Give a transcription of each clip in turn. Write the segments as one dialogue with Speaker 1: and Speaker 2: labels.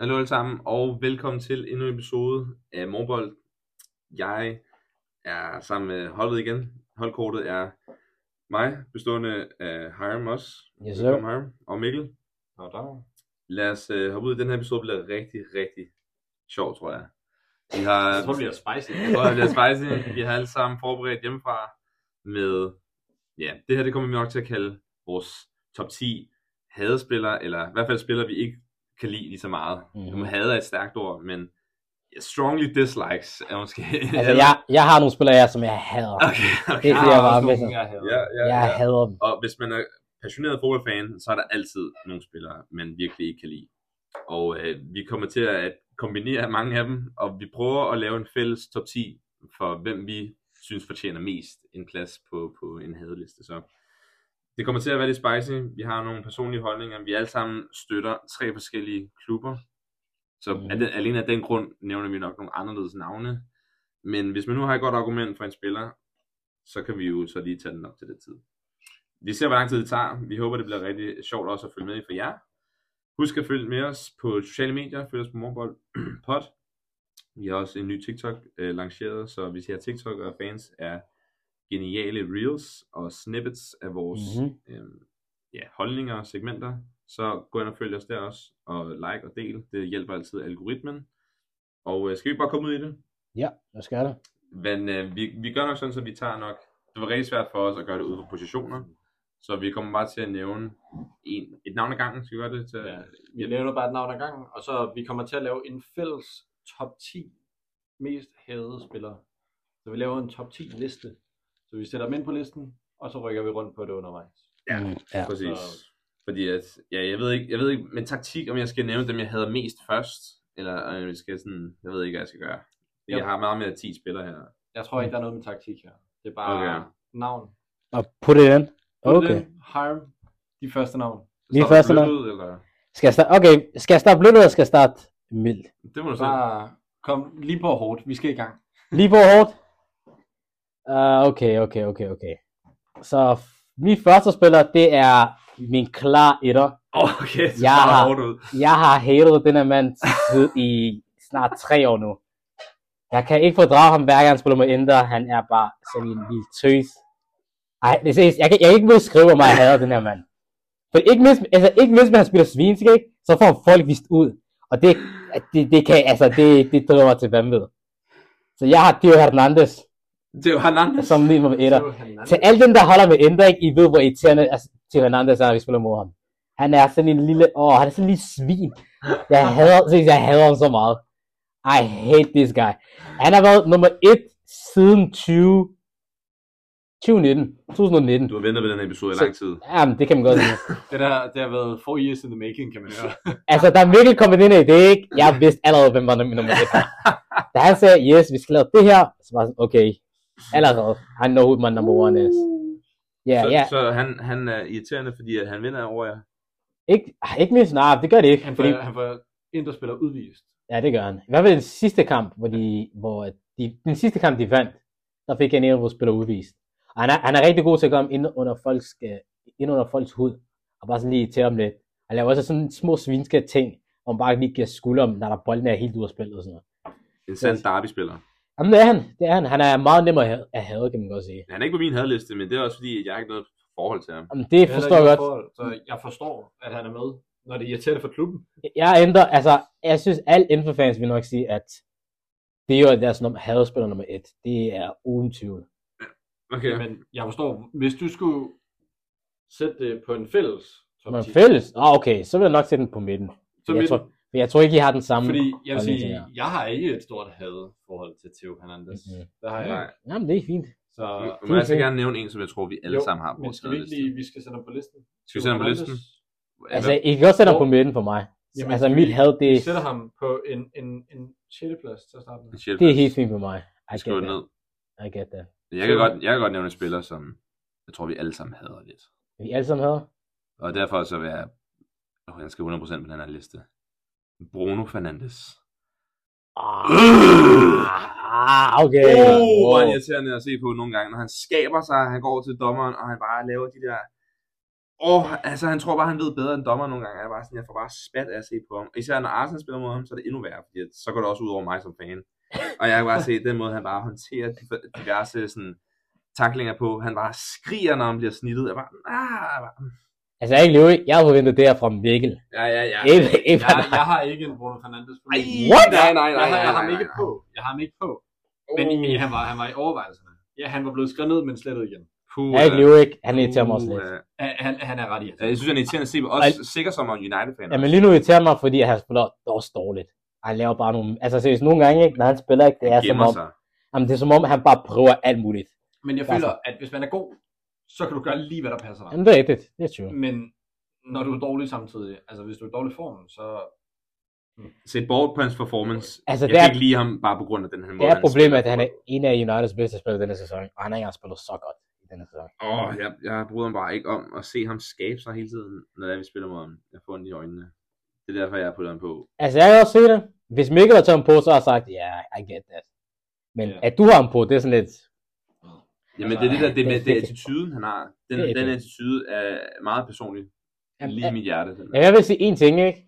Speaker 1: Hallo alle sammen, og velkommen til endnu en episode af Morbold. Jeg er sammen med holdet igen. Holdkortet er mig, bestående af Hiram også.
Speaker 2: Yes, sir.
Speaker 1: Velkommen Hiram. Og Mikkel.
Speaker 3: Og der
Speaker 1: Lad os øh, hoppe ud i den her episode. bliver rigtig, rigtig sjov, tror jeg. Vi
Speaker 3: jeg
Speaker 1: har,
Speaker 3: tror, vi er spicy.
Speaker 1: og det bliver spicy. Vi har alle sammen forberedt hjemmefra med, ja, det her det kommer vi nok til at kalde vores top 10 hadespillere, eller i hvert fald spillere, vi ikke kan lide lige så meget.
Speaker 2: Mhm.
Speaker 1: Mm-hmm. Hader er et stærkt ord, men strongly dislikes er måske...
Speaker 2: Altså, jeg, jeg har nogle spillere, jeg, som jeg hader.
Speaker 1: Okay, okay.
Speaker 2: Det er fordi, jeg var med.
Speaker 3: jeg havde.
Speaker 1: Ja, ja,
Speaker 2: Jeg
Speaker 1: ja.
Speaker 2: hader dem.
Speaker 1: Og hvis man er passioneret fodboldfan, så er der altid nogle spillere, man virkelig ikke kan lide. Og øh, vi kommer til at kombinere mange af dem, og vi prøver at lave en fælles top 10 for, hvem vi synes fortjener mest en plads på, på en hadeliste. Så det kommer til at være lidt spicy. Vi har nogle personlige holdninger. Vi alle sammen støtter tre forskellige klubber. Så
Speaker 2: Mhm.
Speaker 1: mm. den, alene af den grund nævner vi nok nogle anderledes navne. Men hvis man nu har et godt argument for en spiller, så kan vi jo så lige tage den op til det tid. Vi ser, hvor lang tid det tager. Vi håber, det bliver rigtig sjovt også at følge med i for jer. Husk at følge med os på sociale medier. Følg os på Morbold Pod. Vi har også en ny TikTok øh, lanceret, så hvis I har TikTok og fans er geniale reels og snippets af vores
Speaker 2: Mhm.
Speaker 1: øh, ja, holdninger og segmenter, så gå ind og følg os der også, og like og del, det hjælper altid algoritmen. Og øh, skal vi ikke bare komme ud i det?
Speaker 2: Ja, hvad skal det?
Speaker 1: Men øh, vi, vi gør nok sådan, så vi tager nok, det var rigtig svært for os at gøre det ud fra positioner, så vi kommer bare til at nævne en, et navn ad gangen, skal vi gøre det? Til,
Speaker 3: Ja. Vi nævner bare et navn ad gangen, og så vi kommer til at lave en fælles top 10 mest hadede spillere. Så vi laver en top 10 liste. Så vi sætter dem ind på listen, og så rykker vi rundt på det undervejs.
Speaker 1: Ja.
Speaker 2: Mm, ja.
Speaker 1: Præcis.
Speaker 3: Så-
Speaker 1: Fordi at, ja, jeg ved ikke, jeg ved ikke, men taktik, om jeg skal nævne dem, jeg havde mest først, eller om jeg skal sådan, jeg ved ikke, hvad jeg skal gøre. Jeg
Speaker 3: Jo.
Speaker 1: har meget mere 10 spillere her.
Speaker 3: Jeg tror ikke, der er noget med taktik her. Det er bare
Speaker 1: Okay.
Speaker 3: okay. navn.
Speaker 2: Og put it in. Okay.
Speaker 3: Det, Harm, de første navn.
Speaker 2: Lige
Speaker 1: Starter du
Speaker 2: første
Speaker 1: lidt
Speaker 2: navn.
Speaker 1: ud, eller?
Speaker 2: Skal jeg starte, okay, skal jeg starte blødt, eller skal jeg starte mildt?
Speaker 1: Det må du selv.
Speaker 3: Bare kom lige på hårdt. Vi skal i gang.
Speaker 2: Lige på hårdt. Uh, okay, okay, okay, okay. Så f- min første spiller, det er min klar etter.
Speaker 1: Åh, Okay, det
Speaker 2: Jeg
Speaker 1: jeg har...
Speaker 2: har-
Speaker 1: hårdt ud.
Speaker 2: Jeg har hatet den her mand siden i snart tre år nu. Jeg kan ikke fordrage ham, hver gang han spiller med Inter. Han er bare sådan en lille tøs. Ej, det er seriøst. jeg kan, jeg kan ikke beskrive, hvor meget jeg hader den her mand. For ikke mindst, altså ikke mindst, når han spiller svinskæg, så får han folk vist ud. Og det, det, det kan, altså, det, det driver mig til vanvid. Så jeg har Theo Hernandez
Speaker 1: Det er jo Hernandez.
Speaker 2: som min nummer etter.
Speaker 3: Hernandez.
Speaker 2: Til alle dem, der holder med Inter, ikke? I ved, hvor irriterende altså, Theo Hernandez er, når vi spiller mod ham. Han er sådan en lille, åh, han er sådan en lille svin. Jeg hader, seriøst, jeg hader ham så meget. I hate this guy. Han har været nummer 1 siden 20... 2019. 2019.
Speaker 1: Du har ventet på den her episode i
Speaker 2: Så-
Speaker 1: lang tid.
Speaker 2: Jamen, det kan man godt sige.
Speaker 3: Det, der, det har været four years in the making, kan man høre.
Speaker 2: Altså, da Mikkel kom ind i det, ikke? Jeg vidste allerede, hvem var nummer 1. Da han sagde, yes, vi skal lave det her, så var jeg sådan, okay. Allerede. I know who my number one is. Ja,
Speaker 1: så,
Speaker 2: ja.
Speaker 1: så han, han er irriterende, fordi at han vinder over jer.
Speaker 2: Ikke, ah, ikke mindst, nej, det gør det ikke.
Speaker 3: Han får,
Speaker 2: Fordi,
Speaker 3: han får indre spiller udvist.
Speaker 2: ja, det gør han. I hvert fald den sidste kamp, hvor, de, hvor de, den sidste kamp, de vandt, der fik han en af vores spillere udvist. Og han er, han er rigtig god til at komme ind under folks, øh, ind under folks hud, og bare sådan lige til dem lidt. Han laver også sådan små svinske ting, hvor man bare lige giver skulder, når der bolden er helt ude af spillet og sådan noget.
Speaker 1: En sand derby-spiller.
Speaker 2: Jamen, det er han. Det er han. Han er meget nemmere at ha- at have, kan man godt sige.
Speaker 1: Han er ikke på min hadliste, men det er også fordi, at jeg ikke har noget forhold til ham.
Speaker 2: Jamen, det
Speaker 3: Jeg
Speaker 2: forstår jeg
Speaker 3: heller
Speaker 2: godt.
Speaker 3: ikke noget forhold, så jeg forstår, at han er med, når det er irriterende for klubben.
Speaker 2: jeg ændrer, altså, jeg synes, alle Infa-fans vil nok sige, at det er jo deres nummer, hadespiller nummer et. Det er uden tvivl.
Speaker 1: Okay.
Speaker 3: Men jeg forstår, hvis du skulle sætte det på en fælles top
Speaker 2: Men
Speaker 3: 10,
Speaker 2: fælles? Ah, okay, så vil jeg nok sætte den på midten.
Speaker 3: så
Speaker 2: jeg
Speaker 3: midten,
Speaker 2: tror- Men jeg tror ikke, I har den samme.
Speaker 3: fordi jeg vil
Speaker 2: holdning til
Speaker 3: sige,
Speaker 2: jer.
Speaker 3: jeg har ikke et stort had forhold til Theo Hernandez.
Speaker 2: Mhm.
Speaker 3: Det har jeg
Speaker 1: Nej.
Speaker 3: ikke.
Speaker 2: Jamen, det er fint.
Speaker 3: Så,
Speaker 1: Du må jeg så gerne nævne en, som jeg tror, vi alle
Speaker 3: Jo,
Speaker 1: sammen har på
Speaker 3: men
Speaker 1: vores
Speaker 3: skal vi ikke
Speaker 1: hadliste.
Speaker 3: lige, vi skal sætte ham på listen?
Speaker 1: Skal vi sætte ham på
Speaker 3: Hernandez.
Speaker 1: listen?
Speaker 2: Altså, I kan også sætte den på
Speaker 3: Hvor-
Speaker 2: midten for mig.
Speaker 3: Jamen,
Speaker 2: altså,
Speaker 3: vi-
Speaker 2: mit had, det,
Speaker 3: Vi sætter ham på en, en, en 6. plads til at starte med.
Speaker 2: det er helt fint for mig. I
Speaker 1: Skriv
Speaker 2: get
Speaker 1: det ned.
Speaker 2: that. I get that.
Speaker 1: Jeg kan, godt, jeg kan godt nævne en spiller, som jeg tror, vi alle sammen hader lidt.
Speaker 2: Vi alle sammen hader.
Speaker 1: Og derfor så vil jeg... Oh, jeg skal 100% på den her liste. Bruno Fernandes.
Speaker 2: Ah,
Speaker 1: Øh!
Speaker 2: ah, okay.
Speaker 1: Oh, hvor er
Speaker 2: Wow.
Speaker 1: han irriterende at se på nogle gange, når han skaber sig, han går over til dommeren, og han bare laver de der Åh, altså han tror bare, han ved bedre end dommer nogle gange. Jeg, er bare sådan, jeg får bare spat af at se på ham. Og Især når Arsenal spiller mod ham, så er det endnu værre, fordi at- så går det også ud over mig som fan. Og jeg kan bare se den måde, han bare håndterer de for- diverse sådan, taklinger på. Han bare skriger, når han bliver snittet. Jeg bare, ah, jeg bare,
Speaker 2: Altså, jeg er ikke løbe. Jeg havde forventet det her fra Mikkel.
Speaker 1: ja, ja, ja.
Speaker 2: Ikke, ikke
Speaker 3: Jeg,
Speaker 2: fra dig.
Speaker 3: jeg har ikke en Bruno Fernandes på.
Speaker 1: Ej,
Speaker 3: min-
Speaker 2: What?
Speaker 1: nej, nej, nej,
Speaker 3: Jeg har, jeg har
Speaker 1: nej,
Speaker 3: ham
Speaker 1: nej,
Speaker 3: ikke
Speaker 1: nej.
Speaker 3: på. Jeg har ham ikke på. Men
Speaker 2: Oh.
Speaker 1: Åh,
Speaker 3: i, han, var, han var i overvejelserne. Ja, han var blevet skrevet ned, men slettet igen.
Speaker 1: puha,
Speaker 2: Jeg er ikke løbe, ikke? Han irriterer mig også
Speaker 3: Uh,
Speaker 2: lidt.
Speaker 1: puha.
Speaker 3: Han- Han, han er ret i.
Speaker 1: altså. Ja, Jeg synes, han er irriterende at se, også sikker som en United-fan.
Speaker 2: Jamen lige nu irriterer mig, fordi han spiller også dårligt. Han laver bare nogle... Altså seriøst, nogle gange, ikke, når han spiller, ikke, det er, som
Speaker 1: gemmer
Speaker 2: om,
Speaker 1: sig.
Speaker 2: jamen, det er som om, han bare prøver alt muligt.
Speaker 3: Men jeg
Speaker 2: Altså.
Speaker 3: føler, at hvis man er god, så kan du gøre lige, hvad der passer dig.
Speaker 2: Jamen, det er rigtigt. Det er true.
Speaker 3: Men når du er dårlig samtidig, altså hvis du er i dårlig form, så...
Speaker 1: Se bort på hans performance.
Speaker 2: Altså,
Speaker 1: Altså, jeg
Speaker 2: det
Speaker 1: kan
Speaker 2: er-
Speaker 1: ikke lide ham bare på grund af den her
Speaker 2: Det
Speaker 1: måde.
Speaker 2: er problemet, at han er en af Uniteds bedste spillere denne sæson, og han har ikke engang spillet så godt i denne sæson.
Speaker 1: Åh, oh, jeg, jeg bryder mig bare ikke om at se ham skabe sig hele tiden, når det er, vi spiller mod ham. Jeg får ondt i øjnene. Det er derfor, jeg har puttet ham på.
Speaker 2: Altså, jeg kan også se det. Hvis Mikkel har taget ham på, så har jeg sagt, ja, yeah, I get that. Men
Speaker 3: Ja.
Speaker 2: at du har ham på, det er sådan lidt...
Speaker 1: Jamen, det er det der, det,
Speaker 2: Altså, det
Speaker 1: med,
Speaker 2: er
Speaker 1: det er
Speaker 2: fedt.
Speaker 1: attituden, han har. Den,
Speaker 2: Det er
Speaker 1: den
Speaker 2: fedt.
Speaker 1: attitude er meget personlig.
Speaker 2: Jamen,
Speaker 1: Lige i mit hjerte. Den
Speaker 2: Ja, jeg vil sige én ting, ikke?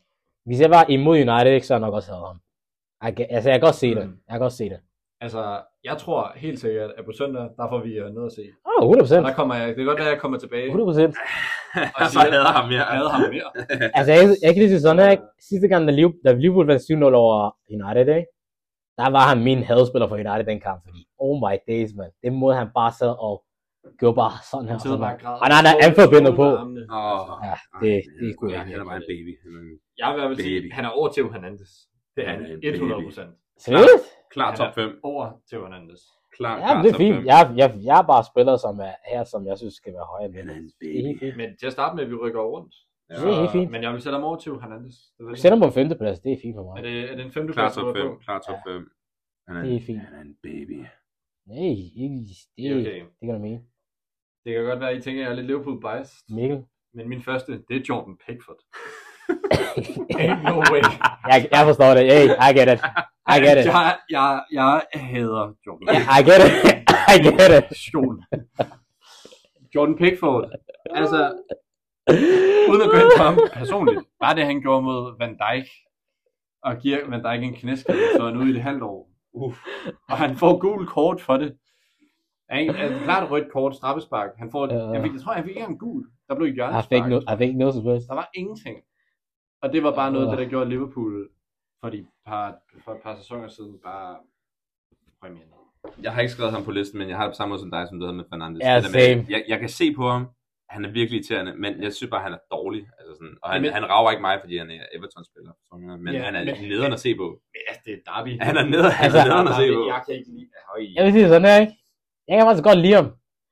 Speaker 2: Hvis jeg var imod United, ikke, så har jeg nok også havde ham. I get, altså, jeg kan godt se det.
Speaker 3: Mm.
Speaker 2: Jeg kan godt se det.
Speaker 3: Altså, jeg tror helt sikkert, at på søndag, der får vi øh, noget at se.
Speaker 2: Åh, oh,
Speaker 3: Og
Speaker 2: 100%.
Speaker 3: der kommer jeg, det kan godt være, at jeg kommer tilbage
Speaker 2: 100%.
Speaker 1: jeg så hader ham mere.
Speaker 3: jeg hader ham mere.
Speaker 2: Altså, jeg, jeg kan lige sige sådan her, ikke? sidste gang, da Liverpool, da Liverpool vandt 7-0 over United, ikke? der var han min hadspiller for United den kamp, fordi oh my days, man. Den måde, han bare sad og gjorde bare sådan her.
Speaker 3: Han
Speaker 2: Og
Speaker 3: sidder
Speaker 2: sådan her.
Speaker 3: bare og græder.
Speaker 2: Og nej, nej, altså, han får binder på.
Speaker 1: Åh, oh,
Speaker 2: Ja, det, det er godt.
Speaker 1: Han er bare en baby. Han er en
Speaker 3: Jeg vil i hvert fald
Speaker 1: Baby.
Speaker 3: sige, han er over Theo Hernandez. Det er han
Speaker 1: Han er en
Speaker 3: 100 procent.
Speaker 2: Seriøst?
Speaker 1: Klar
Speaker 3: Han er
Speaker 1: top 5.
Speaker 3: Over Theo Hernandez.
Speaker 1: Klar,
Speaker 2: Ja,
Speaker 1: klar
Speaker 2: det er
Speaker 1: top
Speaker 2: fint.
Speaker 1: 5.
Speaker 2: Jeg, jeg, jeg er bare spiller, som er her, som jeg synes skal være højere.
Speaker 1: Han
Speaker 2: Men
Speaker 1: er en
Speaker 2: det er
Speaker 1: baby.
Speaker 2: helt fint.
Speaker 3: Men til at starte med, vi rykker rundt.
Speaker 1: Ja.
Speaker 2: Det er helt fint.
Speaker 3: Men jeg vil sætte ham over Theo Hernandez. Det vil jeg.
Speaker 2: Sæt ham på en femteplads, det er fint for mig.
Speaker 3: Er det, er det en femte
Speaker 1: Klar
Speaker 3: plads, du
Speaker 1: top
Speaker 3: er på?
Speaker 1: 5. Klar top 5. Han er,
Speaker 2: Det er fint.
Speaker 1: han er en baby.
Speaker 2: Nej, ikke, det,
Speaker 3: Det er okay.
Speaker 2: det kan du mene.
Speaker 3: Det kan godt være, at I tænker, at jeg er lidt Liverpool biased.
Speaker 2: Mikkel.
Speaker 3: Men min første, det er Jordan Pickford. Ain't no way.
Speaker 2: jeg, jeg forstår det. Hey, I get it. I get it.
Speaker 3: Jeg, jeg, jeg hader Jordan Pickford.
Speaker 2: I get it. I get it.
Speaker 3: Jordan. Jordan Pickford. Altså, uden at gå ind på ham personligt. Bare det, han gjorde mod Van Dijk. Og giver Van Dijk en knæskade, så er han ude i et halvt år.
Speaker 1: Uff.
Speaker 3: Og han får gul kort for det. Ja, ikke? Altså, klart rødt kort, straffespark. Han får,
Speaker 2: Ja.
Speaker 3: jeg, fik, jeg tror, han fik ikke engang gul. Der blev
Speaker 2: Jeg fik,
Speaker 3: hjørnespark.
Speaker 2: ikke noget, jeg fik ikke noget som helst.
Speaker 3: Der var ingenting. Og det var bare noget,
Speaker 2: Åh.
Speaker 3: det der gjorde Liverpool for de par, for et par sæsoner siden bare Premier League.
Speaker 1: Jeg har ikke skrevet ham på listen, men jeg har det på samme måde som dig, som du havde med Fernandes.
Speaker 2: Ja,
Speaker 1: Det der med,
Speaker 2: same.
Speaker 1: Jeg, jeg kan se på ham, han er virkelig irriterende, men jeg synes bare, han er dårlig. Altså sådan, og han,
Speaker 3: Jamen-
Speaker 1: Jamen, han rager ikke mig, fordi han er Everton-spiller. Men
Speaker 3: Ja,
Speaker 1: ja, han er
Speaker 3: men-
Speaker 1: men, nederen at se på.
Speaker 3: Ja, det er Derby.
Speaker 1: Han er neder, han
Speaker 2: Altså,
Speaker 1: altså, er nederen at se på.
Speaker 3: Jeg kan ikke lide. Høj.
Speaker 2: Jeg vil sige sådan her, ikke? Jeg kan faktisk godt lide ham.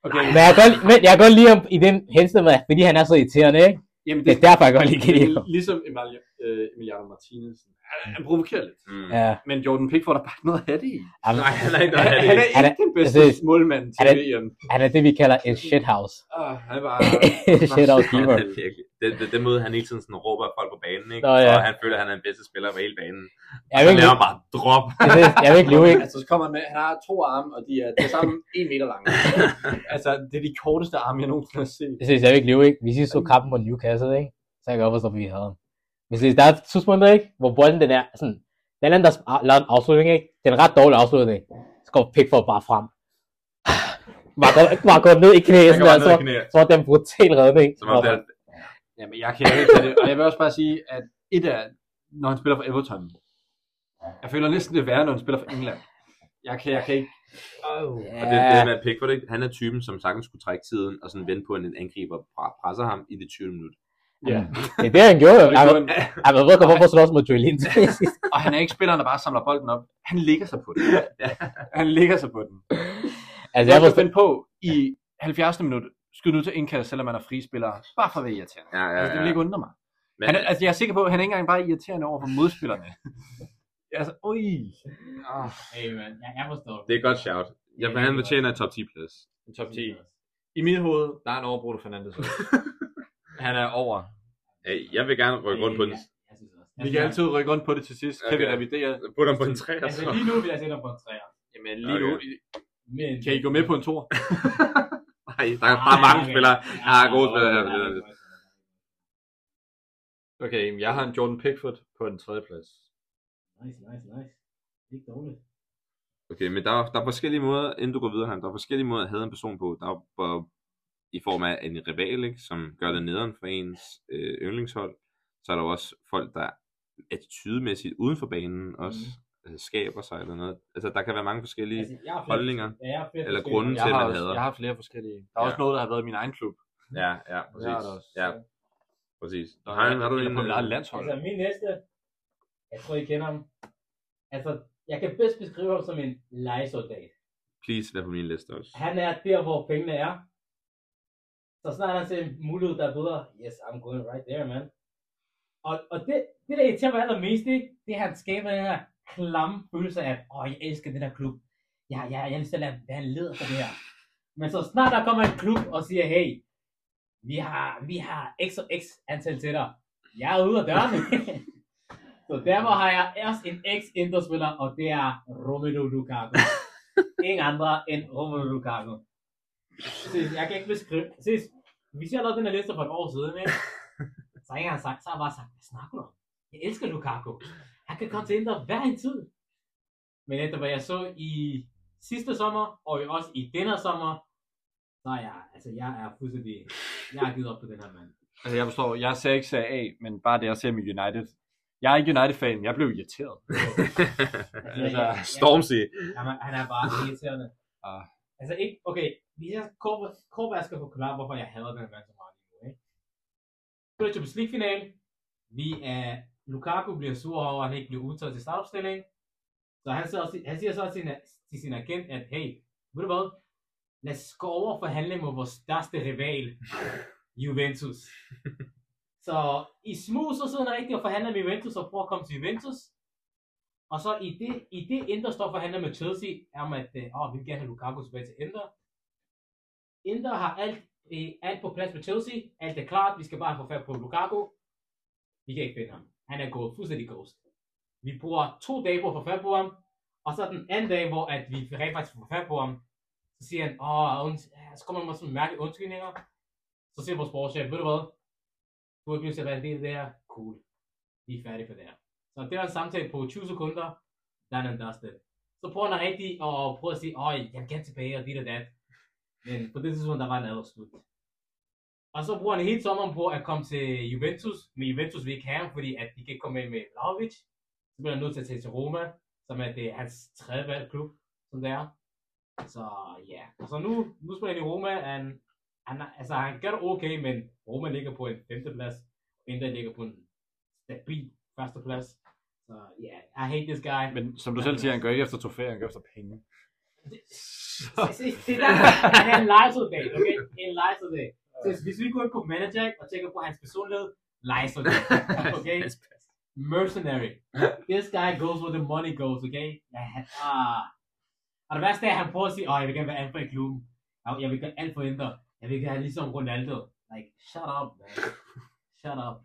Speaker 3: Okay.
Speaker 2: Men jeg kan godt, men jeg kan godt lide ham i den henseende, med, fordi han er så irriterende, ikke?
Speaker 3: Jamen,
Speaker 2: Det er derfor, jeg godt lige kan
Speaker 3: det
Speaker 2: lide ham.
Speaker 3: er ligesom Emilio, øh, Emiliano Martinez. Han, han provokerer lidt.
Speaker 1: Mm.
Speaker 2: Ja.
Speaker 3: Men Jordan Pickford er bare ikke noget at have det i.
Speaker 2: Han,
Speaker 1: Nej, han er ikke
Speaker 3: Han,
Speaker 1: noget af
Speaker 3: han
Speaker 1: det.
Speaker 3: er
Speaker 2: Han
Speaker 3: ikke den bedste
Speaker 2: jeg synes-
Speaker 3: målmand til
Speaker 2: han er-
Speaker 3: VM.
Speaker 2: han er det, vi kalder en shithouse.
Speaker 3: Ah, han var...
Speaker 2: shithouse keeper.
Speaker 1: Han er virkelig- Den, den, den måde, han hele tiden sådan råber af folk på banen, ikke?
Speaker 2: Nå, ja.
Speaker 1: og han føler, at han er den bedste spiller på hele banen.
Speaker 2: Jeg
Speaker 1: Og så
Speaker 2: vil ikke,
Speaker 1: laver han bare drop.
Speaker 2: jeg vil, jeg vil ikke leve, ikke?
Speaker 3: Altså, så kommer han med, han har to arme, og de er til sammen en meter lange. altså, det er de korteste arme, jeg nogensinde har set.
Speaker 2: Jeg, synes, jeg vil ikke leve, ikke? Hvis I så kampen på Newcastle, ikke? Så jeg kan jeg godt forstå, at vi havde ham. Men synes, der er et tidspunkt, ikke? Hvor bolden den er sådan... Den anden, der sp- laver en afslutning, ikke? Den er en ret dårlig afslutning. Så går Pickford bare frem. Bare går, bare går ned i knæet,
Speaker 1: Han går
Speaker 2: sådan,
Speaker 1: bare ned
Speaker 2: der, så,
Speaker 1: i knæet.
Speaker 2: så er den brutal redning.
Speaker 1: Som om det er,
Speaker 3: Jamen, jeg kan ikke tage det. Og jeg vil også bare sige, at et af, når han spiller for Everton, jeg føler næsten det er værre, når han spiller for England. Jeg kan, jeg kan ikke... Oh.
Speaker 1: og det, det med Pickford, ikke? han er typen, som sagtens skulle trække tiden og sådan vente på, at en angriber pre- presser ham i det 20. minut.
Speaker 3: Ja.
Speaker 2: Det er det, han gjorde.
Speaker 3: Og det
Speaker 2: Jeg,
Speaker 3: gjorde han.
Speaker 2: jeg, jeg ved godt, hvorfor slås mod Joelin.
Speaker 3: Og han er ikke spilleren, der bare samler bolden op. Han ligger sig på den. Han ligger sig på den.
Speaker 2: altså,
Speaker 3: Jeg
Speaker 2: jeg
Speaker 3: skal
Speaker 2: forstår,
Speaker 3: finde på i 70. minut, skyd nu til indkast, selvom man er frispiller. Bare for at være irriterende.
Speaker 1: Ja, ja,
Speaker 3: Altså, det
Speaker 1: ja.
Speaker 3: vil ikke undre mig.
Speaker 1: Men,
Speaker 3: Han er, altså, jeg er sikker på, at han er ikke engang bare irriterende over for modspillerne. altså, ui.
Speaker 2: jeg forstår.
Speaker 1: det er et godt shout. Jeg, han fortjener en top 10 plads.
Speaker 3: Top 10. I mit hoved, der er en over Bruno Fernandes. han er over.
Speaker 1: Øh, Jeg vil gerne rykke rundt på den.
Speaker 3: Vi kan altid rykke rundt på det til sidst. Kan vi
Speaker 1: Okay.
Speaker 3: revidere?
Speaker 1: Put ham på en 3 og så.
Speaker 2: Altså, nu vil jeg sætte ham på en træer.
Speaker 3: Jamen lige nu.
Speaker 1: Okay.
Speaker 2: Men...
Speaker 3: Kan I gå med på en tor?
Speaker 1: Nej, der er bare mange spillere. Der er gode spillere her. på det her liste.
Speaker 3: Okay, jamen, jeg har en Jordan Pickford på en tredje plads.
Speaker 2: Nice, nice, nice. Ikke dårligt.
Speaker 1: Okay, men der, er- der er forskellige måder, inden du går videre, Heim, der er forskellige måder at have en person på. Der er på- i form af en rival, ikke, som gør det nederen for ens øh, yndlingshold. Så er der jo også folk, der attitydemæssigt uden for banen også mm. skaber sig eller noget. Altså, der kan være mange forskellige altså,
Speaker 2: jeg har
Speaker 1: holdninger.
Speaker 2: Ja, jeg har flere
Speaker 1: Eller
Speaker 2: forskellige
Speaker 1: grunde
Speaker 3: Jeg
Speaker 1: til-
Speaker 2: holdninger.
Speaker 1: man
Speaker 3: har, også,
Speaker 1: hader.
Speaker 3: jeg har flere forskellige. Der er
Speaker 1: Ja.
Speaker 3: også noget, der har været i min egen klub.
Speaker 1: Ja, ja,
Speaker 3: Det
Speaker 1: præcis.
Speaker 3: er der også.
Speaker 1: Ja, præcis. Der, Heim, har du
Speaker 3: eller
Speaker 1: en...
Speaker 3: på mit eget
Speaker 1: øh,
Speaker 3: landshold.
Speaker 2: Altså, min næste, jeg tror, I kender ham. Altså, jeg kan bedst beskrive ham som en legesoldat.
Speaker 1: Please, vær på min liste også.
Speaker 2: Han er der, hvor pengene er. Så snart han ser en mulighed, der er bedre, yes, I'm going right there, man. Og, og det, det, der irriterer mig allermest, det, det er, at han skaber den her klamme følelse af, åh, oh, jeg elsker den her klub. Jeg, jeg, jeg har lyst til at lade være en leder for det her. Men så snart der kommer en klub og siger, hey, vi har, vi har x og x antal til dig. Jeg er ude af døren. så derfor har jeg også en x spiller og det er Romelu Lukaku. Ingen andre end Romelu Lukaku. Ses, jeg kan ikke beskrive... Ses, hvis jeg lavede den her liste for et år siden, ikke? så har jeg sagt, så har jeg bare sagt, hvad snakker du om? Jeg elsker Lukaku. Han kan komme til Inter hver en tid. Men efter hvad jeg så i sidste sommer, og også i denne sommer, så er jeg, altså jeg er fuldstændig, jeg har givet op på den her mand.
Speaker 3: Altså, jeg forstår, jeg ser ikke serie A, men bare det, jeg ser med United. Jeg er ikke United-fan, jeg blev irriteret.
Speaker 2: Altså, jeg- jeg-
Speaker 1: Stormzy.
Speaker 2: Jamen, han er bare irriterende.
Speaker 3: Ah.
Speaker 2: Altså ikke, okay, hvis jeg kort, kort jeg skal forklare, hvorfor jeg hader den her mand så meget lige nu, ikke? Så er det Champions League final. Vi er, Lukaku bliver sur over, at han ikke bliver udtaget til startopstilling. Så han, siger også, han siger så til sin, til sin agent, at hey, ved du hvad? Lad os gå over og forhandle med vores største rival, Juventus. så i smug, så sidder han rigtig og forhandler med Juventus og prøver at komme til Juventus. Og så i det, i det Inter står forhandler med Chelsea, er om at, øh, åh, vi vil gerne have Lukaku tilbage til Inter. Inter har alt, øh, alt på plads med Chelsea. Alt er klart. Vi skal bare få fat på Lukaku. Vi kan ikke finde ham. Han er gået fuldstændig ghost. Vi bruger to dage på at få fat på ham. Og så den anden dag, hvor at vi rent faktisk får fat på ham, så siger han, åh, und- så kommer han med sådan nogle mærkelige undskyldninger. Så siger vores sportschef, ved du hvad? Du har ikke lyst til at være en del af det her. Cool. Vi er færdige for det her. Så det var en samtale på 20 sekunder. Done and dusted. Så prøver han rigtig at prøve at sige, åh, jeg vil gerne tilbage og dit og dat. Men på det tidspunkt, der var en alder slut. Og så bruger han hele sommeren på at komme til Juventus. Men Juventus vil ikke have ham, fordi at de kan ikke komme med med Vlahovic. Så bliver han nødt til at tage til Roma, som er det hans tredje valg klub, som det er. Så ja, yeah. så nu, nu spiller han i Roma. Han, han, er- altså, han gør det okay, men Roma ligger på en femteplads. Inter ligger på en stabil førsteplads. Så ja, yeah, I hate this guy.
Speaker 3: Men som du selv siger, han går ikke efter trofæer, han går efter penge.
Speaker 2: Se, se, det der, han er en legesoldat, okay? En legesoldat. Så hvis vi går ind på manager og tjekker på hans personlighed, legesoldat, okay? Mercenary. This guy goes where the money goes, okay? Ja, han- Ah. Og det værste er, at han prøver at sige, åh, jeg vil gerne være alt for i klubben. Jeg- Jeg vil gøre alt for Inter. Jeg vil gerne ligesom Ronaldo. Like, shut up, man. Shut up.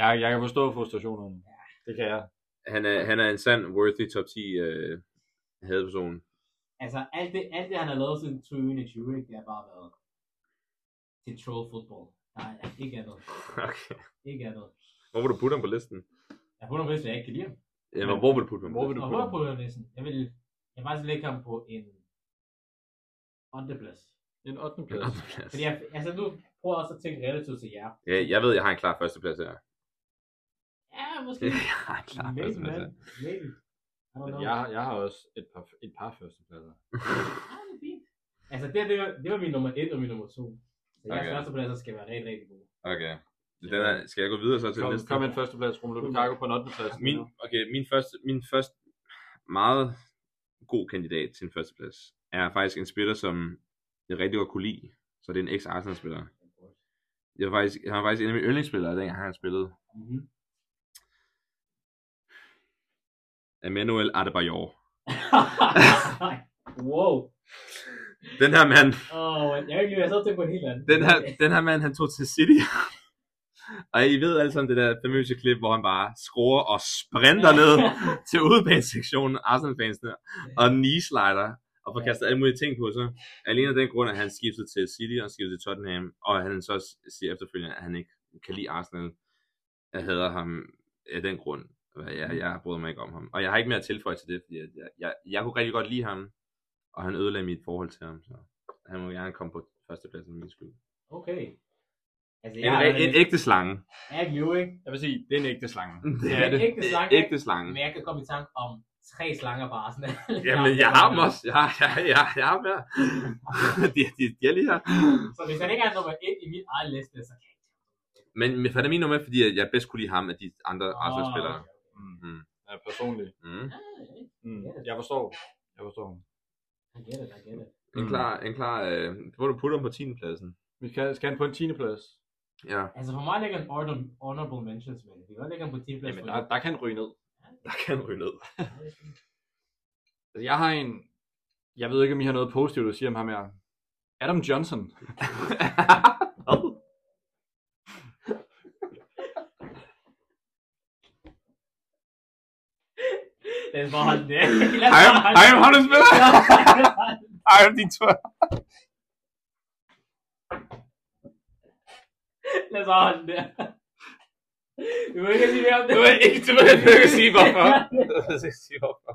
Speaker 3: Jeg, jeg kan forstå frustrationen. Det kan jeg.
Speaker 1: Han er, han er en sand worthy top 10 øh, hadeperson.
Speaker 2: Altså, alt det, alt det han har lavet siden 2021, ikke, det har bare været til troll football. Der er ikke andet.
Speaker 1: Okay.
Speaker 2: Ikke andet.
Speaker 1: Hvor vil du putte ham på listen?
Speaker 2: Jeg håber vist, at jeg ikke kan lide ham.
Speaker 1: Ja, men hvor vil du putte ham på
Speaker 3: Hvor vil
Speaker 1: listen?
Speaker 3: du
Speaker 2: Og
Speaker 3: putte
Speaker 2: hvor
Speaker 3: ham?
Speaker 2: på den næsten? Jeg vil, jeg vil faktisk lægge ham på en åndeplads.
Speaker 3: En 8.
Speaker 1: En
Speaker 3: plads.
Speaker 1: ottendeplads.
Speaker 2: Fordi jeg, altså nu prøver jeg også at tænke relativt til jer.
Speaker 1: Ja, jeg ved, jeg har en klar førsteplads her.
Speaker 2: Ja, måske.
Speaker 1: Jeg har en klar
Speaker 2: Maybe,
Speaker 1: førsteplads her.
Speaker 2: man. Maybe. I don't
Speaker 3: Men
Speaker 2: know.
Speaker 3: jeg, har- jeg har også et par, et par førstepladser.
Speaker 2: Ja, det er fint. Altså det, det, var, det var min nummer 1 og min nummer 2. Så jeres
Speaker 1: Okay.
Speaker 2: førstepladser skal være rigtig, rigtig gode.
Speaker 1: Okay. Den er, skal jeg gå videre så til
Speaker 3: Kom,
Speaker 1: næste?
Speaker 3: kom med en førsteplads, Romelu Lukaku på en 8. plads.
Speaker 1: min, okay, min første, min første meget god kandidat til en førsteplads er faktisk en spiller, som jeg rigtig godt kunne lide. Så det er en ex-Arsenal-spiller. Jeg var faktisk, han var faktisk en af mine yndlingsspillere, dengang han spillede.
Speaker 2: Mhm.
Speaker 1: Emmanuel Adebayor.
Speaker 2: wow.
Speaker 1: Den her mand,
Speaker 2: Åh, jeg vil ikke lide, jeg sad til på en helt anden.
Speaker 1: den her, den her mand, han tog til City. og I ved alle sammen det der famøse klip, hvor han bare scorer og sprinter ned til udbanesektionen, Arsenal-fansene, og knee-slider, og får kastet alle mulige ting på sig. Alene af den grund, at han skiftede til City og skiftede til Tottenham, og han så siger efterfølgende, at han ikke kan lide Arsenal. jeg hader ham af den grund. Jeg, jeg bryder mig ikke om ham. Og jeg har ikke mere at tilføje til det, fordi jeg, jeg, jeg, jeg kunne rigtig godt lide ham, og han ødelagde mit forhold til ham, så han må gerne komme på førstepladsen for min skyld.
Speaker 4: Okay. Altså,
Speaker 1: En, re- en ægte slange.
Speaker 4: Jeg er jo, ikke?
Speaker 5: Jeg vil sige, det er en ægte slange.
Speaker 1: Det
Speaker 4: er
Speaker 1: er
Speaker 4: en
Speaker 1: det.
Speaker 4: ægte
Speaker 1: Det er
Speaker 4: slange, ikke?
Speaker 1: ægte slange.
Speaker 4: Men jeg kan komme i tanke om tre slanger fra Arsenal.
Speaker 1: Jamen, jeg har dem også. Jeg har, jeg, jeg, jeg har dem her. de, de, de er lige her.
Speaker 4: Så hvis han ikke er nummer et i min egen liste, så kan jeg ikke.
Speaker 1: Men, men for det er min nummer, fordi at jeg bedst kunne lide ham af de andre oh. Arsenal-spillere.
Speaker 3: Mm.
Speaker 1: Mm.
Speaker 3: Ja, personligt.
Speaker 1: Mm.
Speaker 3: Mm.
Speaker 4: Yes.
Speaker 3: Jeg forstår. Jeg forstår.
Speaker 4: I get it, I get it.
Speaker 1: En klar, en klar, øh, hvor du putter ham på 10. pladsen.
Speaker 3: Vi skal, skal han på en 10. plads.
Speaker 1: Ja.
Speaker 4: Altså for mig ligger en ordon- honorable mentions, men vi kan godt lægge en på 10 plads.
Speaker 3: Jamen, der, der kan han ryge ned.
Speaker 1: Der kan han ryge ned.
Speaker 3: Altså, jeg har en... Jeg ved ikke, om I har noget positivt at sige om ham her. Adam Johnson.
Speaker 4: Den var han der.
Speaker 5: I am, I am håndespiller! I am din tur.
Speaker 4: Lad os holde den der. Du må ikke sige mere om det.
Speaker 5: Du ved ikke, du ved ikke, du kan sige hvorfor. Du kan ikke sige hvorfor.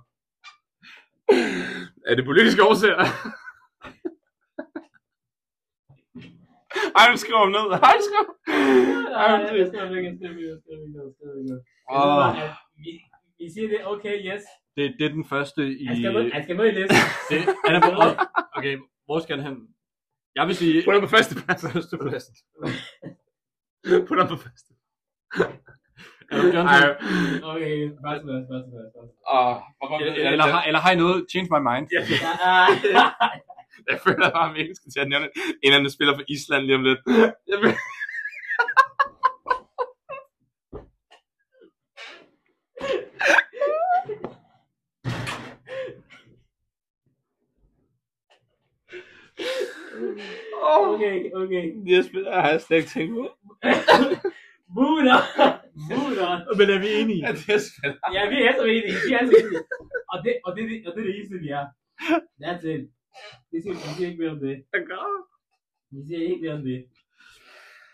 Speaker 1: er det politiske årsager?
Speaker 5: Ej, du skriver ham ned. Ej, du skriver. Ej,
Speaker 4: Nej,
Speaker 5: du
Speaker 4: det
Speaker 5: skriver.
Speaker 4: skal vi ikke, det skal vi ikke, det skal vi ikke, det skal vi ikke. Jeg
Speaker 5: Ah.
Speaker 4: ved
Speaker 3: Åh,
Speaker 4: bare, at Vi, vi siger det, okay, yes.
Speaker 3: det, det er den første i...
Speaker 4: Han skal med, han skal med i listen.
Speaker 3: Det, han er på, okay, hvor skal han hen? Jeg vil sige...
Speaker 5: Put ham på første plads.
Speaker 3: Førstepladsen.
Speaker 5: Put ham på første.
Speaker 3: Adam
Speaker 5: Ej,
Speaker 3: Johnson.
Speaker 4: Okay, første plads, første plads, første plads.
Speaker 5: åh, hvorfor
Speaker 3: Eller, eller, eller, har, eller har I noget? Change my mind.
Speaker 5: Jeg,
Speaker 4: Ja, ah,
Speaker 5: jeg føler bare, at vi ikke skal til at nævne en anden spiller for Island lige om lidt. Jeg føler- Åh,
Speaker 4: Okay, okay.
Speaker 5: Jeg spiller, jeg har slet ikke tænkt på.
Speaker 4: Buda! Buda!
Speaker 3: Men er vi enige?
Speaker 5: At jeg spiller.
Speaker 4: Ja, vi er så enige. Vi er så enige. Og det, og det, og det er det eneste, vi er. That's it. Vi siger, vi siger ikke mere om det.
Speaker 5: Jeg græder.
Speaker 4: Vi siger ikke mere om det.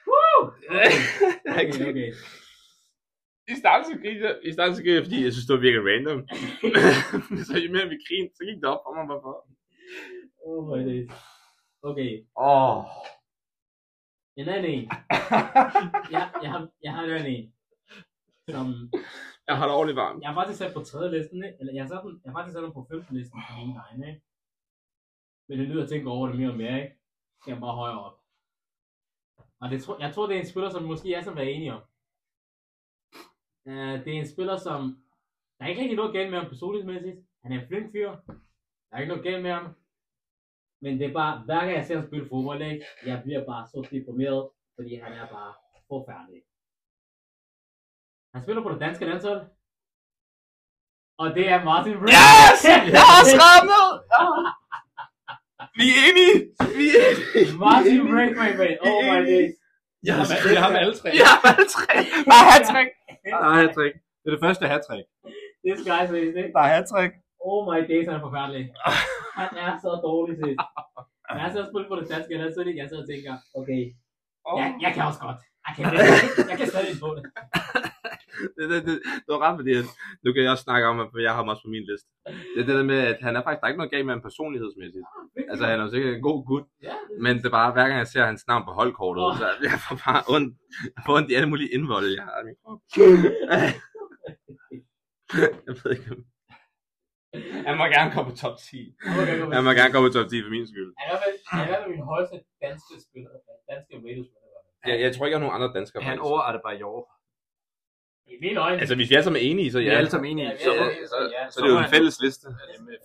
Speaker 4: Woo! Okay, okay. okay.
Speaker 5: I starten så grinede jeg, i starten så grinede jeg, fordi jeg synes, det var virkelig random. så jo mere vi grinede, så gik det op for mig, hvorfor.
Speaker 4: Oh my days. Okay,
Speaker 5: Åh.
Speaker 4: en anden en. Jeg, jeg, har, jeg har en anden en. Som,
Speaker 5: Jeg har det ordentligt varmt.
Speaker 4: jeg har faktisk sat på tredje listen, ikke? eller jeg har, sat den, jeg har faktisk sat den på femte listen på min egen, ikke? Men det lyder at tænke over det mere og mere, ikke? Skal jeg bare højere op. Og det, tror- jeg tror, det er en spiller, som vi måske er som er enige om. Uh, det er en spiller, som... Der er ikke rigtig noget galt med ham personlighedsmæssigt. Han er en flink fyr. Der er ikke noget galt med ham. Men det er bare, hver gang jeg ser ham spille fodbold, ikke? jeg bliver bare så deprimeret, fordi han er bare forfærdelig. Han spiller på det danske landshold. Og det er Martin Brun.
Speaker 5: Yes! Jeg har skrevet ned! Vi er enige! Vi er enige!
Speaker 4: Martin Braithwaite, oh my days.
Speaker 3: Jeg har, jeg har alle tre.
Speaker 5: Ja, alle tre. Bare hat-trick. Der er hat-trick.
Speaker 3: Det er det første hat-trick.
Speaker 4: This guy's amazing.
Speaker 5: Der er hat-trick.
Speaker 4: Oh my days, han er forfærdelig. Han er så dårlig til. Men han sidder og spiller på det danske landshold, ikke? jeg sidder og tænker, okay, jeg, jeg kan også godt. Jeg kan, jeg kan stadig få det.
Speaker 1: det, det, det, det var ret, fordi at, nu kan jeg også snakke om, at jeg har ham også på min liste. Det er det der med, at han er faktisk, der er ikke noget galt med ham personlighedsmæssigt. Altså, han er jo sikkert en god gut,
Speaker 4: Ja,
Speaker 1: men det er bare, hver gang jeg ser hans navn på holdkortet,
Speaker 4: Åh.
Speaker 1: oh. så jeg får bare ondt, jeg får ondt i alle mulige indvolde, jeg har i min krop. Jeg ved ikke, om-
Speaker 5: Han må gerne komme på top 10.
Speaker 4: okay, okay.
Speaker 1: jeg må gerne komme på top 10 for min skyld.
Speaker 4: Han er i hvert fald- han er i hvert fald min højeste danske spiller, danske radiospiller.
Speaker 1: Jeg, jeg tror ikke, jeg har nogen andre danskere.
Speaker 3: Han
Speaker 1: faktisk.
Speaker 3: overarter bare i år.
Speaker 4: I mine øjne.
Speaker 1: Altså, hvis vi alle sammen er enige, så
Speaker 3: Vi
Speaker 1: ja.
Speaker 3: er alle sammen enige.
Speaker 4: Ja, vi
Speaker 1: Så,
Speaker 3: Så,
Speaker 4: alle-
Speaker 1: så,
Speaker 4: Ja,
Speaker 1: så, er det er jo en
Speaker 3: fælles...
Speaker 1: fælles liste.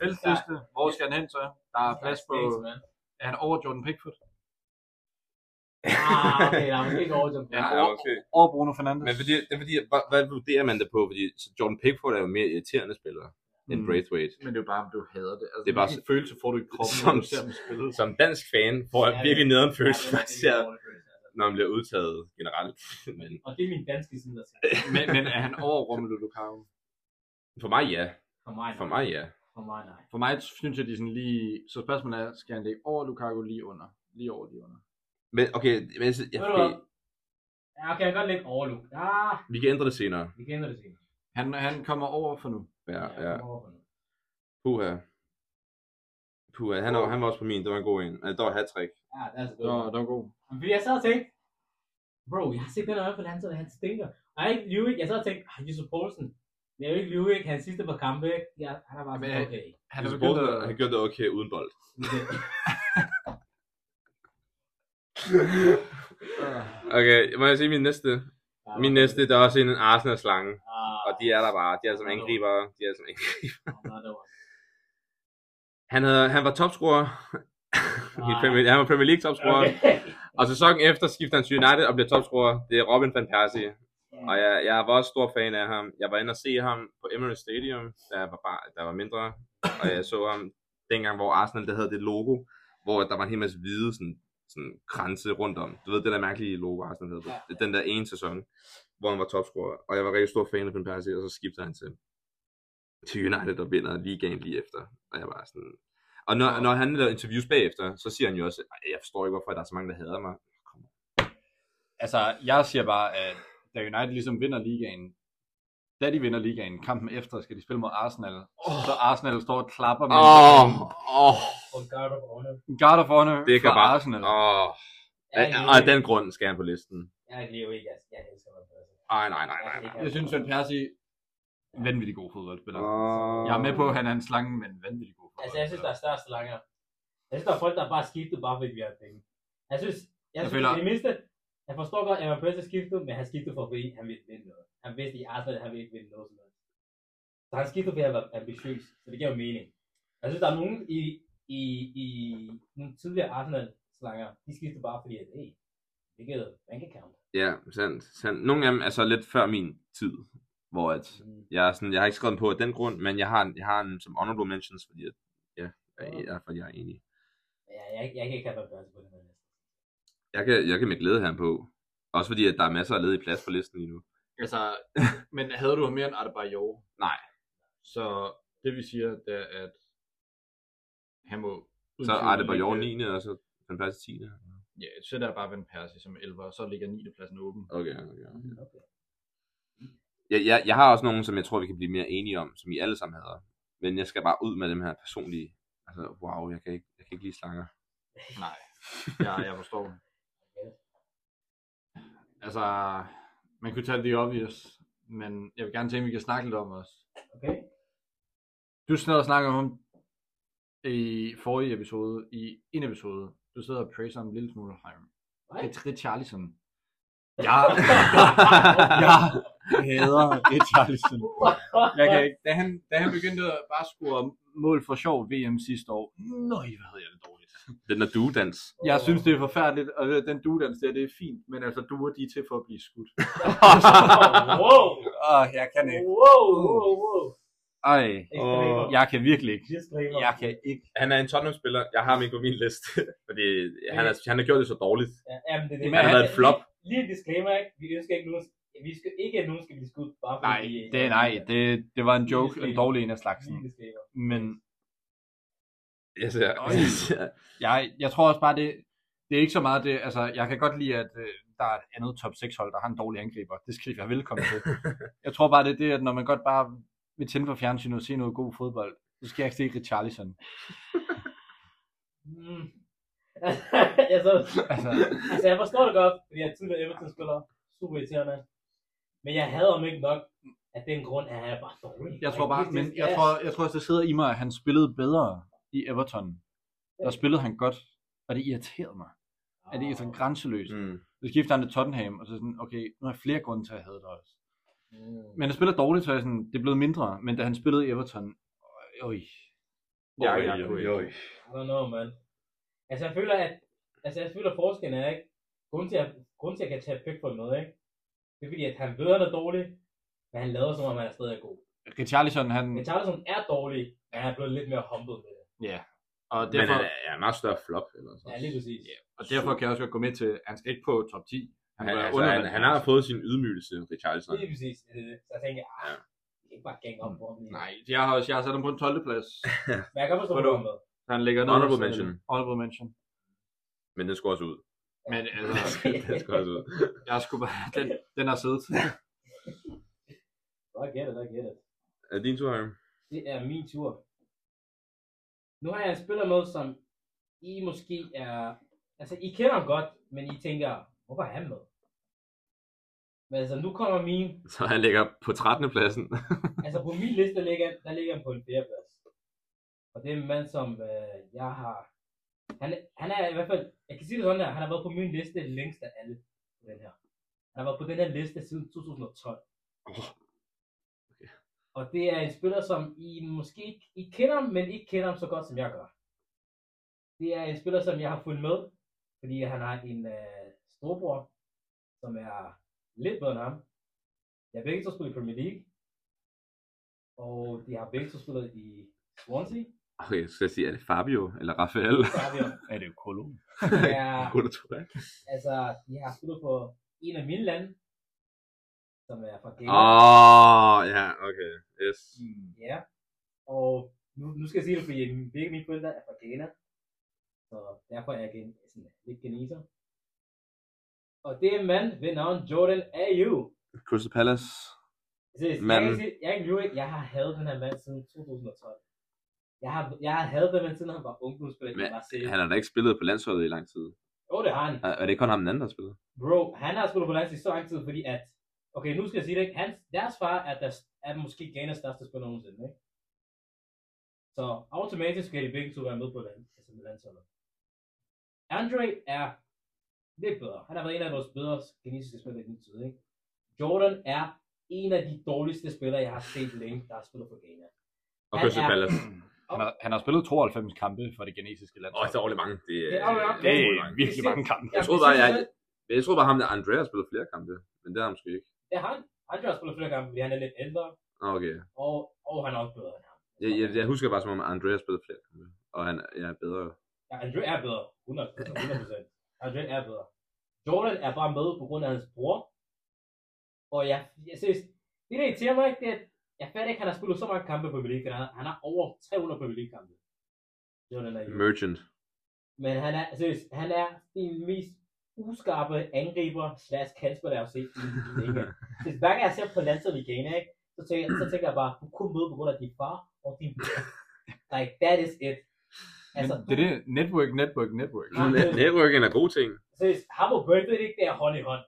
Speaker 3: Fællesliste. Hvor skal han hen så? Der er plads på...
Speaker 4: man.
Speaker 3: Er han over Jordan Pickford?
Speaker 4: Ah, okay, der er måske ikke overjump.
Speaker 3: Ja.
Speaker 1: Ja, okay.
Speaker 3: Over Bruno Fernandes?
Speaker 1: Men fordi, det er fordi, hvad, hvad vurderer man det på? Fordi så Jordan Pickford er jo mere irriterende spiller end
Speaker 3: Mm.
Speaker 1: Braithwaite.
Speaker 3: Men det er jo bare, om du hader det. Altså,
Speaker 1: Det er bare
Speaker 3: hvilken følelse får du i kroppen,
Speaker 1: Som-
Speaker 3: når du ser dem spille.
Speaker 1: Som dansk fan får jeg
Speaker 4: Ja,
Speaker 1: virkelig
Speaker 4: det-
Speaker 1: nederen
Speaker 4: Ja,
Speaker 1: følelse,
Speaker 4: det
Speaker 1: når
Speaker 4: er
Speaker 1: jeg ser,
Speaker 4: ikke overjump.
Speaker 1: når man bliver udtaget generelt. Men
Speaker 4: Og det er min danske side, der siger.
Speaker 3: Men, men er han over Romelu Lukaku?
Speaker 1: for mig ja.
Speaker 4: For mig,
Speaker 1: For
Speaker 4: nej.
Speaker 1: mig ja.
Speaker 4: For mig, nej.
Speaker 3: For mig synes jeg, de er sådan lige... Så spørgsmålet er, skal han ligge over Lukaku lige under? Lige over, lige under.
Speaker 1: Men okay, men jeg, jeg,
Speaker 4: Ved du hvad? Ja, okay, jeg kan godt lægge overlook. Ah,
Speaker 1: Vi kan ændre det senere.
Speaker 4: vi kender det senere.
Speaker 3: Han, han kommer over for nu.
Speaker 1: Ja,
Speaker 4: Jeg
Speaker 1: ja.
Speaker 4: kommer over for noget.
Speaker 1: Puha. Puha, han, var- han var også på min. Det var en god en. Altså, der var hat-trick.
Speaker 4: Ja, det er så
Speaker 3: Det
Speaker 4: godt.
Speaker 3: var, det var god.
Speaker 4: Men Fordi jeg sad og tænkte, bro, jeg har set den øje på landsholdet, han stinker. Og jeg er ikke lyve, ikke? Jeg sad og tænkte, ah, Josef Poulsen. Men jeg er jo ikke lyve, ikke? Hans sidste par kampe, ikke? Ja, han er bare
Speaker 3: Men
Speaker 1: øh,
Speaker 4: sådan,
Speaker 3: jeg-
Speaker 4: okay.
Speaker 3: Han
Speaker 1: Han,
Speaker 3: er
Speaker 1: spurgte,
Speaker 3: begyndt
Speaker 1: at... han
Speaker 3: at...
Speaker 1: gjorde det okay uden bold.
Speaker 3: øh,
Speaker 1: Øh. Okay, må jeg se min næste?
Speaker 4: Ja,
Speaker 1: Min næste, der er også en en Arsenal-slange.
Speaker 4: Ah,
Speaker 1: Og de er der bare. De er som angriber. De er som angriber.
Speaker 4: nå, det var-
Speaker 1: Han, havde, han var topscorer. I Premier, han var Premier League topscorer. Okay.
Speaker 4: Okay.
Speaker 1: Og sæsonen efter skifter han til United og bliver topscorer. Det er Robin van Persie. Og jeg, jeg var også stor fan af ham. Jeg var inde og se ham på Emirates Stadium, da jeg var, bar, da jeg var mindre. Og jeg så ham dengang, hvor Arsenal det havde det logo, hvor der var en hel masse hvide sådan, sådan kranse rundt om. Du ved, det der mærkelige logo, Arsenal havde.
Speaker 4: Ja,
Speaker 1: Ja. Den der ene sæson, hvor han var topscorer. Og jeg var rigtig stor fan af Van Persie, og så skiftede han til, til United og vinder ligaen lige efter. Og jeg var sådan... Og når, når han laver interviews bagefter, så siger han jo også, "Ej, jeg forstår ikke, hvorfor der er så mange, der hader mig.
Speaker 3: Altså, jeg siger bare, at da United ligesom vinder ligaen, da de vinder ligaen, kampen efter, skal de spille mod Arsenal. Oh. Så Arsenal står og klapper med
Speaker 1: Åh,
Speaker 3: en-
Speaker 1: åh,
Speaker 4: Og Guard of Honor.
Speaker 3: en guard of honor
Speaker 1: det kan
Speaker 3: fra
Speaker 1: bare...
Speaker 3: Arsenal.
Speaker 1: Åh,
Speaker 4: Jeg er
Speaker 1: Af-
Speaker 4: ikke
Speaker 1: Og af
Speaker 4: lyve.
Speaker 1: den grund skal han på listen.
Speaker 4: Jeg er ikke lyve, ikke? Jeg- Jeg elsker Van Persie.
Speaker 1: Ej, nej, nej, nej.
Speaker 4: Jeg
Speaker 1: nej.
Speaker 4: kan
Speaker 3: Jeg synes, at Persie er vanvittig god fodboldspiller.
Speaker 1: Åh.
Speaker 3: Jeg er med på, at han er en slange, men vanvittig god
Speaker 4: Altså, jeg synes, der er største langer. Jeg synes, der er folk, der bare skiftet bare fordi vi har penge. Jeg synes, jeg,
Speaker 3: Jeg
Speaker 4: synes
Speaker 3: føler-
Speaker 4: i det mindste, jeg forstår godt, at Van Persie skiftede, men han skiftede for fordi han ville vinde noget. Han vidste i Arsenal, at han ville ikke vinde noget som helst. Så han skiftede, fordi han var ambitiøs, så det giver jo mening. Jeg synes, der er nogen i, i, i nogle tidligere Arsenal-slanger, de skiftede bare fordi, at hey, det giver bank account.
Speaker 1: Ja, sandt, sandt. Nogle af dem er så lidt før min tid, hvor at
Speaker 4: Mm.
Speaker 1: jeg, er sådan, jeg har ikke skrevet dem på af den grund, men jeg har, en- jeg har en som honorable mentions, fordi at, ja, jeg, jeg, fordi jeg er enig.
Speaker 4: Jeg, jeg, jeg kan ikke have Van Persie på den her liste.
Speaker 1: Jeg kan, jeg kan med glæde have ham på. Også fordi, at der er masser af ledig plads på listen lige nu.
Speaker 3: Altså, men havde du ham mere end Adebayor?
Speaker 1: Nej.
Speaker 3: Så det vi siger, det er, at han må...
Speaker 1: Så er det bare 9. og så den første 10.
Speaker 3: Ja, så der er bare Van Persie som 11, og så ligger 9. pladsen åben.
Speaker 1: Okay, okay, okay.
Speaker 4: Okay.
Speaker 1: Jeg, jeg, jeg har også nogen, som jeg tror, vi kan blive mere enige om, som I alle sammen hader. Men jeg skal bare ud med dem her personlige. Altså, wow, jeg kan ikke, jeg kan ikke lide slanger.
Speaker 3: Nej, jeg, jeg forstår. Altså, man kunne tage det obvious, men jeg vil gerne tænke, at vi kan snakke lidt om os.
Speaker 4: okay.
Speaker 3: Du sad og snakkede om ham i forrige episode, i en episode. Du sidder og praiser ham en lille smule.
Speaker 4: What?
Speaker 3: Richarlison. Ja. Jeg hader Richarlison. Jeg kan ikke. Da han, da han begyndte at bare score mål for sjov VM sidste år, nøj, hvad havde jeg det dårligt.
Speaker 1: Den der duedans.
Speaker 3: Jeg synes, det er forfærdeligt, og den duedans der, det er fint, men altså, duer de er til for at blive skudt.
Speaker 4: wow.
Speaker 3: Åh, jeg kan
Speaker 4: Wow, wow, wow.
Speaker 3: Ej,
Speaker 4: Disclaimer.
Speaker 3: jeg kan virkelig ikke.
Speaker 4: Disclaimer.
Speaker 3: Jeg kan ikke.
Speaker 1: Han er en Tottenham-spiller. Jeg har ham ikke på min liste, fordi han, er, han har gjort det så dårligt.
Speaker 4: Ja, jamen, det, er det.
Speaker 3: Han har
Speaker 1: været et flop.
Speaker 4: Lige, lige en disclaimer, ikke? Vi ønsker ikke, nogen, vi skal, ikke at nogen skal blive skudt, bare fordi...
Speaker 3: Nej,
Speaker 4: vi-
Speaker 3: det, nej, det, det var en joke, en dårlig en af slagsen.
Speaker 4: Lige en disclaimer.
Speaker 3: Men
Speaker 1: Jeg ser.
Speaker 3: Øj. jeg, jeg tror også bare, det, det er ikke så meget det, altså jeg kan godt lide, at øh, der er et andet top 6 hold, der har en dårlig angriber. Det skal de være velkommen til. jeg tror bare, det er det, at når man godt bare vil tænde for fjernsynet og se noget god fodbold, så skal jeg ikke se Richarlison.
Speaker 4: Mm. jeg, så,
Speaker 3: Altså,
Speaker 4: altså, jeg forstår det godt, fordi jeg er tidligere Everton-spiller. Super irriterende. Men jeg hader ham ikke nok, at den grund er, at jeg er bare dårlig.
Speaker 3: jeg tror
Speaker 4: Like,
Speaker 3: bare,
Speaker 4: this
Speaker 3: men
Speaker 4: is
Speaker 3: jeg
Speaker 4: ass.
Speaker 3: tror, jeg tror også, det sidder i mig, at han spillede bedre i Everton. Der spillede han godt, og det irriterede mig. At det er så grænseløst.
Speaker 1: Mm.
Speaker 3: Så skifter han til Tottenham, og så sådan, okay, nu har jeg flere grunde til, at have det også.
Speaker 4: Mm.
Speaker 3: Men han spiller dårligt, så er jeg sådan, det er blevet mindre, men da han spillede i Everton, øh, øj,
Speaker 1: Ja,
Speaker 3: Øj,
Speaker 1: ja,
Speaker 3: øj.
Speaker 1: ja.
Speaker 4: I don't know, man. Altså, jeg føler, at altså, jeg føler, at forskellen er, ikke? Grunden til, at, grunden til, at jeg kan tage Pickford med, ikke? Det er fordi, at han ved, han er dårlig, men han lader som om, han er stadig god.
Speaker 3: Richarlison, han...
Speaker 4: Men Charleston er dårlig, men han er blevet lidt mere humble med det.
Speaker 3: Ja. Og
Speaker 1: Men
Speaker 3: derfor,
Speaker 1: han er- er en meget større flop. Eller sådan.
Speaker 4: Ja, lige præcis. Yeah.
Speaker 3: og derfor kan jeg også godt gå med til, at han skal ikke på top 10. Han,
Speaker 1: Han, altså,
Speaker 3: bør
Speaker 1: han,
Speaker 3: undervurdere
Speaker 1: han har fået sin ydmygelse, Richarlison.
Speaker 4: Lige præcis. det er det. Så jeg tænker, ah, det er ikke bare gang op på ham. lige.
Speaker 3: Nej, jeg har, også, jeg har sat ham på en 12. plads.
Speaker 4: Men jeg kan forstå,
Speaker 3: Hvor
Speaker 4: hvor
Speaker 3: du-
Speaker 4: han med.
Speaker 3: Så han ligger øh, ned.
Speaker 1: Honorable mention.
Speaker 3: Honorable mention.
Speaker 1: Men den skulle også ud.
Speaker 3: Men altså,
Speaker 1: Det skal også ud.
Speaker 3: jeg skulle bare, den, den har siddet.
Speaker 4: I get it, I get it.
Speaker 1: Er din tur, Harry?
Speaker 4: Det er min tur. Nu har jeg en spiller med, som I måske er... Altså, I kender ham godt, men I tænker, hvorfor er han med? Men altså, nu kommer min...
Speaker 1: Så han ligger på 13. pladsen.
Speaker 4: Altså, på min liste, der ligger, der ligger han på en fjerdeplads. Og det er en mand, som øh, jeg har... Han, han er i hvert fald... Jeg kan sige det sådan her, han har været på min liste længst af alle. på Den her. Han har været på den her liste siden 2012.
Speaker 1: Åh,
Speaker 4: Og det er en spiller, som I måske ikke I kender, ham, men ikke kender ham så godt, som jeg gør. Det er en spiller, som jeg har fulgt med, fordi han har en øh, storbror, som er lidt bedre end ham. Jeg har begge to spillet i Premier League, og de har begge to spillet i Swansea.
Speaker 1: Okay, så skal jeg sige, er det Fabio eller Rafael?
Speaker 4: Så har vi ham.
Speaker 6: Er det jo kolon?
Speaker 4: Det er-
Speaker 1: Godt at tro det.
Speaker 4: Altså, de har spillet på en af mine lande, som er fra Ghana.
Speaker 1: Ah. Åh, ja, okay. Yes.
Speaker 4: Ja, og nu, nu skal jeg sige det, fordi jeg- begge mine forældre er fra Ghana, så derfor er jeg gen, sådan, lidt geneser. Og det er en mand ved navn Jordan Ayew.
Speaker 1: Crystal Palace.
Speaker 4: Seriøst, Jeg,
Speaker 1: Manden.
Speaker 4: kan sige- jeg, kan lyve ikke, jeg har hadet den her mand siden 2012. Jeg har, jeg har hadet den mand, siden han var ungdomsspiller.
Speaker 1: Men
Speaker 4: Men, var seriøst.
Speaker 1: Han har da ikke spillet på landsholdet i lang tid.
Speaker 4: Jo, det har han.
Speaker 1: Er er det ikke kun ham den anden, der har spillet?
Speaker 4: Bro, han har spillet på landsholdet i så lang tid, fordi at... Okay, nu skal jeg sige det, ikke? Hans, deres far er, der, er måske Ghanas største spiller nogensinde, ikke? Så automatisk skal de begge to være med på land, altså med landsholdet. Andre er lidt bedre. Han har været en af vores bedre kinesiske spillere i den tid, ikke? Jordan er en af de dårligste spillere, jeg har set længe, der har spillet på Ghana.
Speaker 1: Og
Speaker 4: Han
Speaker 1: Crystal
Speaker 4: er-
Speaker 1: Palace.
Speaker 3: Han har, han har spillet 92 kampe for det genesiske land.
Speaker 1: Åh, det er ordentligt mange. Det er,
Speaker 4: Det er jo nok.
Speaker 1: det
Speaker 6: Det
Speaker 1: er
Speaker 6: er
Speaker 1: mange.
Speaker 6: virkelig mange kampe.
Speaker 1: Jeg troede bare, jeg, jeg troede bare ham der Andrea spillede flere kampe, men det har han måske ikke.
Speaker 4: Det er han. Andre har spillet flere kampe, fordi han er lidt ældre,
Speaker 1: Nå, Okay.
Speaker 4: og, og han er også bedre end ham.
Speaker 1: Jeg, jeg, jeg husker bare, som om Andrea spillede flere kampe, og han jeg er bedre.
Speaker 4: Ja, Andre er bedre. 100%. 100%. Andre er bedre. Jordan er bare med på grund af hans bror. Og jeg, jeg synes, det der irriterer mig ikke, det er, at jeg fatter ikke, at han har spillet så mange kampe på Premier League, for han, har- han har over 300 Premier League kampe. Jordan er jo.
Speaker 1: Merchant.
Speaker 4: Men han er, seriøst, han er den mest uskarpe angriber slash kantspiller, jeg har set i i England. Hvis hver gang jeg ser på landsholdet i Ghana, ikke, så tænker, så tænker jeg bare, du kunne møde på grund af din far og din bror. Like, that is it.
Speaker 3: altså, det er det. Network, network, network.
Speaker 4: Nej, det-
Speaker 1: Networking er god ting.
Speaker 4: Seriøst, ham og Burnley, det er ikke der hånd i hånd.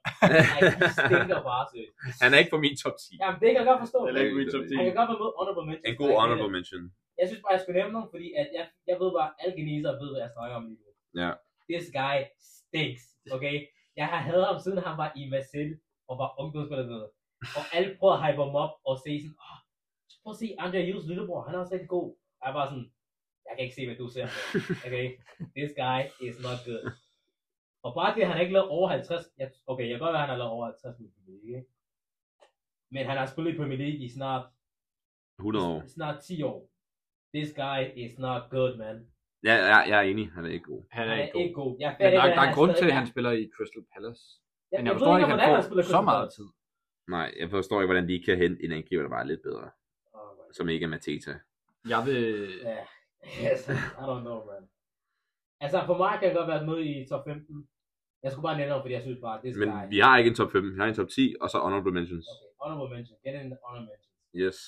Speaker 4: Ej, de stinker bare, seriøst.
Speaker 1: Han er ikke på min top 10.
Speaker 4: Jamen, det kan jeg godt forstå.
Speaker 1: Eller ikke min top
Speaker 4: Han kan godt være med honorable mention.
Speaker 1: En god honorable mention.
Speaker 4: Jeg synes bare, jeg skulle nævne nogen, fordi at jeg, jeg ved bare, alle genisere ved, hvad jeg snakker om lige nu.
Speaker 1: Ja.
Speaker 4: This guy stinks, okay? Jeg har hadet ham, siden han var i Marseille og var ungdomsspiller og sådan noget. Og alle prøver at hype ham op og se sådan, åh, prøv at se Andre Hughes lillebror, han er også rigtig god. Og jeg var sådan, jeg kan ikke se, hvad du ser. Okay? This guy is not good. Og bare det, han har ikke lavet over 50... Jeg, okay, jeg kan godt være, han har lavet over 50 i Premier League, ikke? Men han har spillet i Premier League i snart
Speaker 1: 100 år.
Speaker 4: snart 10 år. This guy is not good, man.
Speaker 1: Ja, jeg, jeg er enig. Han er ikke god.
Speaker 3: Han er ikke god.
Speaker 4: ikke god. Jeg
Speaker 3: Men
Speaker 4: fatter
Speaker 3: der,
Speaker 4: ikke,
Speaker 3: der er
Speaker 4: hvordan
Speaker 3: grund
Speaker 4: stadig
Speaker 3: til, at
Speaker 4: er-
Speaker 3: han spiller i Crystal Palace.
Speaker 4: Jeg,
Speaker 3: Men
Speaker 4: jeg
Speaker 3: jeg forstår
Speaker 4: ved
Speaker 3: ikke, at
Speaker 4: hvordan
Speaker 3: han
Speaker 4: spiller
Speaker 3: får så
Speaker 4: Crystal
Speaker 3: meget
Speaker 4: Palace.
Speaker 3: tid.
Speaker 1: Nej, jeg forstår ikke, hvordan de ikke kan hente en angriber, der bare er lidt bedre.
Speaker 4: Åh, man.
Speaker 1: Som ikke er Mateta.
Speaker 3: Jeg vil...
Speaker 4: Ja, yes, I don't know, man. Altså, for mig kan jeg godt være med i top 15. Jeg skulle bare nævne ham, fordi jeg synes bare, this
Speaker 1: Men
Speaker 4: guy...
Speaker 1: vi har ikke en top 15. Vi har en top 10, og så honorable mentions.
Speaker 4: Okay, honorable mention. Get in the honorable mention.
Speaker 1: Yes.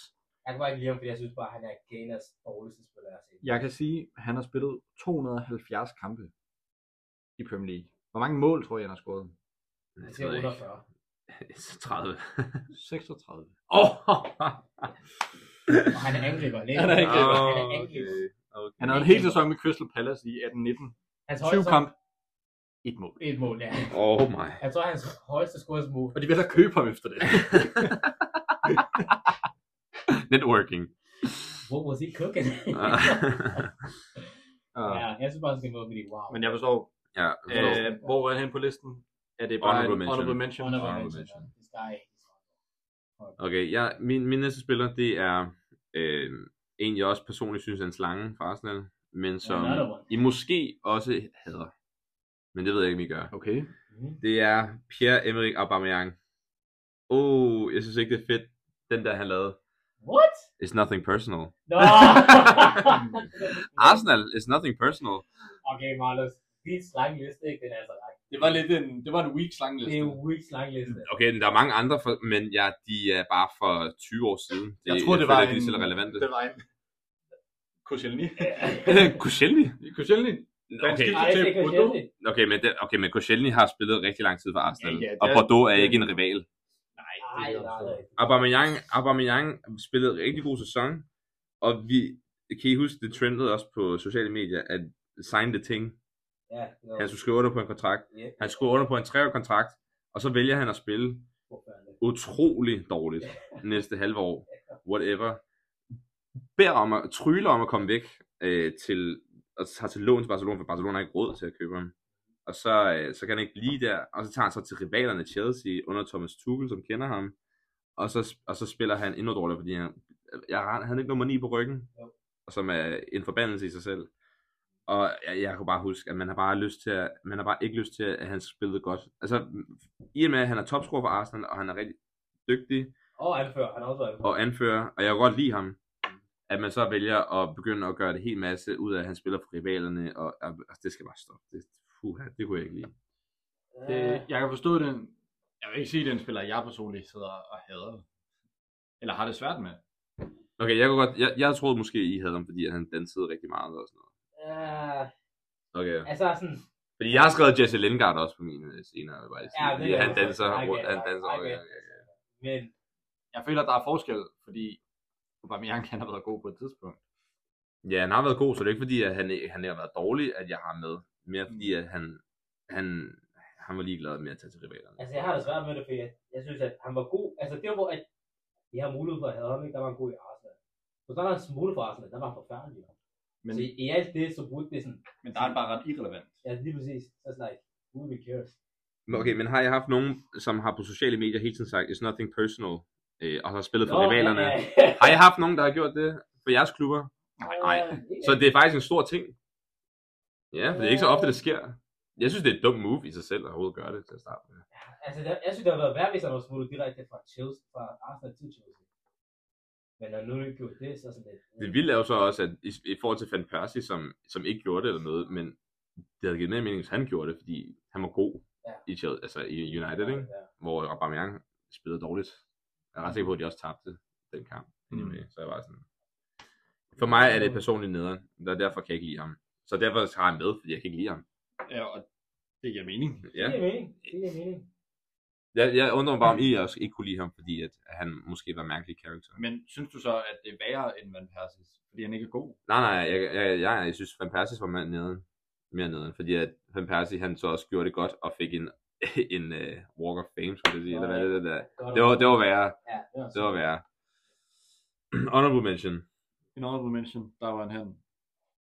Speaker 4: Jeg kan bare ikke lide ham, fordi jeg synes bare, han er Ganas dårligste spiller, jeg har set.
Speaker 3: Jeg kan sige, at han har spillet 270 kampe i Premier League. Hvor mange mål tror jeg, han har scoret?
Speaker 4: Jeg
Speaker 1: Jeg
Speaker 4: siger
Speaker 1: ved ikke. 30.
Speaker 4: 48.
Speaker 3: 36.
Speaker 1: Åh!
Speaker 4: Og han er angriber. Nej,
Speaker 3: Han er angriber.
Speaker 4: Han er angriber.
Speaker 1: okay. okay.
Speaker 3: Han har en hel sæson med Crystal Palace i 18-19.
Speaker 4: Hans
Speaker 3: 20
Speaker 4: højeste...
Speaker 3: kamp. Et mål.
Speaker 4: Et mål, ja.
Speaker 1: Oh my.
Speaker 4: Jeg tror, hans højeste scoresmål
Speaker 3: Og de vil da købe ham efter det.
Speaker 1: Networking.
Speaker 4: What was he cooking?
Speaker 3: Uh,
Speaker 4: ja, jeg synes bare, han skal med, fordi wow.
Speaker 3: Men jeg forstår,
Speaker 1: ja,
Speaker 3: øh,
Speaker 1: øh,
Speaker 3: hvor er han på listen? Er det bare
Speaker 1: Honorable
Speaker 3: en
Speaker 1: mention.
Speaker 3: honorable mention?
Speaker 4: Honorable
Speaker 1: Honorable mention.
Speaker 4: mention, ja. This guy is
Speaker 1: okay. Jeg, min, min næste spiller, det er øh, en, jeg også personligt synes er en slange fra Arsenal, men som
Speaker 4: Another one.
Speaker 1: I måske også hader. Men det ved jeg ikke, om I gør.
Speaker 3: Okay.
Speaker 4: Mhm.
Speaker 1: Det er Pierre-Emerick Aubameyang. Åh, oh, jeg synes ikke, det er fedt, den der han lavede.
Speaker 4: What?
Speaker 1: It's nothing personal.
Speaker 4: No!
Speaker 1: Arsenal, it's nothing personal.
Speaker 4: okay, Marlos. Din slange liste, ikke? Den er altså ret.
Speaker 3: Det var lidt en, det var en weeks lang
Speaker 4: Det er
Speaker 3: liste.
Speaker 4: en weeks lang liste.
Speaker 1: Okay, der er mange andre, for, men ja, de er bare for 20 år siden. Det,
Speaker 3: Jeg tror, det var
Speaker 1: føler ikke, de selv er relevante.
Speaker 3: Det var en... Koscielny.
Speaker 1: Koscielny?
Speaker 3: Koscielny.
Speaker 1: Okay.
Speaker 3: Nej, det er Bordeaux.
Speaker 1: Okay, men, den, okay, men Koscielny har spillet rigtig lang tid for Arsenal,
Speaker 3: Ja, ja, det
Speaker 1: og
Speaker 3: er-
Speaker 1: Bordeaux er ikke en rival.
Speaker 4: Nej, nej, nej.
Speaker 1: Aubameyang, Aubameyang spillede en rigtig god sæson, og vi, kan I huske, det trendede også på sociale medier, at sign the thing.
Speaker 4: Ja, det var
Speaker 1: Han skulle skrive under på en kontrakt.
Speaker 4: Ja.
Speaker 1: Han skriver under på en treårig kontrakt, og så vælger han at spille
Speaker 4: forfærdeligt.
Speaker 1: utrolig dårligt næste halve år. Whatever. Bær om at, tryller om at komme væk øh, til, og tager til lån til Barcelona, for Barcelona har ikke råd til at købe ham. Og så, øh, så kan han ikke blive der, og så tager han så til rivalerne Chelsea under Thomas Tuchel, som kender ham. Og så, og så spiller han endnu dårligere, fordi han, jeg, han havde ikke nummer 9 på ryggen,
Speaker 4: Jo.
Speaker 1: og som er en forbandelse i sig selv. Og jeg, jeg kan bare huske, at man har bare lyst til at, man har bare ikke lyst til, at han spillede godt. Altså, i og med, at han er topscorer for Arsenal, og han er rigtig dygtig,
Speaker 4: Og anfører, han er også anfører.
Speaker 1: og anfører, og jeg kan godt lide ham, at man så vælger at begynde at gøre det helt masse ud af, at han spiller for rivalerne, og, og, og det skal bare stoppe. Det, puha, det kunne jeg ikke lide.
Speaker 3: Det, jeg kan forstå den. Jeg vil ikke sige, at den spiller, jeg personligt sidder og hader. Eller har det svært med.
Speaker 1: Okay, jeg, kunne godt, jeg, jeg troede måske, I havde ham, fordi at han dansede rigtig meget og sådan noget.
Speaker 4: Ja,
Speaker 1: Okay.
Speaker 4: altså sådan,
Speaker 1: Fordi jeg har skrevet Jesse Lingard også på mine øh, senere, vil jeg bare sige.
Speaker 4: Ja, det
Speaker 1: fordi
Speaker 4: er
Speaker 1: han
Speaker 4: også-
Speaker 1: danser,
Speaker 4: I
Speaker 1: rundt-
Speaker 4: get
Speaker 1: han
Speaker 4: it,
Speaker 1: danser.
Speaker 4: I
Speaker 1: Okay,
Speaker 4: get it.
Speaker 1: okay, okay.
Speaker 4: men
Speaker 3: Jeg føler, at der er forskel, fordi Aubameyang han har været god på et tidspunkt.
Speaker 1: Ja, han har været god, så det er ikke fordi, at han, han har været dårlig, at jeg har ham med. Mere
Speaker 4: Mm.
Speaker 1: fordi, at han, han, han var ligeglad med at tage til rivalerne.
Speaker 4: altså jeg har det svært med det, fordi jeg, jeg synes, at han var god. Altså der, hvor at de har mulighed for at have ham, ikke? der var han god i Arsenal. Så der var en smule for Arsenal, der var han forfærdelig. Men...
Speaker 3: Men,
Speaker 4: Så i, i alt det, så burde det sådan,
Speaker 3: men der er han bare ret irrelevant.
Speaker 4: ja lige præcis, så sådan like, who we cares?
Speaker 1: Men Okay, men har jeg haft nogen, som har på sociale medier hele tiden sagt, it's nothing personal, øh, og har spillet for
Speaker 4: Nå,
Speaker 1: rivalerne?
Speaker 4: ja,
Speaker 1: Har jeg haft nogen, der har gjort det for jeres klubber? Nej, nej.
Speaker 4: ja.
Speaker 1: Så det er faktisk en stor ting. Ja, for det er ikke så ofte, det sker. Jeg synes, det er et dumt move i sig selv, at overhovedet gøre det til at starte med.
Speaker 4: Altså, der, jeg synes, det har været værd, hvis han var smuttet direkte fra Chelsea, fra Arsenal til Chelsea. Men når nu ikke gjort det, så sådan lidt.
Speaker 1: Det vilde er jo så også, at i, i forhold til Van Persie, som, som ikke gjorde det eller noget, men det havde givet mere mening, hvis han gjorde det, fordi han var god
Speaker 4: Ja.
Speaker 1: i, Chelsea, altså i United, ikke?
Speaker 4: Ja.
Speaker 1: hvor Aubameyang spillede dårligt. Jeg er ret sikker på, at de også tabte den kamp.
Speaker 3: Mm.
Speaker 1: Anyway, så jeg var sådan... For mig er det personligt nederen, og derfor kan jeg ikke lide ham. Så derfor har jeg med, fordi jeg kan ikke lide ham.
Speaker 3: Ja, Øh, og det giver mening.
Speaker 4: Det
Speaker 1: Ja.
Speaker 4: er mening. Det er mening.
Speaker 1: Jeg, jeg undrer mig bare, om I også ikke kunne lide ham, fordi at han måske var en mærkelig karakter.
Speaker 3: Men synes du så, at det er værre end Van Persie? Fordi han ikke er god?
Speaker 1: Nej, nej, jeg, jeg, jeg, jeg synes, Van Persie var mere nederen. Mere nederen, fordi at Van Persie, han så også gjorde det godt, og fik en, en uh, Walk of Fame, skulle jeg sige, eller hvad er det, det der.
Speaker 4: Godt
Speaker 1: Det var, det var værre,
Speaker 4: Ja, det var,
Speaker 1: det var værre. Honorable mention.
Speaker 3: En honorable mention, der var en han.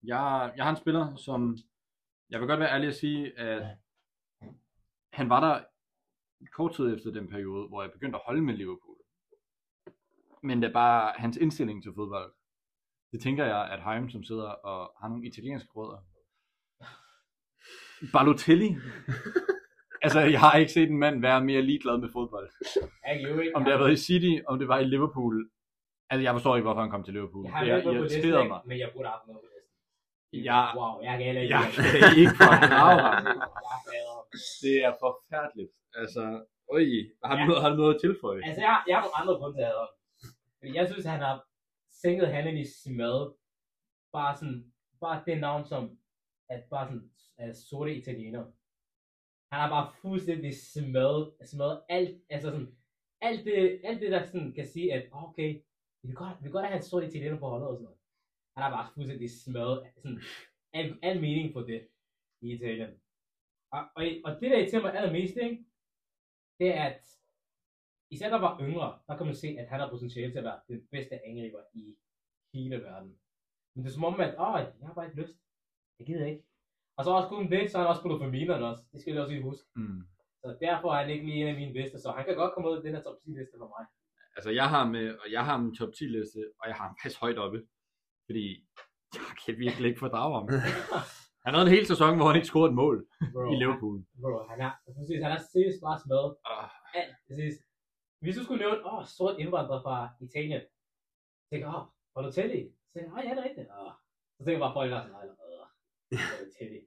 Speaker 3: Jeg, jeg har en spiller, som... Jeg vil godt være ærlig at sige, at han var der kort tid efter den periode, hvor jeg begyndte at holde med Liverpool. Men det er bare hans indstilling til fodbold. Det tænker jeg, at Heim, som sidder og har nogle italienske rødder. Balotelli. altså, jeg har ikke set en mand være mere ligeglad med fodbold.
Speaker 4: Jeg gjorde ikke.
Speaker 3: Om det har været i City, om det var i Liverpool. Altså, jeg forstår ikke, hvorfor han kom til Liverpool.
Speaker 4: Jeg har
Speaker 3: Det
Speaker 4: ikke noget på
Speaker 3: irriterede
Speaker 4: listen,
Speaker 3: mig.
Speaker 4: men jeg burde have haft noget på listen.
Speaker 3: Jeg,
Speaker 4: Wow, jeg kan heller ikke.
Speaker 3: jeg
Speaker 4: lide
Speaker 3: kan ikke fordrage ham.
Speaker 4: ham. Jeg hader ham.
Speaker 3: Det er forfærdeligt. Altså, øj, har du noget, har du noget at tilføje?
Speaker 4: Altså, jeg, har- jeg har nogle andre grunde til at have ham. Fordi jeg synes, han har sænket handen i smad. Bare sådan, bare det navn som, at bare sådan, at sorte italiener. Han har bare fuldstændig smadret, smadret alt, altså sådan, alt det, alt det der sådan kan sige, at "Åh, okay, vi kan godt, vi kan godt have en sort italiener på holdet og sådan noget. Han har bare fuldstændig smadret sådan, al, al mening for det i Italien. Og, og, og det der irriterer mig allermest, ikke? det er, at især der var yngre, der kan man se, at han har potentiale til at være den bedste angriber i hele verden. Men det er som om, at åh, jeg har bare ikke lyst. Jeg gider ikke. Og så også kun det, så har han også spillet for Milan også. Det skal jeg også lige huske.
Speaker 3: Mm.
Speaker 4: Så derfor er han ikke lige en af mine bedste, så han kan godt komme ud af den her top 10 liste for mig.
Speaker 3: Altså, jeg har med, og jeg har en top 10 liste, og jeg har ham faktisk højt oppe. Fordi jeg kan virkelig ikke fordrage ham. Han havde en hel sæson, hvor han ikke scorede et mål
Speaker 4: Bro,
Speaker 3: i Liverpool.
Speaker 4: Bro, han har, præcis, han har seriøst bare smadret
Speaker 3: Ah.
Speaker 4: alt. Præcis. Hvis du skulle nævne, åh, sort indvandrer fra Italien. Så tænker jeg, åh, Balotelli. Så tænker jeg, åh, ja, det er rigtigt. Åh. Så tænker jeg bare, folk der er sådan, åh, Balotelli.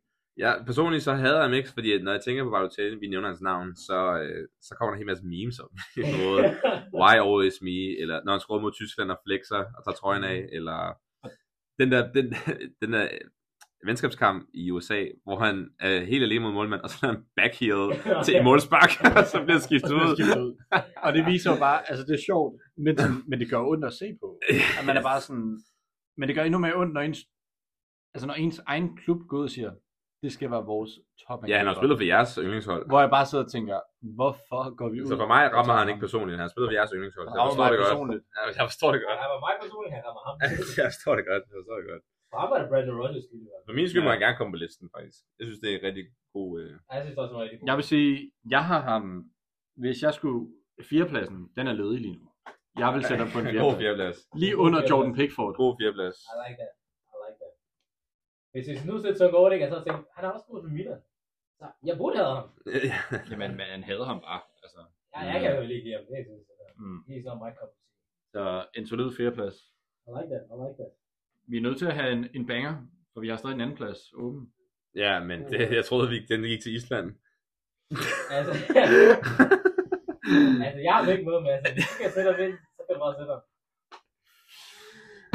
Speaker 1: Ja, personligt så hader jeg Mix, fordi at når jeg tænker på Balotelli, vi nævner hans navn, så, øh, så kommer der en hel masse memes om noget. Why always me? Eller når han scorer mod Tyskland og flexer og tager trøjen af, eller den der, den, den der venskabskamp i USA, hvor han er helt alene mod målmand, og så er han backheel til et målspark, og så bliver han skiftet ud.
Speaker 3: Skiftet ud. Og det viser jo bare, altså det er sjovt, men, men det gør ondt at se på. At man er bare sådan, men det gør endnu mere ondt, når ens, altså når ens egen klub går ud og siger, det skal være vores top.
Speaker 1: Ja, han har spillet for jeres yndlingshold.
Speaker 3: Hvor jeg bare sidder og tænker, hvorfor går vi ud?
Speaker 1: Så for mig rammer han ikke personligt. Han har spillet for jeres yndlingshold. Så jeg
Speaker 3: rammer
Speaker 1: forstår
Speaker 3: mig
Speaker 1: det godt.
Speaker 3: personligt.
Speaker 1: Ja, Jeg forstår det godt.
Speaker 4: Han var meget personlig, han rammer ham.
Speaker 1: Jeg forstår det godt. Jeg forstår det godt.
Speaker 4: For ham var det Brandon Rodgers, skulle det være.
Speaker 1: For min skyld må han gerne komme på listen, faktisk. Jeg synes, det er en rigtig god... Øh...
Speaker 4: Jeg synes også, han var rigtig god.
Speaker 3: Jeg vil sige, jeg har ham, hvis jeg skulle, firepladsen, den er ledig lige nu. Jeg vil sætte ham på en
Speaker 1: god fjerdeplads.
Speaker 3: fjerdeplads. Lige under Jordan Pickford.
Speaker 1: God fjerdeplads.
Speaker 4: I like that. I like that. Hvis jeg nu sætter så godt, ikke? Og så tænkte, han har også gået til Milan. Så jeg burde have ham.
Speaker 3: Jamen, man hader ham bare. Altså.
Speaker 4: Ja, jeg kan jo lige give ham. Det synes jeg.
Speaker 3: Mm.
Speaker 4: He's not my cup of tea.
Speaker 3: Så en solid fjerdeplads.
Speaker 4: I like that. I like that.
Speaker 3: Vi er nødt til at have en, en banger, for vi har stadig en anden plads åben.
Speaker 1: Ja, men det, jeg troede, vi, den gik til Island.
Speaker 4: Altså, altså jeg har jo ikke noget med. Altså, hvis du kan sætte ham ind, så kan du bare sætte ham.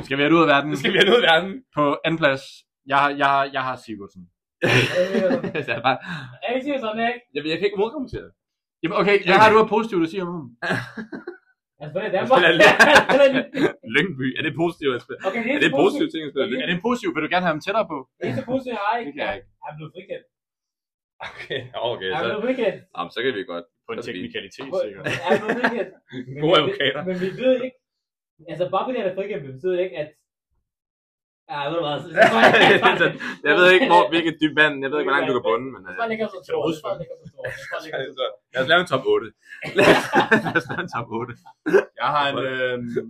Speaker 3: Skal vi have det ud af verden?
Speaker 1: Nu skal vi have noget i verden.
Speaker 3: På anden plads, jeg, har- jeg, har- jeg har Sigurdsson.
Speaker 1: det er bare...
Speaker 4: Er det siger sådan, ikke?
Speaker 1: Jamen, jeg kan ikke modkommentere det.
Speaker 3: Jamen okay, hvad har du af positivt at sige om ham?
Speaker 4: Altså, for det er Danmark.
Speaker 1: Han spiller lidt.
Speaker 4: Han spiller lidt.
Speaker 1: Lyngby, er det positivt? at spille?
Speaker 4: Okay, det
Speaker 1: Er
Speaker 4: er
Speaker 1: det
Speaker 4: så
Speaker 1: en positiv
Speaker 4: positivt.
Speaker 1: ting at spille?
Speaker 3: Er det en positiv? Vil du gerne have ham tættere på?
Speaker 4: Det er så positivt, jeg har ikke.
Speaker 3: Det kan jeg ikke.
Speaker 4: Han blev frikendt.
Speaker 1: Okay, okay.
Speaker 4: Han
Speaker 1: Så,
Speaker 4: blev frikendt.
Speaker 1: jamen, så kan vi godt.
Speaker 3: På
Speaker 1: en
Speaker 3: teknikalitet
Speaker 4: Han blev frikendt. Men
Speaker 1: Gode
Speaker 4: vi-
Speaker 1: advokater.
Speaker 4: Men vi ved ikke, altså bare fordi han er frikendt, betyder det ikke, at... Ah, ved du hvad, så
Speaker 1: jeg ved ikke, hvor, hvilket dyb vand, jeg ved ikke, hvor langt du kan bunde, men...
Speaker 4: Så
Speaker 1: øh,
Speaker 4: bare ligger så
Speaker 1: kan du
Speaker 4: stor, så
Speaker 1: huske,
Speaker 4: bare ligger så stor, så bare ligger så
Speaker 1: Så, Altså, Lad os lave en top 8. Lad os, lad os lave en top 8.
Speaker 3: Jeg har en øh,
Speaker 4: stor.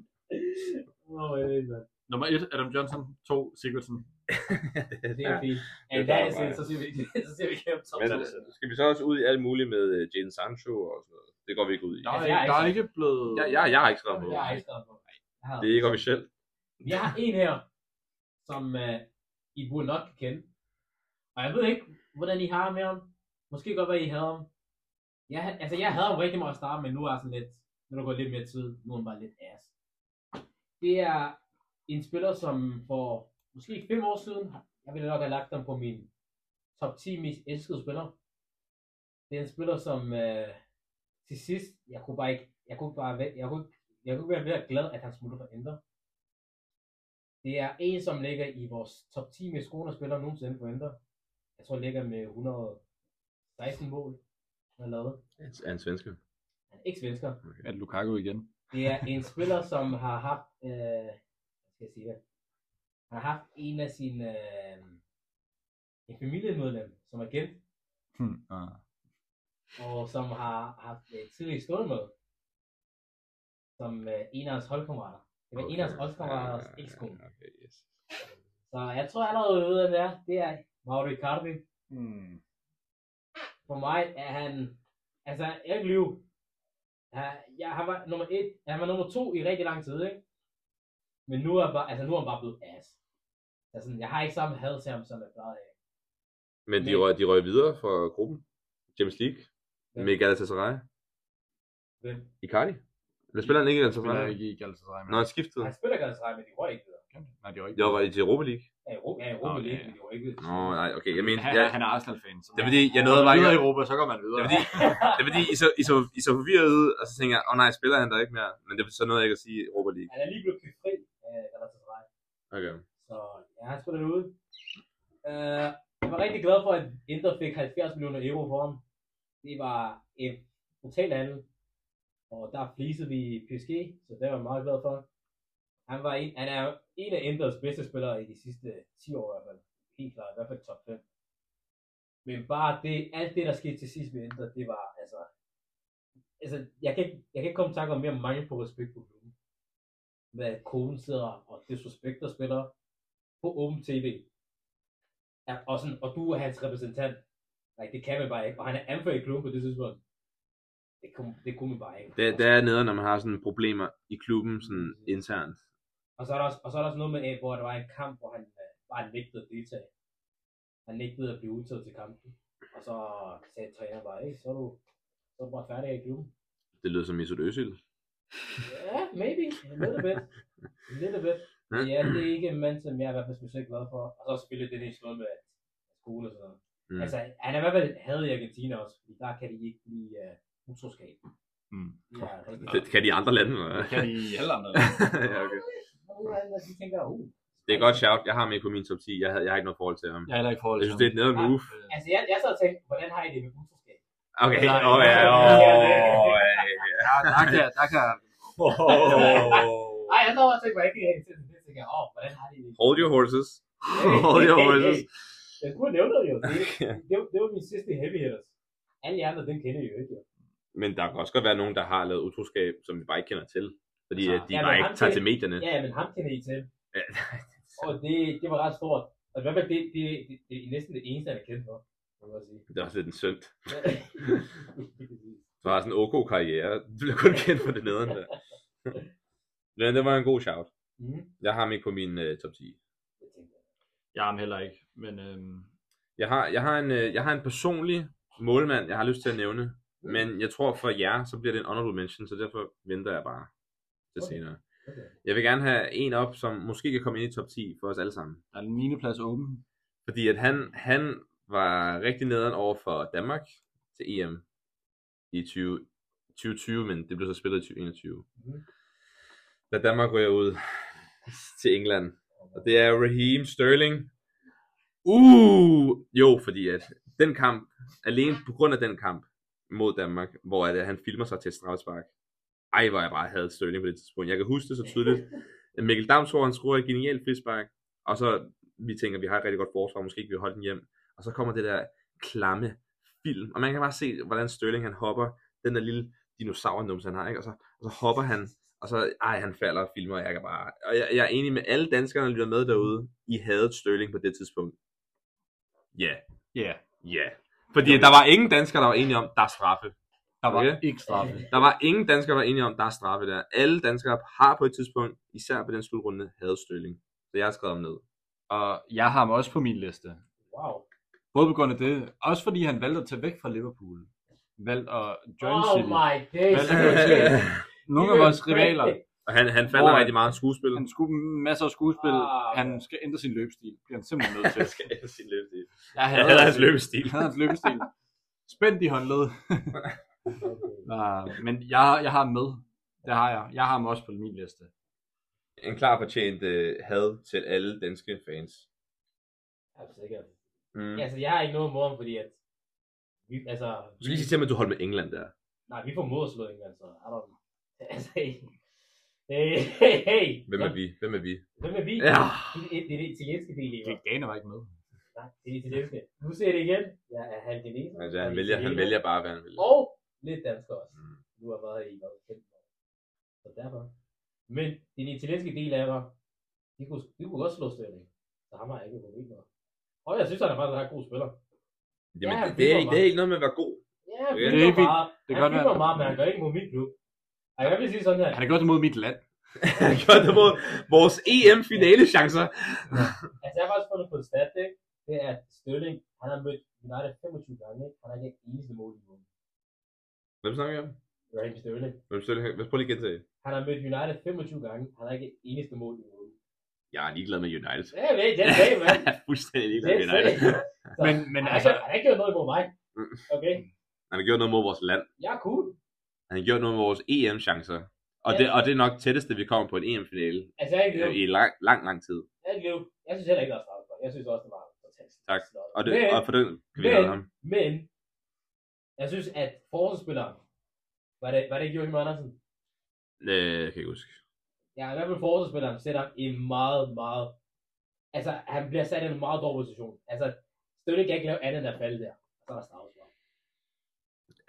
Speaker 4: Åh, jeg ved ikke,
Speaker 3: nummer 1, Adam Johnson, 2, Sigurdsson.
Speaker 4: Det er fint. And
Speaker 1: Det er
Speaker 4: that
Speaker 1: bare
Speaker 4: is it,
Speaker 1: mig.
Speaker 4: så siger vi så siger vi ikke om top
Speaker 1: Men
Speaker 4: 2.
Speaker 1: øh, skal vi så også ud i alt muligt med øh, Jane Sancho og sådan noget? Det går vi ikke ud i.
Speaker 3: Der er,
Speaker 4: Altså, jeg er
Speaker 3: der er
Speaker 4: ikke-
Speaker 3: ikke blevet...
Speaker 1: Jeg, jeg, jeg har ikke skrevet noget.
Speaker 4: Jeg har ikke skrevet på. Jeg har-
Speaker 1: Det er ikke officielt.
Speaker 4: Vi har en her, som øh, I burde nok kan kende. Og jeg ved ikke, hvordan I har det med ham. Måske godt, hvad I havde ham. Jeg, ha- altså, jeg havde ham rigtig meget at starte, men nu er jeg sådan lidt, nu er der gået lidt mere tid, nu er han bare lidt ass. Det er en spiller, som for måske fem år siden, jeg ville nok have lagt ham på min top 10 mest elskede spillere. Det er en spiller, som øh, til sidst, jeg kunne bare ikke, jeg kunne bare, væ- jeg kunne, ikke- jeg kunne ikke være mere glad, at han smutter fra Inter. Det er en, som ligger i vores top 10 mest scorende spillere nogensinde på Inter. Jeg tror, han ligger med 116 mål. Han har lavet.
Speaker 1: Er- Er en svensker.
Speaker 4: Han er ikke svensker.
Speaker 3: Er det Lukaku igen?
Speaker 4: Det er en spiller, som har haft, øh, hvad skal jeg sige det? Han har haft en af sine, øh, en familiemedlem, som er kendt,
Speaker 3: Hmm. Ah.
Speaker 4: og som har haft øh, tidligere stået med, som øh, en af hans holdkammerater. Det var okay. en af hans holdkammeraters
Speaker 1: Ah,
Speaker 4: ekskone.
Speaker 1: Okay, yes.
Speaker 4: Så jeg tror allerede, jeg ved, hvem det er. Det er Mauro Icardi.
Speaker 3: Hmm.
Speaker 4: For mig er han, altså jeg kan ikke lyve. Han, ja, han var nummer et, han var nummer to i rigtig lang tid, ikke? Men nu er, han bare, altså, nu er han bare blevet ass. Altså, jeg har ikke samme had til ham, som jeg plejede af.
Speaker 1: Men de
Speaker 4: Men-
Speaker 1: røg, de røg videre fra gruppen. James League.
Speaker 4: Ja.
Speaker 1: Med Galatasaray.
Speaker 4: Hvem?
Speaker 1: Icardi. Eller spiller han ikke i
Speaker 3: Spiller
Speaker 1: Galatasaray?
Speaker 3: ikke i Galatasaray.
Speaker 1: Nå, han skiftede.
Speaker 4: Han spiller ganske men de røg ikke videre.
Speaker 3: Nej, det var ikke.
Speaker 1: Jeg var i til Europa League.
Speaker 4: Ja, Europa, ja, Europa
Speaker 3: Nå, ja,
Speaker 4: League,
Speaker 3: ja.
Speaker 4: men de røg ikke videre.
Speaker 1: Nå, nej, okay. Jeg mener,
Speaker 3: Han,
Speaker 1: jeg,
Speaker 3: han er Arsenal-fan. Så
Speaker 1: det er fordi, jeg nåede bare
Speaker 3: videre
Speaker 1: ikke.
Speaker 3: i Europa, så går man videre.
Speaker 1: Det er fordi, det er fordi I, så, I, så, I så forvirret ud, og så tænker jeg, åh oh, nej, spiller han der ikke mere? Men det er så noget, jeg ikke at sige i Europa League.
Speaker 4: Han er lige blevet købt fri af Galatasaray.
Speaker 1: Okay.
Speaker 4: Så ja, han spiller derude. Uh, jeg var rigtig glad for, at Inter fik 70 millioner euro for ham. Det var en brutal handel. Og der flisede vi PSG, så det var jeg meget glad for. Han, var en, han er jo en af Inters bedste spillere i de sidste 10 år i hvert fald. Helt klart, i hvert fald top 5. Men bare det, alt det, der skete til sidst med Inter, det var altså... Altså, jeg kan, ikke- jeg kan ikke komme i tanke om mere mangel på respekt på klubben. Med at konen sidder og disrespekter spillere på åben tv. Ja, og, sådan, og du er hans repræsentant. Nej, det kan man bare ikke. Og han er anført i klubben på det tidspunkt. Det kunne, det kunne man bare ikke.
Speaker 1: Det, det er nede, når man har sådan problemer i klubben, sådan internt.
Speaker 4: Og så er der også, og så er der også noget med, øh, hvor der var en kamp, hvor han øh, bare nægtede at deltage. han nægtede at blive udtaget til kampen. Og så sagde træneren bare, hey, så er du, så er du bare færdig i klubben.
Speaker 1: Det lyder som Mesut Özil.
Speaker 4: Ja, maybe. A little bit. A little bit. Men ja, det er ikke en mand, som jeg i hvert fald specielt glad for. Og så spillede det i noget med skole og sådan noget.
Speaker 1: Mm.
Speaker 4: Mm. Altså, han er i hvert fald havde i Argentina også, fordi der kan de ikke lide uh, utroskab.
Speaker 3: Mm.
Speaker 4: Ja, rigtig.
Speaker 1: Det kan de i andre lande. eller?
Speaker 3: Kan de i alle andre?
Speaker 1: ja, okay.
Speaker 4: Nogle lande, de tænker, uh.
Speaker 1: Det er et godt shout. Jeg har ham ikke på min top 10. Jeg, havde, jeg har ikke noget forhold til ham.
Speaker 3: Jeg har heller ikke forhold
Speaker 1: Jeg
Speaker 3: til
Speaker 1: synes, det er et nederen move.
Speaker 4: Altså, jeg, jeg så og tænkte, hvordan har I det med utroskab?
Speaker 1: Okay.
Speaker 3: Nej.
Speaker 1: Åh, ja. Åh, ja.
Speaker 3: Ja, der kan, der kan.
Speaker 4: Nej, jeg så og tænkte, hvordan kan I det? Jeg tænker, åh, hvordan har I det?
Speaker 1: Hold your horses. Hold your horses.
Speaker 4: Jeg skulle nævne det jo. Det, det, var- det, var min sidste heavy hitters. Alle de andre, dem kender I jo ikke. jo.
Speaker 1: Men der kan også godt være nogen, der har lavet utroskab, som vi bare ikke kender til. Fordi
Speaker 3: Altså,
Speaker 1: at de
Speaker 4: ja, men
Speaker 1: bare
Speaker 4: ham
Speaker 1: ikke tager
Speaker 4: til-
Speaker 1: til medierne.
Speaker 4: Ja, men ham kender I til.
Speaker 1: Ja.
Speaker 4: Og det, det var ret stort. Og i hvert fald, det, det, det, det er næsten det eneste, han er kendt for. må jeg sige.
Speaker 1: Det er også lidt en synd.
Speaker 4: Ja.
Speaker 1: Du har sådan en ok karriere. Du bliver kun kendt for det nederen der. Men det var en god shout.
Speaker 4: Mhm.
Speaker 1: Jeg har ham ikke på min uh, top 10.
Speaker 4: Det tænker jeg.
Speaker 3: Jeg har ham heller ikke, men øhm,
Speaker 1: Jeg har, jeg, har en, øh, jeg har en personlig målmand, jeg har lyst til at nævne. Men jeg tror for jer, så bliver det en honorable mention, så derfor venter jeg bare til
Speaker 4: Okay.
Speaker 1: senere.
Speaker 4: Okay.
Speaker 1: Jeg vil gerne have en op, som måske kan komme ind i top 10 for os alle sammen.
Speaker 3: der er en 9. plads åben.
Speaker 1: Fordi at han, han var rigtig nederen over for Danmark til EM i 20, 2020, men det blev så spillet i 2021.
Speaker 4: Mhm.
Speaker 1: Da Danmark ryger ud til England. Og det er Raheem Sterling. Uh! Jo, fordi at den kamp, alene på grund af den kamp mod Danmark, hvor at, øh, han filmer sig til et straffespark. Ej, hvor jeg bare havde Sterling på det tidspunkt. Jeg kan huske det så tydeligt. Mikkel Damsgaard, han scorer et genialt frispark. Og så vi tænker, vi har et rigtig godt forsvar, måske ikke vi holde den hjem. Og så kommer det der klamme film, og man kan bare se, hvordan Sterling han hopper, den der lille dinosaurnums han har, ikke? Og, så, og så hopper han, og så, ej, han falder og filmer, og jeg kan bare, og jeg, jeg er enig med alle danskere, der lytter med derude, I havde Sterling på det tidspunkt. Ja, yeah,
Speaker 3: Ja, yeah,
Speaker 1: ja. Yeah. Fordi der var ingen danskere, der var enige om, der er straffe.
Speaker 3: der var
Speaker 1: Okay.
Speaker 3: ikke straffe.
Speaker 1: Der var ingen danskere, der var enige om, der er straffe der. Alle danskere har på et tidspunkt, især på den slutrunde, havde Sterling. Så jeg har skrevet ham ned.
Speaker 3: Og jeg har ham også på min liste.
Speaker 4: Wow.
Speaker 3: Både på grund af det, også fordi han valgte at tage væk fra Liverpool. Valgte at join
Speaker 4: oh
Speaker 3: City.
Speaker 4: my days.
Speaker 3: Hvad er det, du siger? Nogle af vores rivaler,
Speaker 1: Og han, han falder
Speaker 3: Hvor-
Speaker 1: rigtig meget skuespil.
Speaker 3: han skulle masser af skuespil,
Speaker 4: Ah.
Speaker 3: han skal ændre sin løbestil. Det bliver han simpelthen nødt til.
Speaker 1: skal ændre sin løbestil.
Speaker 3: Jeg
Speaker 1: Han havde hans løbestil.
Speaker 3: Jeg havde hans løbestil. Spændt i håndled. uh, men jeg, jeg har ham med. Det har jeg. Jeg har ham også på min liste.
Speaker 1: En klar fortjent øh, had til alle danske fans.
Speaker 4: Helt sikkert.
Speaker 1: Mm.
Speaker 4: Altså, jeg har ikke noget imod ham, fordi at... Vi, altså,
Speaker 1: Du skal lige sige til mig, at du holdt med England der.
Speaker 4: nej, vi får mod at slå England, så I don't know. Altså, hey. Hey, hey, hey.
Speaker 1: Hvem er vi? Hvem er vi?
Speaker 4: Hvem er vi?
Speaker 1: Ja.
Speaker 4: Det, det, det er det italienske del, ikke?
Speaker 3: Ghana var ikke med.
Speaker 4: Nej, det er det italienske. Nu ser jeg det igen. Jeg er halv geneser.
Speaker 1: Altså, han, vælger, han vælger bare, hvad han vil.
Speaker 4: Og lidt dansker også.
Speaker 1: Mm.
Speaker 4: Du har været i noget 15 år. Så derfor. Men den italienske del af mig, de kunne, de kunne også slå Sterling. Så ham har jeg ikke et problem med. Og jeg synes, han er faktisk en ret god spiller.
Speaker 1: Jamen,
Speaker 4: Ja,
Speaker 1: det,
Speaker 4: han
Speaker 1: det, er,
Speaker 4: filmer
Speaker 1: ikke- det er ikke noget med at være god.
Speaker 4: Ja,
Speaker 1: Det er
Speaker 4: det er
Speaker 3: ikke-
Speaker 4: meget.
Speaker 3: det
Speaker 4: Det
Speaker 3: kan
Speaker 4: han
Speaker 3: godt
Speaker 4: filmer
Speaker 3: være.
Speaker 4: meget, men han gør ikke mod mit klub. Og jeg vil sige sådan her.
Speaker 3: Han har gjort det mod mit land.
Speaker 1: Han gjorde det mod vores E EM-finale chancer.
Speaker 4: Altså, jeg har faktisk fundet på en stat, ikke? Det er, at Sterling, han har mødt United 25 gange, ikke? Han har ikke et eneste mål i mål.
Speaker 1: Hvem snakker vi om?
Speaker 4: Raheem Sterling.
Speaker 1: Hvem stiller her? Prøv lige at gentage.
Speaker 4: Han har mødt United 25 gange, han har ikke et eneste mål i mål.
Speaker 1: Jeg er ligeglad med United.
Speaker 4: Ja, jeg ved, den dag, mand.
Speaker 1: Jeg er fuldstændig ligeglad med
Speaker 4: Den
Speaker 1: United.
Speaker 4: dag. Så-
Speaker 3: Men, men
Speaker 4: Men altså,
Speaker 3: altså,
Speaker 4: han har ikke gjort noget imod mig.
Speaker 1: Mm.
Speaker 4: Okay,
Speaker 1: Han har gjort noget mod vores land.
Speaker 4: jeg er cool.
Speaker 1: Han har gjort noget med vores EM-chancer. Og,
Speaker 4: Ja.
Speaker 1: det, og det er nok tætteste, vi kommer på en EM-finale
Speaker 4: Altså, jeg er ikke
Speaker 1: øh,
Speaker 4: liv.
Speaker 1: i lang, lang, lang tid.
Speaker 4: Jeg er ikke liv. Jeg synes heller ikke, der er straffespark. Jeg synes også, det var fantastisk.
Speaker 1: Tak.
Speaker 4: flot.
Speaker 1: Og, det,
Speaker 4: men,
Speaker 1: og for den kan vi
Speaker 4: men-
Speaker 1: have ham.
Speaker 4: men, jeg synes, at forsvarsspilleren, var det, var det ikke Joachim Andersen?
Speaker 1: Øh, jeg kan ikke huske.
Speaker 4: Ja, i hvert fald forsvarsspilleren sætter en meget, meget... Altså, han bliver sat i en meget dårlig position. Altså, Støtte kan ikke lave andet end at falde der. Og så er der straffespark.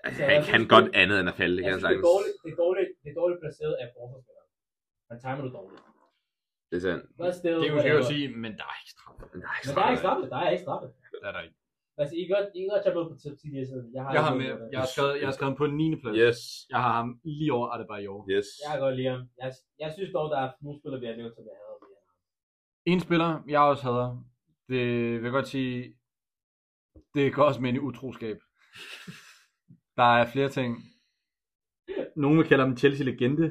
Speaker 1: Altså,
Speaker 4: Så
Speaker 1: han
Speaker 4: jeg
Speaker 1: kan
Speaker 4: synes,
Speaker 1: godt
Speaker 4: det-
Speaker 1: andet end at falde, det
Speaker 4: Jeg
Speaker 1: kan han
Speaker 4: synes, det er
Speaker 1: sagtens.
Speaker 4: dårligt, det er dårligt, det er dårligt placeret af forsvarsspilleren. Han timer det dårligt.
Speaker 1: Det er sandt.
Speaker 4: Godt sted,
Speaker 3: det kunne jeg jo sige, men der er ikke straffe.
Speaker 1: Men der er ikke
Speaker 4: Men der er ikke
Speaker 1: straffet.
Speaker 4: straffet, der er ikke straffet.
Speaker 3: Der er der ikke.
Speaker 4: Altså, I kan godt, I kan godt tage med på tip til det, sådan. Jeg har,
Speaker 3: Jeg har,
Speaker 4: ikke
Speaker 3: med,
Speaker 4: noget det.
Speaker 3: jeg har, skrevet, jeg har skrevet ham på 9. plads.
Speaker 1: Yes,
Speaker 3: Jeg har ham lige over Adebayor.
Speaker 1: yes.
Speaker 4: Jeg kan godt lide ham. Jeg, jeg synes dog, der er nogle spillere, vi har nævnt, som jeg hader. mere.
Speaker 3: En spiller, jeg også hader, det vil jeg godt sige, Det kan også minde i utroskab. Der er flere ting. Nogle vil kalde ham en Chelsea-legende.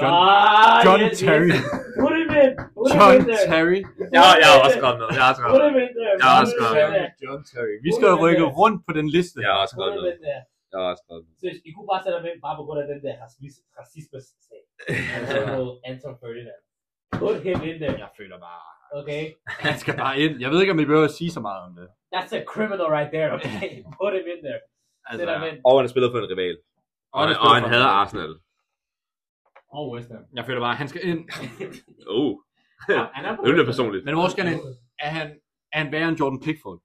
Speaker 3: John-
Speaker 4: Ah,
Speaker 3: John
Speaker 4: yes,
Speaker 3: Terry.
Speaker 4: Yes. Put him in. Put him
Speaker 3: John
Speaker 4: in there.
Speaker 3: Terry.
Speaker 1: Jeg, jeg er også godt med. Jeg er også
Speaker 4: Put
Speaker 1: godt med.
Speaker 4: him in there.
Speaker 1: Jeg er også
Speaker 4: Put him
Speaker 1: godt.
Speaker 4: in there.
Speaker 3: John Terry. Vi skal jo rykke rundt på den liste.
Speaker 1: Jeg er også
Speaker 4: Put
Speaker 1: godt
Speaker 4: him
Speaker 1: med.
Speaker 4: in there.
Speaker 1: Jeg er også godt med.
Speaker 4: Så I kunne bare sætte ham ind bare på grund af den der racisme- racisme-sag. Altså mod Anton Ferdinand. Put him in there.
Speaker 3: Jeg føler bare,
Speaker 4: Okay?
Speaker 3: han skal bare ind. Jeg ved ikke, om vi behøver at sige så meget om det.
Speaker 4: That's a criminal right there. Okay? Put him in there. Altså, Sæt ham ind.
Speaker 1: Og han har spillet for en rival. Og,
Speaker 3: han
Speaker 1: han,
Speaker 3: har
Speaker 1: og
Speaker 3: spillet
Speaker 1: han
Speaker 3: for-
Speaker 1: hader Arsenal.
Speaker 4: Og West Ham.
Speaker 3: Jeg føler bare, han skal ind.
Speaker 1: Oh,
Speaker 4: Han er på
Speaker 1: det bliver
Speaker 4: West Ham.
Speaker 1: personligt.
Speaker 3: Men hvor skal han ind? Er han, er han værre end Jordan Pickford?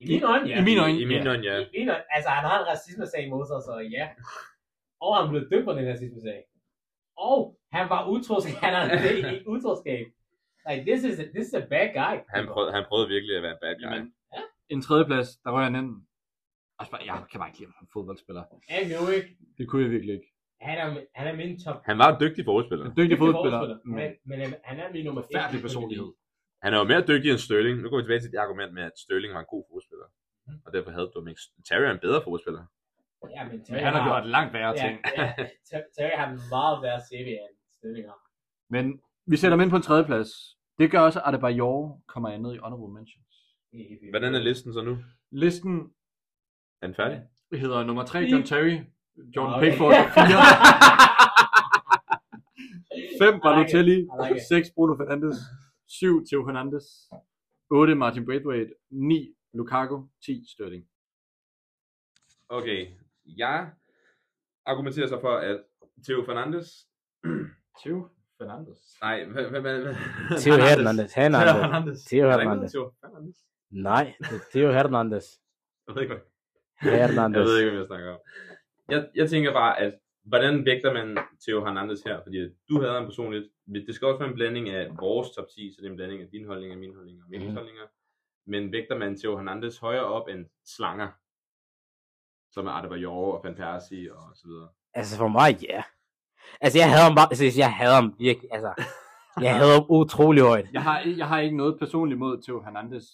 Speaker 4: I mine øjne, ja.
Speaker 3: I mine øjne.
Speaker 1: I mine øjne, ja.
Speaker 4: I mine øjne. Altså, han har en racisme-sag imod sig, så ja. Og han blev dømt for den racisme-sag. Og han var utroskab. Han er i utroskab. Like, this is, a, this is a bad guy.
Speaker 1: Han prøvede, han prøvede virkelig at være en bad guy.
Speaker 3: Jamen, en tredjeplads, der rører han ind. Og så bare, jeg kan bare ikke lide ham som fodboldspiller.
Speaker 4: Han jo ikke.
Speaker 3: Det kunne jeg virkelig ikke.
Speaker 4: Han er, han er min top
Speaker 1: Han var en dygtig forspiller.
Speaker 3: En dygtig
Speaker 4: Dygtig
Speaker 3: fodboldspiller, men
Speaker 4: Men, men øh, han- han er min nummer 5.
Speaker 3: færdelig Mm. personlighed.
Speaker 1: Han er jo mere dygtig end Sterling. Nu går vi tilbage til det argument med, at Sterling var en god forspiller. Og derfor havde du ham ikke. Terry er en bedre forspiller.
Speaker 4: Ja, men
Speaker 3: Men
Speaker 4: Terry
Speaker 3: han har gjort langt værre
Speaker 4: ja,
Speaker 3: ting.
Speaker 4: ja, Ter- Terry har meget værre CV end Stilling har.
Speaker 3: Men vi sætter ham ind på en tredjeplads. Det gør også, at Adebayor kommer andet i honorable mentions.
Speaker 4: Det er helt vildt.
Speaker 1: Hvordan er listen så nu?
Speaker 3: Listen
Speaker 1: Er den færdig?
Speaker 3: hedder nummer 3 John Terry, Jordan
Speaker 4: Ah, Okay.
Speaker 3: Pickford 4, 5 Balotelli,
Speaker 4: I like it.
Speaker 3: 6 Bruno Fernandes, 7 Theo Hernandez, 8 Martin Braithwaite, 9 Lukaku, 10 Sterling.
Speaker 1: Okay, jeg argumenterer så for, at Theo Fernandes...
Speaker 3: Theo Fernandes.
Speaker 1: Nej, hvem- hvem er det?
Speaker 2: Theo Hernandez. Hernandez.
Speaker 1: Fernandes.
Speaker 2: Theo
Speaker 1: Er der ikke noget
Speaker 2: Hernandez.
Speaker 1: Theo Fernandes?
Speaker 2: Nej, det er Theo Hernandez.
Speaker 1: Jeg ved ikke, hvad-
Speaker 2: Hernandez.
Speaker 1: Jeg ved ikke, hvad jeg snakker om. Jeg, jeg tænker bare, at hvordan vægter man Theo Hernandez her? Fordi at du havde ham personligt. Men Det skal også være en blanding af vores top 10, så det er en blanding af dine holdninger, mine holdninger og Mikkels
Speaker 2: Mhm.
Speaker 1: holdninger. Men vægter man Theo Hernandez højere op end Slanger, som er Adebayor og Van Persie og så videre.
Speaker 2: Altså for mig, ja. Altså jeg havde ham bare, altså jeg havde ham virkelig, altså. Jeg havde ham utrolig højt.
Speaker 3: Jeg har, jeg har ikke noget personligt mod Theo Hernandez,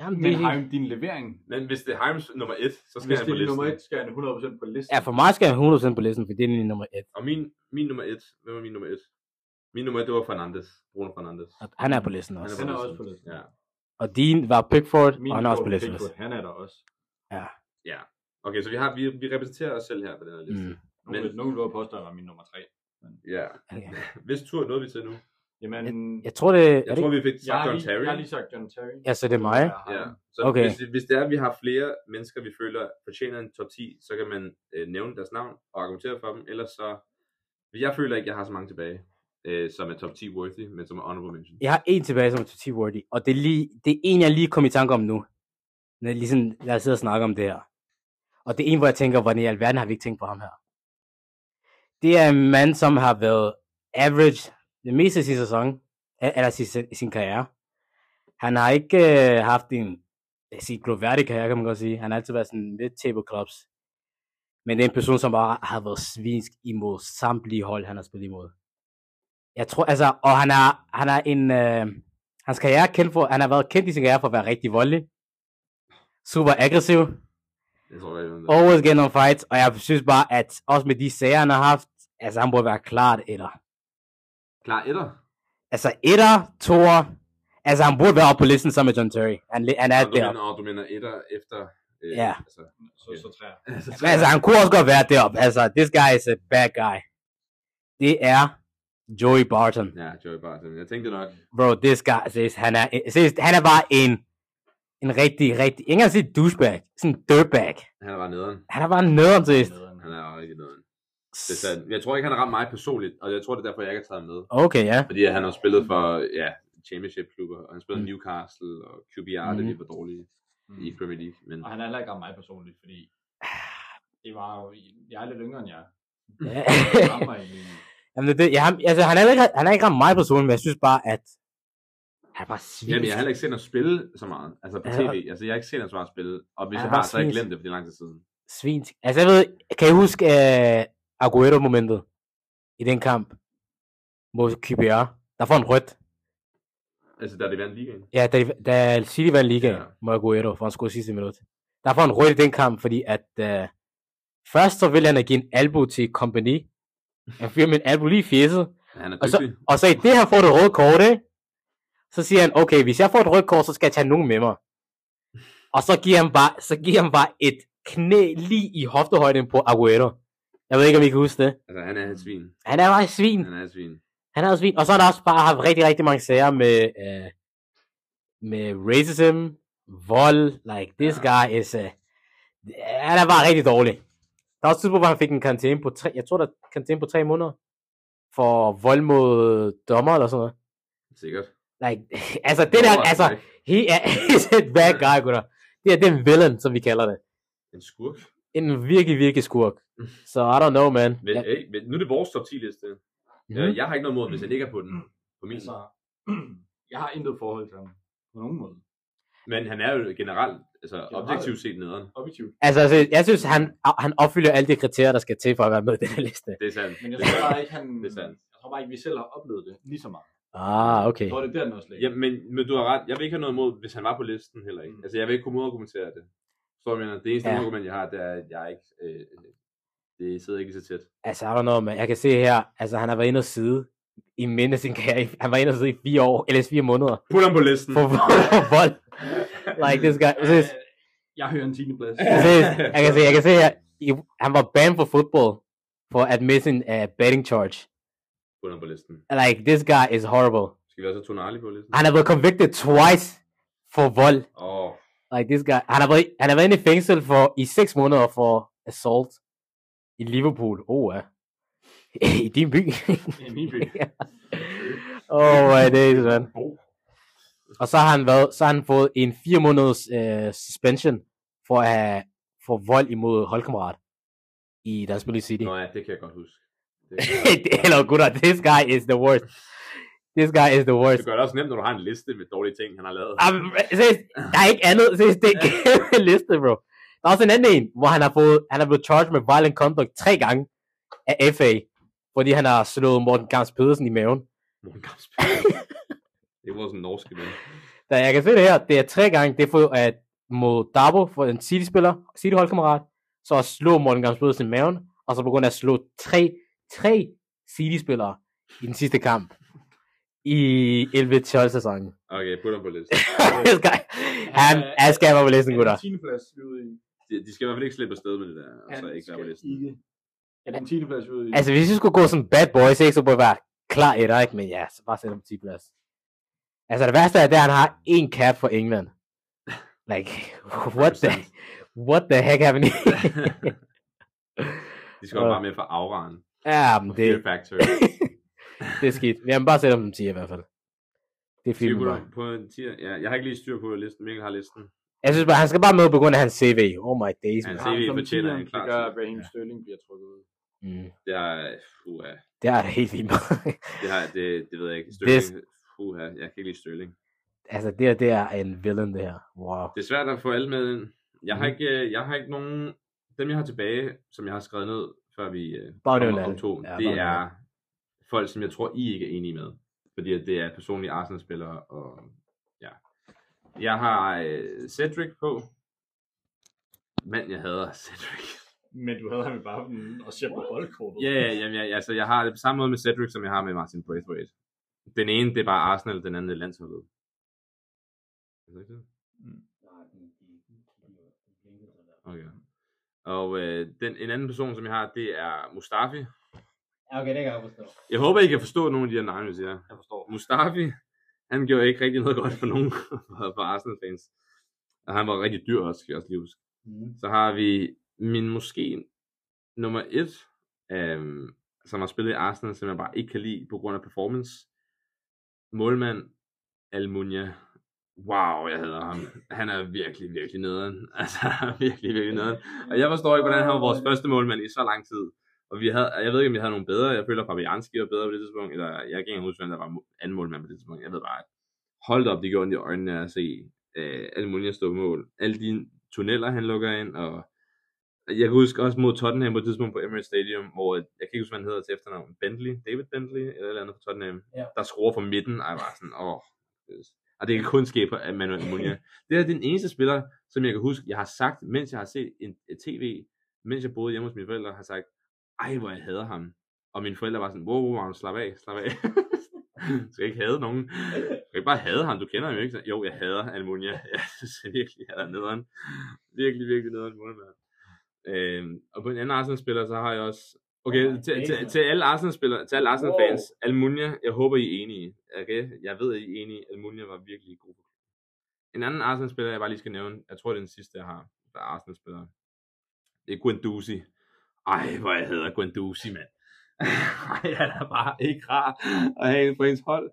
Speaker 2: Jamen,
Speaker 3: men
Speaker 2: det,
Speaker 3: har jo din levering.
Speaker 1: Men hvis det er Heims nummer 1, så skal
Speaker 3: Hvis
Speaker 1: han
Speaker 3: det
Speaker 1: på
Speaker 3: er
Speaker 1: listen.
Speaker 3: nummer 1, skal han 100% på listen.
Speaker 2: ja, for mig skal han 100% på listen, for det er lige nummer 1.
Speaker 1: Og min, min nummer 1, hvem var min nummer 1? Min nummer 1, det var Fernandes. Bruno Fernandes.
Speaker 2: Han er på listen også.
Speaker 3: Han er også på listen.
Speaker 1: Ja.
Speaker 2: Og din var Pickford,
Speaker 3: Min
Speaker 2: og han er også på
Speaker 3: Jordan
Speaker 2: listen også.
Speaker 3: Pickford, Han er der også.
Speaker 1: Okay, så vi, har, vi, vi repræsenterer os selv her på den her liste.
Speaker 2: Mm.
Speaker 3: Nogen,
Speaker 1: Men-
Speaker 3: men... nogen vil påstå, at han var min nummer 3.
Speaker 1: Ja.
Speaker 2: Okay.
Speaker 1: Hvis tur nåede vi til nu.
Speaker 3: Jamen,
Speaker 2: Jeg tror det, er
Speaker 1: Jeg
Speaker 2: det
Speaker 1: tror,
Speaker 2: ikke?
Speaker 1: vi fik
Speaker 3: jeg,
Speaker 1: sagt
Speaker 3: har
Speaker 1: John
Speaker 3: lige,
Speaker 1: Terry.
Speaker 3: jeg har lige sagt John Terry.
Speaker 2: Ja, så det er mig.
Speaker 1: Ja.
Speaker 3: Ja.
Speaker 1: Så
Speaker 2: Okay.
Speaker 1: hvis, det- hvis det er, at vi har flere mennesker, vi føler fortjener en top 10, så kan man øh, nævne deres navn og argumentere for dem. Ellers så... Jeg føler ikke, jeg har så mange tilbage, øh, som er top 10 worthy, men som er honorable mention.
Speaker 2: Jeg har en tilbage, som er til T-Worthy, og det er, lige, det er en, jeg lige kom i tanke om nu. Når jeg, ligesom, når jeg sidder og snakker om det her. Og det er en, hvor jeg tænker, hvordan i alverden har vi ikke tænkt på ham her. Det er en mand, som har været average det meste af sin sæson, e- eller sin, sin karriere. Han har ikke øh, haft en jeg sige, gloværdig karriere, kan man godt sige. Han har altid været sådan lidt table clubs. Men det er en person, som bare har været svinsk imod samtlige hold, han har spillet imod. Jeg tror, altså, og han er, han er en, øh, hans karriere er kendt for, han har været kendt i sin karriere for at være rigtig voldelig, super aggressiv,
Speaker 1: Jeg tror, jeg ved,
Speaker 2: always getting on fights, og jeg synes bare, at også med de sager, han har haft, altså han burde være klart eller.
Speaker 1: Klar etter.
Speaker 2: Altså etter, toer, altså han burde være oppe på listen sammen med John Terry. Han, li- han er
Speaker 1: Og du,
Speaker 2: der.
Speaker 1: mener, og du mener etter efter... Øh,
Speaker 2: Ja.
Speaker 1: Altså,
Speaker 3: Så, så træer.
Speaker 2: Men altså han kunne også godt være deroppe. Altså, this guy is a bad guy. Det er Joey Barton.
Speaker 1: ja, Joey Barton. Jeg tænkte nok.
Speaker 2: Bro, this guy, seriøst, han er, seriøst, han er bare en, en rigtig, rigtig, ikke engang sige douchebag, sådan en dirtbag.
Speaker 1: Han er bare nederen.
Speaker 2: Han er bare nederen til sidst.
Speaker 1: Han er jo rigtig nederen. Det er sandt. Jeg tror ikke, han har ramt mig personligt, og jeg tror, det er derfor, jeg ikke har taget ham med.
Speaker 2: Okay, ja.
Speaker 1: Fordi han har spillet for ja, championship-klubber, og han spiller
Speaker 2: Mm.
Speaker 1: mm. Newcastle og QPR, mm. da
Speaker 2: Mhm.
Speaker 1: vi var dårlige i Premier League. Men
Speaker 3: Mm. Og han er heller ikke om mig personligt, fordi
Speaker 2: Ah.
Speaker 3: det var jo, jeg er lidt yngre end jer.
Speaker 2: Ja.
Speaker 3: Jeg rammer i min-
Speaker 2: Jamen, det, er det, ja, han, altså, han er, heller ikke, han er ikke ramt mig personligt, men jeg synes bare, at han er bare svinsk.
Speaker 1: Jamen, jeg har heller ikke set ham spille så meget, altså på
Speaker 2: Ja.
Speaker 1: tv. Altså, jeg har ikke set ham så meget spille, og hvis
Speaker 2: Ja,
Speaker 1: jeg
Speaker 2: han
Speaker 1: har,
Speaker 2: var
Speaker 1: så har jeg
Speaker 2: svinsk.
Speaker 1: glemt det, for det er lang tid siden.
Speaker 2: Svinsk. Altså, jeg ved, kan I huske uh, Aguero-momentet i den kamp mod QPR? Der får han rødt.
Speaker 1: Altså, da det vandt ligaen.
Speaker 2: Ja, da, de- da City vandt ligaen,
Speaker 1: Ja.
Speaker 2: ja. må jeg gå etter, for han scorede sidste minut. Der får han rødt i den kamp, fordi at øh, først så ville han at give en albu til kompagni. Han fyrer med en albu lige i fjeset.
Speaker 1: Ja, han er
Speaker 2: Og så,
Speaker 1: dygtig.
Speaker 2: og så i det her får du rødt kort, ikke? Så siger han, okay, hvis jeg får et rødt kort, så skal jeg tage nogen med mig. Og så giver han bare, så giver han bare et knæ lige i hoftehøjden på Aguero. Jeg ved ikke, om I kan huske det.
Speaker 1: Altså, han er et svin.
Speaker 2: Han er bare et svin.
Speaker 1: Han er et svin.
Speaker 2: Han er også fint. Og så har der også bare haft rigtig, rigtig mange sager med, øh, med racism, vold, like this guy is, øh, han er bare rigtig dårlig. Der er også et tidspunkt, hvor han fik en karantæne på tre, jeg tror, der er karantæne på tre måneder, for vold mod dommer eller sådan noget.
Speaker 1: Sikkert.
Speaker 2: Like, altså, det der,
Speaker 1: Overraskende
Speaker 2: altså,
Speaker 1: ikke.
Speaker 2: he er he's a bad guy, gutter. Det er den villain, som vi kalder det.
Speaker 1: En skurk.
Speaker 2: En virkelig, virkelig skurk. Så I don't know, man.
Speaker 1: Men,
Speaker 2: Ja.
Speaker 1: ja. hey, men nu er det vores top 10-liste.
Speaker 2: Mhm.
Speaker 1: Mm. Jeg har ikke noget mod, hvis jeg ligger på den. På min.
Speaker 3: Altså, jeg har intet forhold til ham. På nogen måde.
Speaker 1: Men han er jo generelt, altså
Speaker 3: Generelt.
Speaker 1: objektivt set nederen.
Speaker 3: Objektivt.
Speaker 2: Altså, altså, jeg synes, han, han opfylder alle de kriterier, der skal til for at være med i den her liste.
Speaker 1: Det er sandt.
Speaker 3: Men jeg tror bare ikke, han...
Speaker 1: Det er sandt.
Speaker 3: Jeg tror bare ikke, vi selv har oplevet det lige så meget.
Speaker 2: Ah, okay.
Speaker 3: Jeg tror, det er der, den også ligger.
Speaker 1: Ja, men, men du har ret. Jeg vil ikke have noget imod, hvis han var på listen heller ikke.
Speaker 3: Mm.
Speaker 1: Altså, jeg vil ikke kunne modargumentere det. Så jeg mener, det eneste
Speaker 2: Ja.
Speaker 1: ja. argument, jeg har, det er, at jeg er ikke... Øh, det sidder ikke lige så tæt.
Speaker 2: Altså, I don't know, man. Jeg kan se her, altså han har været inde og sidde i mindre af sin karriere. i- Han var inde og sidde i fire år, eller fire måneder.
Speaker 1: Put ham på listen.
Speaker 2: For, for, for vold. Like this guy. Jeg, synes,
Speaker 3: Jeg hører en 10. plads.
Speaker 2: jeg, synes, jeg, kan se, jeg kan se her, i- han var banned for football for admitting a uh, betting charge.
Speaker 1: Put ham på listen.
Speaker 2: Like, this guy is horrible.
Speaker 1: Skal vi også have Tonali på listen?
Speaker 2: Han har været convicted twice for vold.
Speaker 1: Åh,
Speaker 2: Like, this guy. Han har været, han har været inde i fængsel for, i seks måneder for assault i Liverpool. Oh, ja. I din by.
Speaker 3: I min by.
Speaker 2: oh my days, man.
Speaker 3: Oh.
Speaker 2: Og så har han, været, så har han fået en fire måneders øh, suspension for at have for vold imod holdkammerat i deres spil i City.
Speaker 1: nå ja, det kan jeg godt huske. Det,
Speaker 2: Hello, gutter, this guy is the worst. This guy is the worst.
Speaker 1: det gør det også nemt, når du har en liste med dårlige ting, han har lavet.
Speaker 2: Am- seriøst, Der er ikke andet, seriøst, det er en kæmpe liste, bro. Der er også en anden en, hvor han har fået, han er blevet charged med violent conduct tre gange af FA, fordi han har slået Morten Gams Pedersen i maven.
Speaker 1: Morten Gamsby. det var sådan en norsk ven.
Speaker 2: Da jeg kan se det her, det er tre gange, det er for at mod Darbo for en City-spiller, City-holdkammerat, så at slå Morten Gams Pedersen i maven, og så på grund af at slå tre, tre City-spillere i den sidste kamp i 11-12-sæsonen.
Speaker 1: Okay, put ham på listen.
Speaker 2: This guy, han, han skal være på listen,
Speaker 3: Han
Speaker 2: gutter.
Speaker 3: er 10. plads vi er ude i.
Speaker 1: De, de skal i hvert fald ikke slippe afsted med det der, og
Speaker 3: Han
Speaker 1: så ikke være på
Speaker 3: skal
Speaker 1: listen.
Speaker 3: ikke. Er det en 10. plads vi er ude i?
Speaker 2: Altså, hvis vi skulle gå som bad boys, ikke, så burde det være klar etter, ikke? Men ja, så bare sæt ham på 10 plads. Altså, det værste er, det er, at han har en cap for England. Like, what the, what the heck happened here?
Speaker 1: de skal jo bare med for Auran.
Speaker 2: Ja, men
Speaker 1: Fear
Speaker 2: det,
Speaker 1: Factor.
Speaker 2: det er skidt. Jamen, bare sæt dem 10 i hvert fald. Det er
Speaker 1: Skal vi
Speaker 2: filmen bare.
Speaker 1: putte på en tier? Ja, jeg har ikke lige styr på listen. Mikkel har listen.
Speaker 2: Jeg synes bare, han skal bare med på grund af hans CV. Oh my days,
Speaker 1: Ja,
Speaker 2: man.
Speaker 3: Jeg
Speaker 1: CV
Speaker 3: har ham som
Speaker 1: fortjener en
Speaker 3: 10'eren,
Speaker 1: klar
Speaker 3: Det gør,
Speaker 1: tier.
Speaker 3: at Raheem Sterling bliver trukket ud.
Speaker 2: Mm,
Speaker 1: Det er, uha,
Speaker 2: det er da helt fint.
Speaker 1: det, har, det, det ved jeg ikke.
Speaker 2: Det-
Speaker 1: Størling, uha, jeg kan ikke lide Størling.
Speaker 2: altså, det her, det er en villain, det her. Wow.
Speaker 1: Det er svært at få alle med ind. Jeg har
Speaker 2: Mhm.
Speaker 1: ikke, øh, jeg har ikke nogen, dem jeg har tilbage, som jeg har skrevet ned, før vi øh,
Speaker 2: Bare nævn
Speaker 1: kommer
Speaker 2: alle.
Speaker 1: om to,
Speaker 2: Ja, bare
Speaker 1: det
Speaker 2: nævn
Speaker 1: er folk, som jeg tror, I ikke er enige med. Fordi at det er personlige Arsenal-spillere, og ja. Jeg har øh, Cedric på. Mand, jeg hader Cedric.
Speaker 3: Men du havde ham i baggen og ser på holdkortet.
Speaker 1: Ja, ja, jamen, jeg, altså, jeg har det på samme måde med Cedric, som jeg har med Martin Braithwaite. Den ene, det er bare Arsenal, den anden, det er landsholdet. Er det ikke det? Okay. Og øh, den, en anden person, som jeg har, det er Mustafi.
Speaker 7: Ja, okay, det kan jeg godt forstå.
Speaker 1: Jeg håber, I kan forstå nogle af de her navne, jeg siger.
Speaker 3: Jeg forstår.
Speaker 1: Mustafi, han gjorde ikke rigtig noget godt for nogen for, for Arsenal-fans. Og han var rigtig dyr også, skal jeg også lige huske.
Speaker 7: Mm.
Speaker 1: Så har vi min måske nummer et, øhm, som har spillet i Arsenal, som jeg bare ikke kan lide på grund af performance. Målmand Almunia. Wow, jeg hader ham. Han er virkelig, virkelig nederen. Altså, han er virkelig, virkelig nederen. Og jeg forstår ikke, hvordan han var vores første målmand i så lang tid. Og vi havde, jeg ved ikke, om vi havde nogen bedre. Jeg føler, at Fabianski var bedre på det tidspunkt. Eller jeg kan ikke engang huske, hvem der var mo- anden målmand på det tidspunkt. Jeg ved bare, at hold da op, det gjorde ondt i øjnene at se øh, Almunia stå på mål. Alle de tunneller, han lukker ind, og jeg kan huske også mod Tottenham på et tidspunkt på Emirates Stadium, hvor jeg kan ikke huske, hvad han hedder til efternavn. Bentley? David Bentley? Eller et eller andet på Tottenham.
Speaker 7: Ja.
Speaker 1: Der scorer fra midten, og jeg var sådan, åh, Og det kan kun ske på Manuel Munia. Det er den eneste spiller, som jeg kan huske, jeg har sagt, mens jeg har set en, et tv, mens jeg boede hjemme hos mine forældre, har sagt, ej hvor jeg hader ham. Og mine forældre var sådan, wow, wow, Magnus, slap af, slap af. du skal ikke hade nogen. Du kan ikke bare hade ham, du kender ham jo ikke. Så, Jo, jeg hader Almunia. Jeg synes virkelig, han er nederen. Virkelig, virkelig nederen målmand. Øhm, og på en anden Arsenal-spiller, så har jeg også... Okay,
Speaker 4: Oh my
Speaker 1: til, til,
Speaker 4: days,
Speaker 1: til, alle Arsenal-spillere, til alle Arsenal-fans,
Speaker 4: Wow.
Speaker 1: Almunia, jeg håber, I er enige. Okay? Jeg ved, at I er enige. Almunia var virkelig god. En anden Arsenal-spiller, jeg bare lige skal nævne, jeg tror, det er den sidste, jeg har, der er Arsenal-spiller. Det er Guendouzi. Ej, hvor jeg hedder Guendouzi, mand. Ej, han er bare ikke rar at have på ens hold.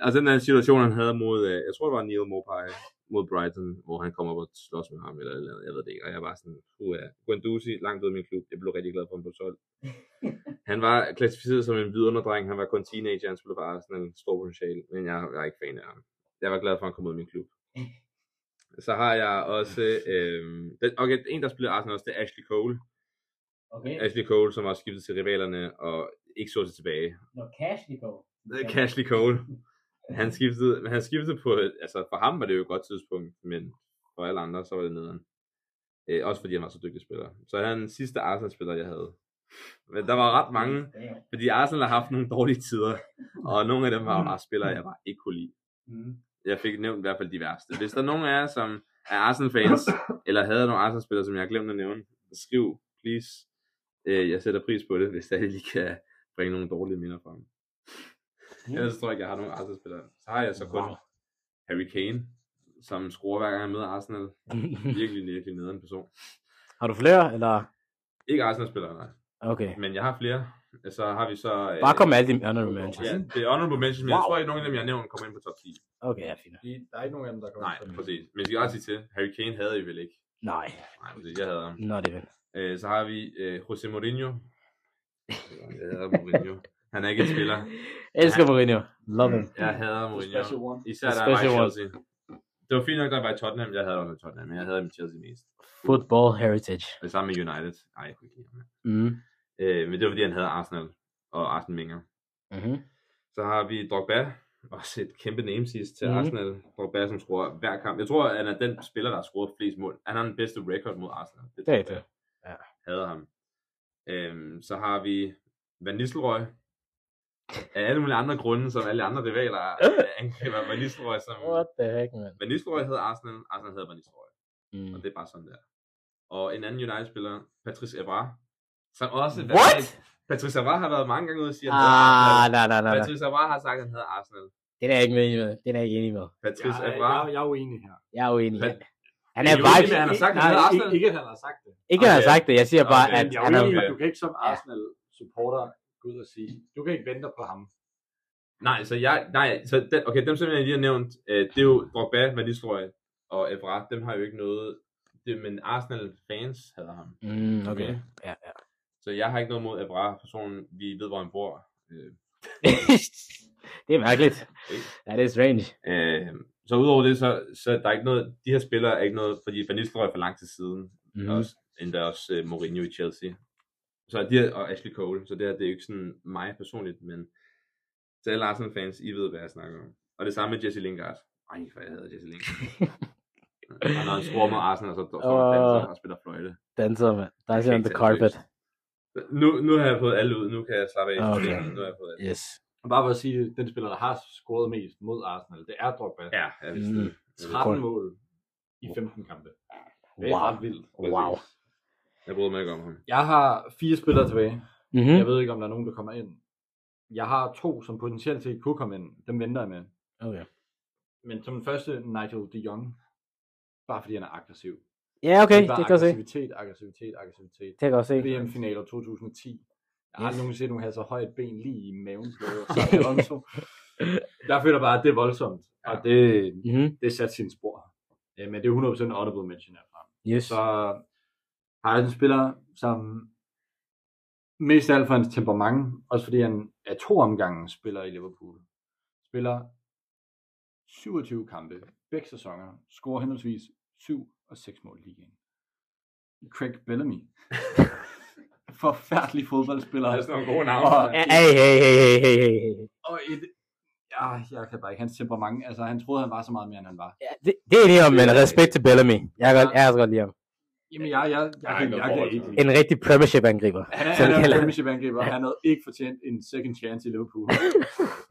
Speaker 1: Og den der situation, han havde mod, øh, jeg tror det var Neil Mopai mod Brighton, hvor han kommer op og slås med ham eller et eller andet, jeg ved det ikke. Og jeg var sådan, puh, ja. Guendouzi, langt ud af min klub, jeg blev rigtig glad for, at han blev solgt. Han var klassificeret som en vidunderdreng, han var kun teenager, han spillede bare sådan en stor potentiale, men jeg var ikke fan af ham. Jeg var glad for, at han kom ud af min klub. Så har jeg også, øh, den- okay, en der spiller Arsenal også, det er Ashley Cole.
Speaker 4: Okay,
Speaker 1: Ashley Cole, som har skiftet til rivalerne og ikke så sig tilbage.
Speaker 4: når cash de går.
Speaker 1: Det er Ashley Cole. Han skiftede, men han skiftede på, et- altså for ham var det jo et godt tidspunkt, men for alle andre, så var det nederen. Øh, også fordi han var så dygtig spiller. Så han er den sidste Arsenal-spiller, jeg havde. Men der var ret mange,
Speaker 4: Damn.
Speaker 1: fordi Arsenal har haft nogle dårlige tider, og nogle af dem var jo bare spillere, jeg bare ikke kunne lide.
Speaker 4: Mm.
Speaker 1: Jeg fik nævnt i hvert fald de værste. Hvis der er nogen af jer, som er Arsenal-fans, eller havde nogle Arsenal-spillere, som jeg har glemt at nævne, så skriv, please. Øh, jeg sætter pris på det, hvis der lige kan bringe nogle dårlige minder frem. Ellers tror jeg ikke, jeg har nogen Arsenal-spillere. Så har jeg så kun
Speaker 3: Wow.
Speaker 1: Harry Kane, som scorer hver gang han møder Arsenal. Virkelig, virkelig nederen person.
Speaker 2: Har du flere, eller?
Speaker 1: Ikke Arsenal-spillere, nej.
Speaker 2: Okay.
Speaker 1: Men jeg har flere. Så har vi så... Øh,
Speaker 2: Bare kom med alle dine honorable mentions.
Speaker 1: Ja, det er honorable mentions, men wow. jeg tror ikke, nogen af dem, jeg har nævnt, kommer ind på top 10.
Speaker 2: Okay, ja, fint.
Speaker 3: De, der er ikke nogen af dem, der kommer
Speaker 1: Nej,
Speaker 3: til.
Speaker 1: præcis. Men jeg skal også sige til, Harry Kane havde I vel ikke?
Speaker 2: Nej,
Speaker 1: Nej, præcis, jeg havde ham.
Speaker 2: nå det vel.
Speaker 1: Øh, så har vi øh, José Mourinho. Jeg hader Mourinho. Han er ikke en spiller.
Speaker 2: Elsker Mourinho. Love him.
Speaker 1: Jeg hader
Speaker 3: The
Speaker 1: Mourinho.
Speaker 3: Special one.
Speaker 1: Især da han var i
Speaker 2: Special one.
Speaker 1: Chelsea. Det var fint nok, da han var i Tottenham. Jeg havde ham i Tottenham, men jeg havde ham i Chelsea mest.
Speaker 2: Football heritage.
Speaker 1: Og det samme med United. Nej, jeg kunne ikke lide ham.
Speaker 2: Mm.
Speaker 1: Øh, men det var fordi, han havde Arsenal og Arsene Wenger.
Speaker 2: Mm-hmm.
Speaker 1: Så har vi Drogba, også et kæmpe name sidst til
Speaker 2: Mhm.
Speaker 1: mm. Arsenal. Drogba, som scorer hver kamp. Jeg tror, han er den spiller, der har scoret flest mål. Han har den bedste record mod Arsenal.
Speaker 2: Det er
Speaker 1: tror jeg.
Speaker 2: det. Ja.
Speaker 1: Hader ham. Øhm, så har vi Van Nistelrooy. Af alle mulige andre grunde, som alle andre rivaler øh, angriber Van Nistelrooy. Som...
Speaker 2: What the heck, man?
Speaker 1: Van Nistelrooy hedder Arsenal, Arsenal hedder Van Nistelrooy.
Speaker 2: Mm.
Speaker 1: Og det er bare sådan der. Og en anden United-spiller, Patrice Evra, som også...
Speaker 2: What?
Speaker 1: Patrice Evra har været mange gange ude og sige, at han hader
Speaker 2: Ah,
Speaker 1: Arsenal.
Speaker 2: nej, nej, nej, nej.
Speaker 1: Patrice Evra har sagt, at han havde Arsenal.
Speaker 2: Den er jeg ikke enig med. Den er jeg ikke enig med.
Speaker 1: Patrice
Speaker 3: Jeg,
Speaker 1: Evra.
Speaker 3: jeg, jeg er uenig her.
Speaker 2: Jeg er uenig.
Speaker 1: Pat-
Speaker 2: Han
Speaker 1: Jeg
Speaker 2: er
Speaker 1: er
Speaker 2: bare
Speaker 1: uenig
Speaker 2: ikke...
Speaker 1: med, at han har sagt, at
Speaker 2: nej,
Speaker 1: han hedder Arsenal.
Speaker 3: Ikke, ikke, at han har sagt det.
Speaker 2: Ikke, at han har
Speaker 1: Okay.
Speaker 2: sagt det. Jeg siger bare,
Speaker 1: Okay.
Speaker 2: at
Speaker 3: Jeg er
Speaker 2: han er...
Speaker 3: uenig,
Speaker 1: jo-
Speaker 3: men du kan ikke som Arsenal-supporter gå ud og sige, du kan ikke vente på ham.
Speaker 1: Nej, så jeg, nej, så den, okay, dem som jeg lige har nævnt, øh, det er jo Drogba, Van Nistelrooy og Evra, dem har jo ikke noget, det, men Arsenal fans hader ham.
Speaker 2: Mm, okay. Ja, ja.
Speaker 1: Så jeg har ikke noget mod Evra, personen, vi ved, hvor han bor. Øh,
Speaker 2: det er mærkeligt. Ja, det er strange.
Speaker 1: øh, så udover det, så, så der er ikke noget, de her spillere er ikke noget, fordi Van Nistelrooy er for lang tid siden, mm.
Speaker 2: Mm.
Speaker 1: også, endda også øh, Mourinho i Chelsea. Så de her, og Ashley Cole, så det her, det er jo ikke sådan mig personligt, men til alle Arsenal fans, I ved, hvad jeg snakker om. Og det samme med Jesse Lingard. Ej, for jeg havde Jesse Lingard. og når han scorer mod Arsenal, og så står han og danser og spiller fløjte.
Speaker 2: Danser, man. Danser
Speaker 1: Jeg kan
Speaker 2: on
Speaker 1: ikke
Speaker 2: the
Speaker 1: tage det
Speaker 2: carpet.
Speaker 1: seriøst. Nu, nu har jeg fået alle ud, nu kan jeg slappe af.
Speaker 2: Okay.
Speaker 1: Nu har jeg fået alle.
Speaker 2: Yes.
Speaker 3: Og bare for at sige, den spiller, der har scoret mest mod Arsenal, det er Drogba.
Speaker 1: Ja, jeg vidste
Speaker 2: Mm.
Speaker 1: det. Jeg vidste det.
Speaker 3: 13 mål i 15 kampe. Det er
Speaker 2: Wow.
Speaker 3: ret vildt.
Speaker 2: Wow.
Speaker 1: Jeg bryder mig ikke om ham.
Speaker 3: Jeg har fire spillere tilbage.
Speaker 2: Mhm.
Speaker 3: Jeg ved ikke, om der er nogen, der kommer ind. Jeg har to, som potentielt set kunne komme ind. Dem venter jeg med.
Speaker 2: Okay.
Speaker 3: Men som den første, Nigel de Jong. Bare fordi han er aggressiv.
Speaker 2: Ja, okay.
Speaker 3: er bare
Speaker 2: Det kan jeg se.
Speaker 3: aggressivitet, aggressivitet, aggressivitet.
Speaker 2: Det kan jeg se.
Speaker 3: VM-finaler 2010. Jeg har
Speaker 2: Yes.
Speaker 3: aldrig nogensinde hun have så højt ben lige i maven. på Xabi Alonso. Jeg føler bare, at det er voldsomt. Og det,
Speaker 2: Mhm.
Speaker 3: det satte sine spor. Øh, Men det er 100% audible mention herfra.
Speaker 2: Yes.
Speaker 3: Så har jeg en spiller, som mest af alt for hans temperament, også fordi han er to omgange spiller i Liverpool. Spiller 27 kampe, begge sæsoner, scorer henholdsvis 7 og 6 mål i ligaen. Craig Bellamy. Forfærdelig fodboldspiller.
Speaker 1: Der er sådan nogle gode navne.
Speaker 3: Og,
Speaker 2: Hey, hey, hey, hey, hey, hey.
Speaker 3: og et Ja, jeg kan bare ikke. Hans temperament, altså han troede, han var så meget mere, end han var.
Speaker 2: Ja, det, det er enig om, men respekt til Bellamy. Jeg kan jeg kan også godt lide ham.
Speaker 3: Jamen, jeg, jeg, jeg, jeg,
Speaker 8: har
Speaker 3: jeg,
Speaker 8: ikke noget
Speaker 3: jeg, jeg kan
Speaker 8: forhold til
Speaker 3: ikke.
Speaker 8: ham.
Speaker 2: En rigtig premiership-angriber.
Speaker 3: Han er,
Speaker 2: Så
Speaker 3: han er
Speaker 2: kalder-
Speaker 3: en premiership-angriber, og han havde ikke fortjent en second chance i Liverpool.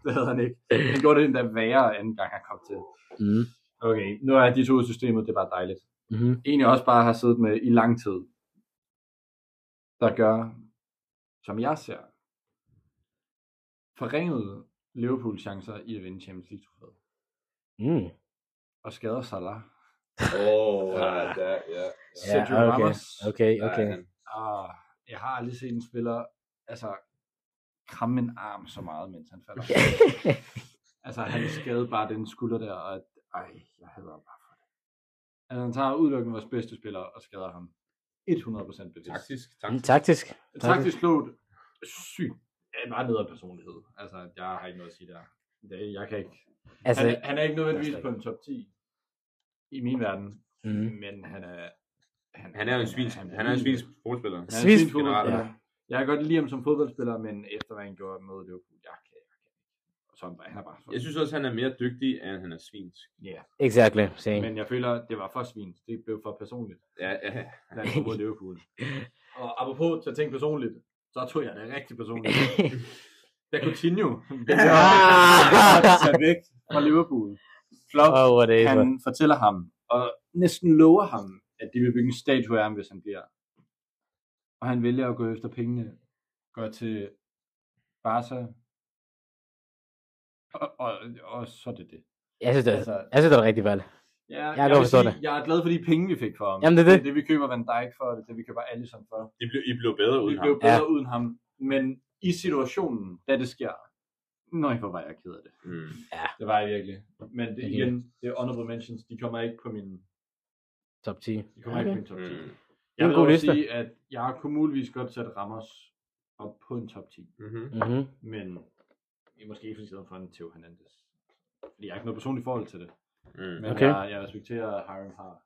Speaker 3: det havde han ikke. Han gjorde det endda værre, anden gang han kom til.
Speaker 2: Mm.
Speaker 3: Okay, nu er de to ud af systemet, det er bare dejligt.
Speaker 2: Mm-hmm.
Speaker 3: En jeg også bare har siddet med i lang tid, der gør, som jeg ser, forringede Liverpool chancer i at vinde Champions League trofæet.
Speaker 2: Mm.
Speaker 3: Og skader Salah.
Speaker 8: Åh, ja, ja, ja.
Speaker 2: Ja,
Speaker 3: Sergio
Speaker 2: okay.
Speaker 3: Ramos.
Speaker 2: Okay,
Speaker 8: Der er
Speaker 2: okay.
Speaker 8: han.
Speaker 3: Og jeg har aldrig set en spiller, altså, kramme en arm så meget, mens han falder. altså, han skadede bare den skulder der, og ej, jeg hader ham bare for det. Altså, han tager udelukkende vores bedste spiller og skader ham. 100% bevidst.
Speaker 8: Taktisk,
Speaker 2: Mm,
Speaker 8: taktisk.
Speaker 2: Taktisk.
Speaker 3: Taktisk klogt. Sygt. Jeg er bare nede af personlighed. Altså, jeg har ikke noget at sige der. Det, jeg kan ikke.
Speaker 2: Altså,
Speaker 3: han, er- han er ikke nødvendigvis på en top 10 i min verden,
Speaker 2: mm.
Speaker 3: men han er... Han,
Speaker 8: Han er jo en svinsk, han er en svinsk fodboldspiller.
Speaker 3: Han er en
Speaker 2: Svinsk
Speaker 3: svinsk fodboldspiller.
Speaker 2: generelt.
Speaker 3: Jeg kan godt lide ham som fodboldspiller, men efter hvad han gjorde mod Liverpool, jeg kan jeg kan ikke. Og så er han bare- han er bare for...
Speaker 8: Jeg synes også, han er mere dygtig, end han er svinsk.
Speaker 3: Yeah.
Speaker 2: exactly. Same.
Speaker 3: Men jeg føler, det var for svin. Det blev for personligt,
Speaker 8: Ja, ja.
Speaker 3: da han kom mod Liverpool. Og apropos til at tænke personligt, så tog jeg det rigtig personligt. Der Coutinho. Det er sat væk fra Liverpool. Flop.
Speaker 2: Åh, oh, hvor det er så.
Speaker 3: han fortæller ham, og næsten lover ham, at de vil bygge en statue af ham, hvis han bliver. Og han vælger at gå efter pengene, går til Barca, og, og, og så er det det.
Speaker 2: Jeg synes, det er,
Speaker 3: Altså,
Speaker 2: jeg synes, det er et rigtigt valg.
Speaker 3: ja,
Speaker 2: kan
Speaker 3: jeg, vil
Speaker 2: godt forstå
Speaker 3: sige, jeg er glad for de penge, vi fik for ham.
Speaker 2: Jamen, det er det.
Speaker 3: det, det vi køber Van Dijk for, det er det, vi køber Alisson for.
Speaker 8: I blev, I blev bedre
Speaker 3: Vi
Speaker 8: uden ham.
Speaker 3: blev bedre uden ham, men i situationen, da det sker, nøj, hvor var jeg ked af det.
Speaker 8: Mm.
Speaker 3: Det var jeg virkelig. Men det,
Speaker 2: Okay.
Speaker 3: igen, det er honorable mentions, de kommer ikke på min,
Speaker 2: Top 10.
Speaker 3: de kommer ikke på min top 10.
Speaker 8: Mm.
Speaker 2: er
Speaker 3: Jeg
Speaker 2: en
Speaker 3: vil
Speaker 2: god
Speaker 3: dog
Speaker 2: liste.
Speaker 3: sige, at jeg kunne muligvis godt sætte Ramos op på en top 10,
Speaker 8: Mm-hmm.
Speaker 2: Mm-hmm.
Speaker 3: men jeg er måske ikke for stedet for en Theo Hernandez. Fordi jeg har ikke noget personligt forhold til det.
Speaker 8: Mm.
Speaker 3: Men
Speaker 2: Okay.
Speaker 3: okay. jeg, jeg respekterer, at Hiram har,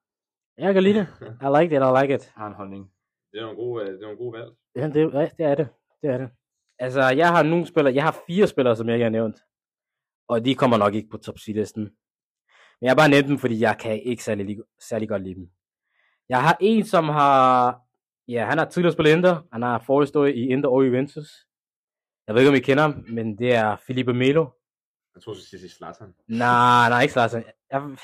Speaker 2: Jeg kan lide det. I like it, I like it.
Speaker 3: har en holdning.
Speaker 8: Det var en god, øh, det var en god valg.
Speaker 2: Ja, det, ja, det er det. Det er det. Altså, jeg har nogle spillere, jeg har fire spillere, som jeg ikke har nævnt. Og de kommer nok ikke på top 10-listen. Men jeg har bare nævnt dem, fordi jeg kan ikke særlig, li- særlig godt lide dem. Jeg har en, som har... Ja, han har tidligere spillet Inter. Han har forestået i Inter og Juventus. Jeg ved ikke, om I kender ham, men det er Filipe Melo.
Speaker 8: Jeg tror, du skal sige Zlatan.
Speaker 2: Nej, nej, ikke Zlatan. Jeg...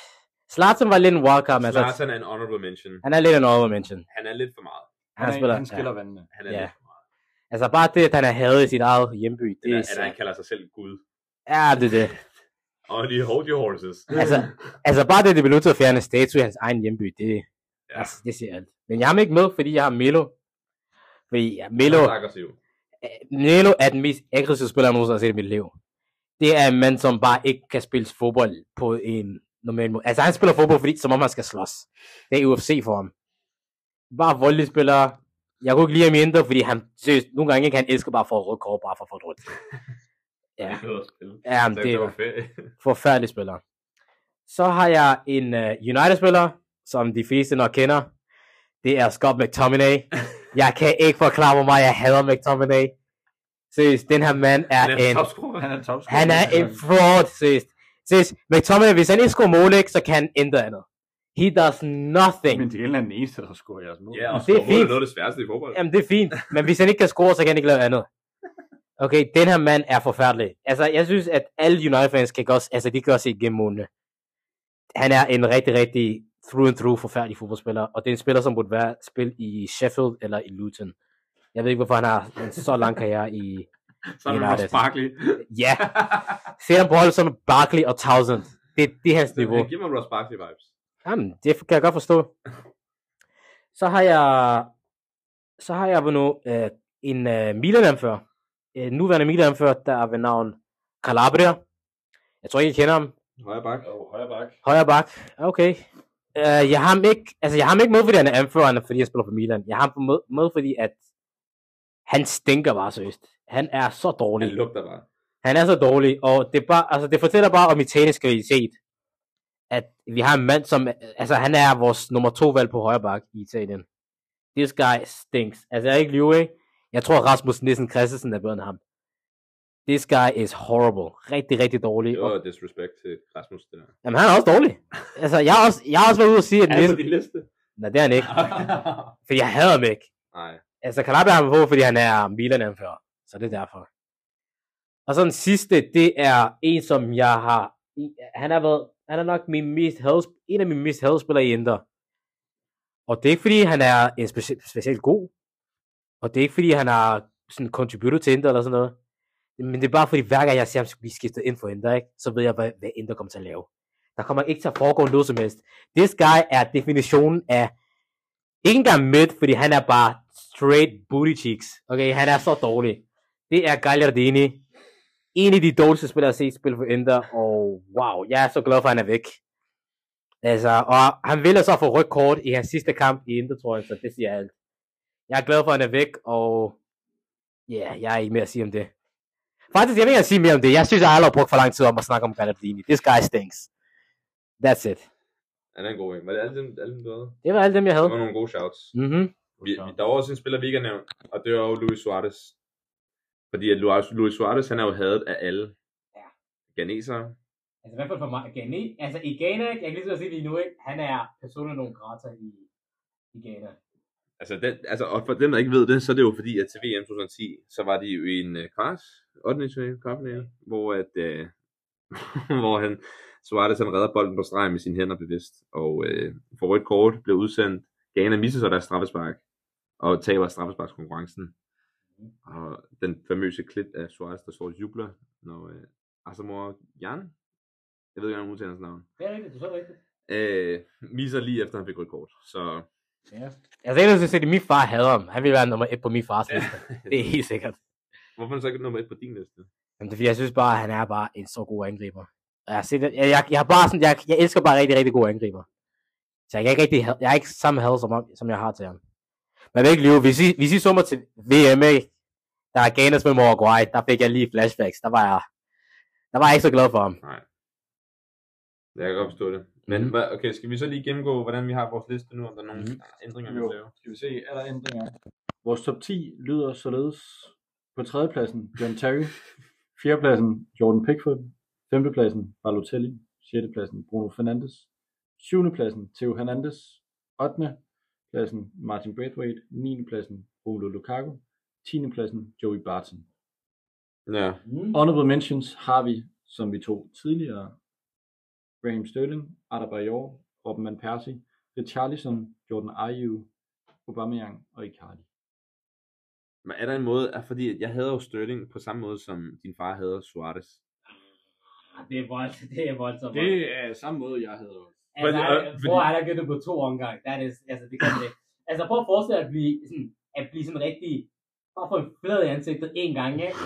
Speaker 2: Zlatan var lidt en wildcard, men altså,
Speaker 8: Zlatan er en honorable mention.
Speaker 2: han er lidt en overmention.
Speaker 8: Han er lidt for meget.
Speaker 2: Han,
Speaker 3: Han, er,
Speaker 2: spiller,
Speaker 3: han skiller ja. vandene.
Speaker 8: Han er
Speaker 2: Ja.
Speaker 8: lidt for meget.
Speaker 2: Ja. Altså bare det, at han er hadet i sit eget hjemby, det
Speaker 8: Det
Speaker 2: er...
Speaker 8: er, at han kalder sig selv Gud.
Speaker 2: Ja, det er det.
Speaker 8: Og de hold your horses.
Speaker 2: Altså, altså bare det, de blev nødt til at fjerne en statue i hans egen hjemby, det, ja.
Speaker 8: Ja.
Speaker 2: altså, det siger alt. Men jeg har ham ikke med, fordi jeg har Melo. Fordi ja, Melo,
Speaker 8: Han er aggressiv.
Speaker 2: Melo er den mest aggressive spiller, jeg nogensinde har set i mit liv. Det er en mand, som bare ikke kan spille fodbold på en normal måde. Altså han spiller fodbold, fordi, som om han skal slås. Det er UFC for ham. Bare voldelig spiller. Jeg kunne ikke lide ham i Inter, fordi han seriøst, nogle gange ikke, han elsker bare for at rykke over, bare for at få et rødt. Ja,
Speaker 8: Det er spil.
Speaker 2: ja
Speaker 8: Så
Speaker 2: men det
Speaker 8: det
Speaker 2: er
Speaker 8: var fedt.
Speaker 2: forfærdelig spiller. Så har jeg en uh, United-spiller, som de fleste nok kender. Det er Scott McTominay. Jeg kan ikke forklare, hvor meget jeg hader McTominay. Seriøst, den her mand er,
Speaker 8: Han er
Speaker 2: en...
Speaker 8: topscorer.
Speaker 3: Han er topscorer.
Speaker 2: Han er en fraud, seriøst. Seriøst, McTominay, hvis han ikke scorer mål, ikke, så kan han intet andet. He does nothing.
Speaker 3: Men til gengæld er han den eneste, der scorer jeres mål.
Speaker 8: Ja, og
Speaker 2: Det
Speaker 8: det
Speaker 2: er
Speaker 8: er
Speaker 2: fint.
Speaker 8: noget af det sværeste i fodbold.
Speaker 2: Jamen, det er fint. Men hvis han ikke kan score, så kan han ikke lave andet. Okay, den her mand er forfærdelig. Altså, jeg synes, at alle United-fans kan også, altså, de kan også se igennem målene. Han er en rigtig, rigtig through and through forfærdelig fodboldspiller, og det er en spiller, som burde være spil i Sheffield eller i Luton. Jeg ved ikke, hvorfor han har en så lang karriere i...
Speaker 8: Så er det
Speaker 2: United.
Speaker 8: bare sparkly.
Speaker 2: Ja! Se ham på hold som Barkley og Townsend. Det, det er hans niveau.
Speaker 8: Giv mig Ross Barkley vibes.
Speaker 2: Jamen, det kan jeg godt forstå. Så har jeg, så har jeg ved nu øh, en øh, Milan-anfører. En nuværende Milan-anfører, der er ved navn Calabria. Jeg tror ikke, I kender ham.
Speaker 8: Højre bak.
Speaker 3: Og højre bak.
Speaker 2: Højre bak. Okay. Øh, jeg har ham ikke, altså jeg har ham ikke med, fordi han er anførende, fordi han spiller for Milan. Jeg har ham med, med fordi at han stinker bare seriøst. Han er så dårlig.
Speaker 8: Han lugter bare.
Speaker 2: Han er så dårlig, og det, er bare, altså, det fortæller bare om italiensk kvalitet, at vi har en mand, som, altså han er vores nummer to valg på højre bak i Italien. This guy stinks. Altså jeg er ikke lyve, ikke? Jeg tror, Rasmus Nissen Christensen er bedre end ham. This guy is horrible. Rigtig, rigtig dårlig.
Speaker 1: Det
Speaker 2: Og,
Speaker 1: var disrespect til Rasmus, det der.
Speaker 2: jamen, han er også dårlig. Altså, jeg har også, jeg har også været ude og sige, at
Speaker 1: Er det på
Speaker 2: Nielsen...
Speaker 1: din liste?
Speaker 2: Nej, det er han ikke. Fordi jeg hader ham ikke.
Speaker 1: Nej.
Speaker 2: Altså, Calabria har man på, fordi han er Milan-anfører. Så det er derfor. Og så den sidste, det er en, som jeg har... i- Han har været... Han er nok min mest hadesp- en af mine mest hadspillere i Inter. Og det er ikke, fordi han er en speci- specielt god. Og det er ikke, fordi han har sådan contributed til Inter eller sådan noget. Men det er bare fordi, hver gang jeg ser ham blive skiftet ind for Inter, ikke, så ved jeg, hvad, hvad Inter kommer til at lave. Der kommer ikke til at foregå noget som helst. This guy er definitionen af ikke engang midt, fordi han er bare straight booty cheeks. Okay, han er så dårlig. Det er Gagliardini. En af de dårligste spillere, jeg har set spille for Inter, og wow, jeg er så glad for, at han er væk. Altså, og han ville så få rødt kort i hans sidste kamp i Inter, tror jeg, så det siger alt. Jeg er glad for, at han er væk, og ja, yeah, jeg er ikke mere at sige om det. Faktisk, jeg vil ikke engang sige mere om det. Jeg synes, jeg aldrig har brugt for lang tid om at snakke om Gagliardini. This guy stinks. That's it.
Speaker 1: Han er en god en. Var det alle dem, alle dem du havde?
Speaker 2: Det var alle dem, jeg havde.
Speaker 1: Det var nogle gode shouts.
Speaker 2: Mhm.
Speaker 1: Vi, vi, der var også en spiller, vi ikke har nævnt, og det var jo Luis Suarez. Fordi at Luis, Luis Suarez, han er jo hadet af alle.
Speaker 4: Ja.
Speaker 1: Ghanesere.
Speaker 4: Altså i hvert fald for mig, Ghana, altså i Ghana, jeg kan lige så godt sige lige nu, ikke? han er persona non grata i, i Ghana.
Speaker 1: Altså, den, altså, og for dem, der ikke ved det, så er det jo fordi, at til VM 2010, så var de jo i en uh, kvart, 8. kvart, hvor at, uh, hvor han, Suarez, han redder bolden på stregen med sine hænder bevidst, og uh, for rødt kort blev udsendt, Ghana misser så deres straffespark, og taber straffesparkskonkurrencen. Og den famøse klip af Suarez, der står og jubler, når uh, Asamoah Jan, jeg ved ikke, om han udtaler hans navn,
Speaker 4: Det er rigtigt, du så rigtigt.
Speaker 1: øh, misser lige efter, han fik rødt kort. Så
Speaker 4: Ja.
Speaker 2: Altså, jeg synes, at min far hader ham. Han ville være nummer et på min fars liste. Det er helt sikkert.
Speaker 1: hvorfor er han så ikke nummer et på din liste?
Speaker 2: Jamen, det er, fordi jeg synes bare, at han er bare en så god angriber. Og Jeg, har set, jeg, jeg, jeg, har bare sådan, jeg, jeg elsker bare rigtig, rigtig gode angriber. Så jeg, kan ikke rigtig, had- jeg er ikke samme had, som, ham- som jeg har til ham. Men jeg vil ikke lyve. Hvis I, hvis I så mig til VM, ikke? der er Ganas med Uruguay, der fik jeg lige flashbacks. Der var jeg, der var jeg ikke så glad for ham.
Speaker 1: Ja, jeg kan godt forstå det. Men
Speaker 2: Mhm.
Speaker 1: mm. okay, skal vi så lige gennemgå, hvordan vi har vores liste nu, om der er nogle mm. ændringer, vi
Speaker 3: Jo.
Speaker 1: vil lave?
Speaker 3: Skal vi se, er der ændringer? Vores top 10 lyder således. På tredjepladsen, John Terry. Fjerdepladsen, Jordan Pickford. Femtepladsen, Balotelli. Sjettepladsen, Bruno Fernandes. Syvendepladsen, Theo Hernandez. Ottende pladsen, Martin Braithwaite. Niendepladsen, Romelu Lukaku. Tiendepladsen, Joey Barton.
Speaker 1: Ja.
Speaker 4: Mm.
Speaker 3: Honorable mentions har vi, som vi tog tidligere, Graham Sterling, Adebayor, Robben Van Persie, Richarlison, Jordan Ayew, Aubameyang og Icardi.
Speaker 1: Men er der en måde, at fordi at jeg hader jo Sterling på samme måde, som din far hader Suarez.
Speaker 4: Ah, Det er voldsomt, det er voldsomt.
Speaker 3: er samme måde, jeg havde også.
Speaker 4: Altså,
Speaker 1: Fordi-
Speaker 4: fordi,
Speaker 1: øh,
Speaker 4: fordi...
Speaker 1: fordi-
Speaker 4: prøv at have det på to omgang. That is, altså, det kan man ikke. Altså, prøv at forestille dig at blive sådan, at blive sådan rigtig... Bare få en flad i ansigtet en gang, ikke?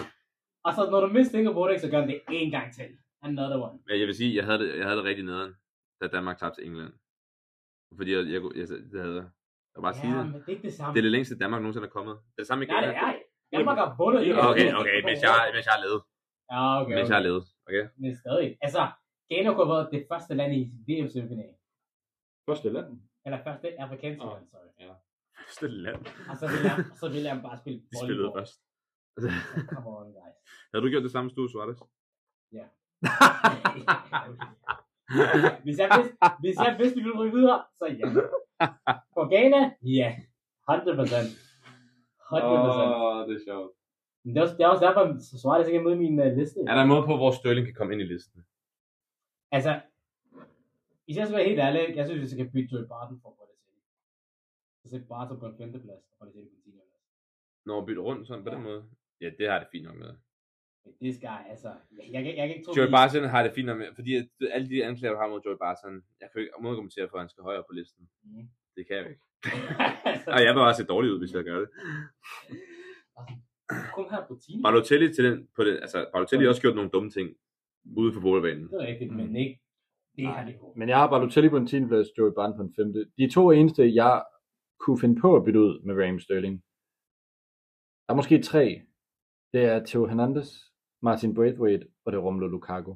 Speaker 4: Og så når du mindst tænker på det, så gør han det en gang til. Another one.
Speaker 1: Men jeg vil sige, jeg havde det, jeg havde det rigtig nederen, da Danmark tabte til England. Fordi jeg, jeg, jeg, jeg det havde jeg. Jeg vil bare sige
Speaker 4: Ja,
Speaker 1: det.
Speaker 4: men det er ikke det samme.
Speaker 1: Det er det længste Danmark nogensinde er kommet. Det er det samme igen.
Speaker 4: Nej, det er ikke. Danmark har vundet en af
Speaker 1: Okay,
Speaker 4: de-
Speaker 1: okay, mens jeg, mens jeg har levet.
Speaker 4: Ja, okay,
Speaker 1: Mens jeg har
Speaker 4: okay.
Speaker 1: levet. Okay?
Speaker 4: Men stadig. Altså, Ghana kunne have været det første land i VM-semifinalen.
Speaker 3: Første land.
Speaker 4: Eller første afrikanske land, sorry.
Speaker 1: Første land.
Speaker 4: Og så ville, jeg, så ville jeg bare spille
Speaker 1: De spillede først.
Speaker 4: Come on, guys.
Speaker 1: Havde du gjort det samme, Stue Suarez?
Speaker 4: hvis, jeg vidste, hvis jeg vidste, vi ville rykke videre, så ja. For Ghana? Ja. 100 procent. 100 procent.
Speaker 1: det er sjovt.
Speaker 4: Det er også, det er også derfor, så Suarez ikke er med i min uh, liste.
Speaker 1: Er der en måde på, hvor Sterling kan komme ind i listen?
Speaker 4: Altså, hvis jeg skal være helt ærlig, ikke? jeg synes, vi skal bytte Joey Barton for Balotelli. Så sæt Barton på en femteplads, og Balotelli på en tiendeplads.
Speaker 1: Når man bytter rundt sådan på den måde. Ja, det har jeg det fint nok med.
Speaker 4: Men det skal altså, jeg, jeg, kan- jeg kan ikke tro,
Speaker 1: Joey
Speaker 4: vi-
Speaker 1: Barton har jeg det fint nok med, fordi at alle de anklager, du har mod Joey Barton, jeg kan jo ikke modkommentere for, at han skal højere på listen.
Speaker 4: Mhm.
Speaker 1: Det kan jeg jo ikke.
Speaker 4: altså,
Speaker 1: Og jeg vil også se dårlig ud, hvis jeg gør det.
Speaker 4: Kun her på tiende.
Speaker 1: Balotelli til den, på det, altså Balotelli har også gjort nogle dumme ting ude for fodboldbanen.
Speaker 4: Det er rigtigt, men ikke. Det har det gået.
Speaker 3: Men jeg har Balotelli på en 10. plads, Joey Barton på en 5. De to eneste, jeg kunne finde på at bytte ud med Raheem Sterling. Der er måske tre. Det er Theo Hernandez, Martin Braithwaite og det er Romelu Lukaku.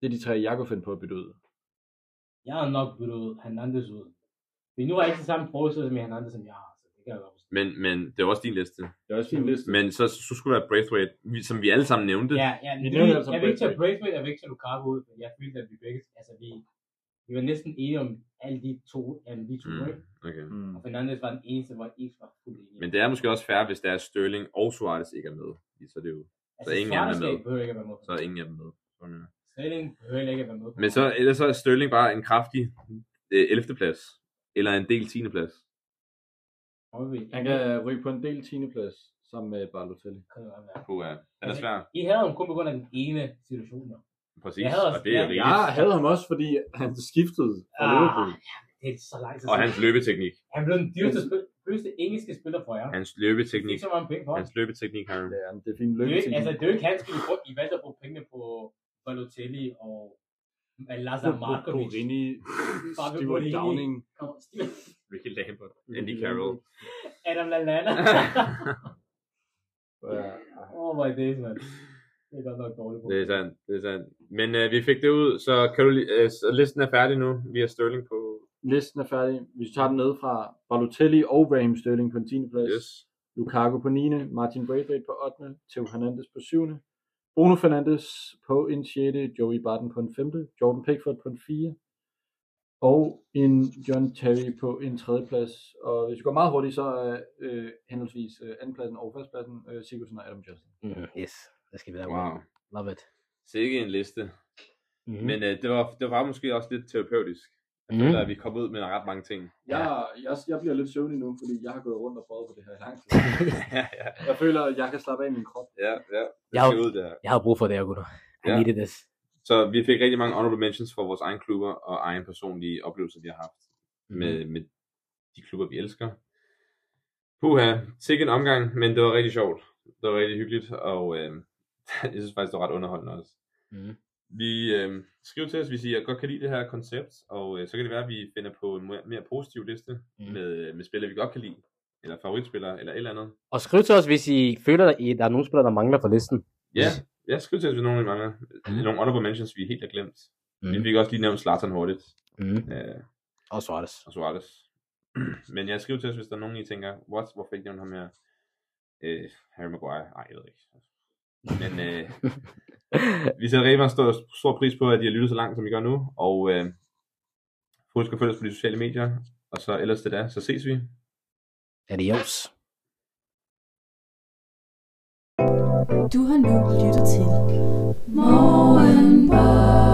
Speaker 3: Det er de tre, jeg kunne finde på at bytte ud.
Speaker 4: Jeg har nok byttet Hernandez ud. Men nu er jeg ikke så samme forudsigelse med Hernandez, som jeg har, så det kan jeg godt forstå.
Speaker 1: Men, men det var også din liste.
Speaker 3: Det er også fin liste.
Speaker 1: Men så, så skulle der være Braithwaite, vi- som vi alle sammen nævnte.
Speaker 4: Ja, ja.
Speaker 3: Vi
Speaker 4: Vi
Speaker 3: nævner
Speaker 4: nævnte
Speaker 3: altså
Speaker 4: altså jeg vil ikke tage
Speaker 3: Braithwaite.
Speaker 4: Braithwaite og Victor Lukaku ud, men jeg følte, at vi begge, altså vi, vi var næsten enige om alle de to, um, de to
Speaker 1: Mm.
Speaker 4: mm.
Speaker 1: Okay.
Speaker 3: Mm.
Speaker 4: Og Fernandes var den eneste, hvor jeg ikke var fuldt enig.
Speaker 1: Men det er måske også fair, hvis der er Sterling og Suarez ikke er med. Fordi Så er det jo
Speaker 4: altså,
Speaker 1: ingen af dem er med.
Speaker 4: Suarez behøver ikke at være med.
Speaker 1: så er ingen af dem med. Sådan er det.
Speaker 4: Sterling behøver ikke at være med.
Speaker 1: Men så, ellers så er Sterling bare en kraftig øh, 11. plads. Eller en del 10. plads.
Speaker 3: Han kan ryge på en del 10. plads sammen med Balotelli.
Speaker 1: Puh, ja. Den er
Speaker 4: Altså,
Speaker 1: svær.
Speaker 4: I havde ham kun på grund af den ene situation. jo.
Speaker 1: Præcis.
Speaker 4: jeg havde
Speaker 1: Og
Speaker 4: også-
Speaker 1: det er
Speaker 4: ja,
Speaker 1: rigtigt.
Speaker 3: Jeg havde ham også, fordi han skiftede fra
Speaker 4: Ah.
Speaker 3: Liverpool.
Speaker 4: Det er så lang tid
Speaker 1: Og
Speaker 4: siden.
Speaker 1: hans løbeteknik.
Speaker 4: Han blev den dyreste, spil- dyreste engelske spiller for jer.
Speaker 1: Hans
Speaker 4: Han
Speaker 1: løbeteknik.
Speaker 4: fik så mange penge for ham.
Speaker 1: Hans løbeteknik, Harry.
Speaker 3: Ja, men det er fint
Speaker 4: Det er
Speaker 3: lykke
Speaker 4: jo
Speaker 3: til.
Speaker 4: ikke, altså, det er jo ikke hans skyld, at I valgte at bruge pengene på Balotelli og Lazar altså, Markovic.
Speaker 3: Borini,
Speaker 4: Fabio
Speaker 3: Stuart
Speaker 4: Borini.
Speaker 3: Downing.
Speaker 4: Kom, Steven.
Speaker 1: Ricky Lambert. Andy
Speaker 3: Ricky
Speaker 1: Carroll.
Speaker 4: Adam Lallana.
Speaker 3: Ja.
Speaker 4: oh my days, man. Det er godt nok dårligt.
Speaker 1: Det er sandt. Det er sandt. Men øh, vi fik det ud, så, kan du, li- øh, så listen er færdig nu. Vi har Sterling på.
Speaker 3: Listen er færdig. Vi tager den ned fra Balotelli og Raheem Sterling på en 10. plads.
Speaker 1: Yes.
Speaker 3: Lukaku på 9. Martin Braithwaite på 8. Theo Hernandez på 7. Bruno Fernandes på en 6. Joey Barton på en 5. Jordan Pickford på en 4. Og en John Terry på en 3. plads. Og hvis vi går meget hurtigt, så er øh, henholdsvis øh, andenpladsen og førstepladsen øh, Sigurdsson og Adam Justin.
Speaker 2: Mm, yes, det skal vi lave.
Speaker 1: Wow.
Speaker 2: Love it.
Speaker 1: Så ikke en liste.
Speaker 2: Mm.
Speaker 1: Mm. Men øh, det, var, det var måske også lidt terapeutisk. Jeg
Speaker 2: Mm.
Speaker 1: føler, at vi kom ud med ret mange ting.
Speaker 3: Jeg, jeg, jeg bliver lidt søvnig nu, fordi jeg har gået rundt og prøvet på det her i lang tid. Jeg føler, at jeg kan slappe af i min krop.
Speaker 1: ja, ja. Det
Speaker 2: Jeg har-
Speaker 1: skal ud der.
Speaker 2: Jeg havde brug for det her, gutter. I
Speaker 1: Ja.
Speaker 2: needed this.
Speaker 1: Så vi fik rigtig mange honorable mentions for vores egen klubber og egen personlige oplevelser, vi har haft med, med de klubber, vi elsker. Puha, sikke en omgang, men det var rigtig sjovt. Det var rigtig hyggeligt, og øh, jeg synes faktisk, det var ret underholdende også.
Speaker 2: Mhm.
Speaker 1: Vi øh, skriver til os, hvis I godt kan lide det her koncept, og øh, så kan det være, at vi finder på en mere- mere positiv liste
Speaker 2: Mhm.
Speaker 1: med, med spillere, vi godt kan lide, eller favoritspillere, eller et eller andet.
Speaker 2: Og skriv til os, hvis I føler, at I- der er nogen spillere, der mangler på listen.
Speaker 1: Ja, ja skriv til os, hvis nogen af jer mangler. Nogle honorable mentions, vi helt har glemt.
Speaker 2: Mhm.
Speaker 1: Vi fik også lige nævnt Zlatan hurtigt.
Speaker 2: Mm.
Speaker 1: Øh,
Speaker 2: Og Suarez.
Speaker 1: og Suarez. Men jeg skriver til os, hvis der er nogen, I tænker, what, hvorfor ikke nævne ham her? Øh, Harry Maguire, nej, jeg ved ikke. Men øh, vi sætter rigtig meget stor, stor pris på, at I har lyttet så langt, som I gør nu, og øh, husk at følge os på de sociale medier, og så ellers det der, så ses vi.
Speaker 2: Adios.
Speaker 9: Du har nu lyttet til Morgenbar.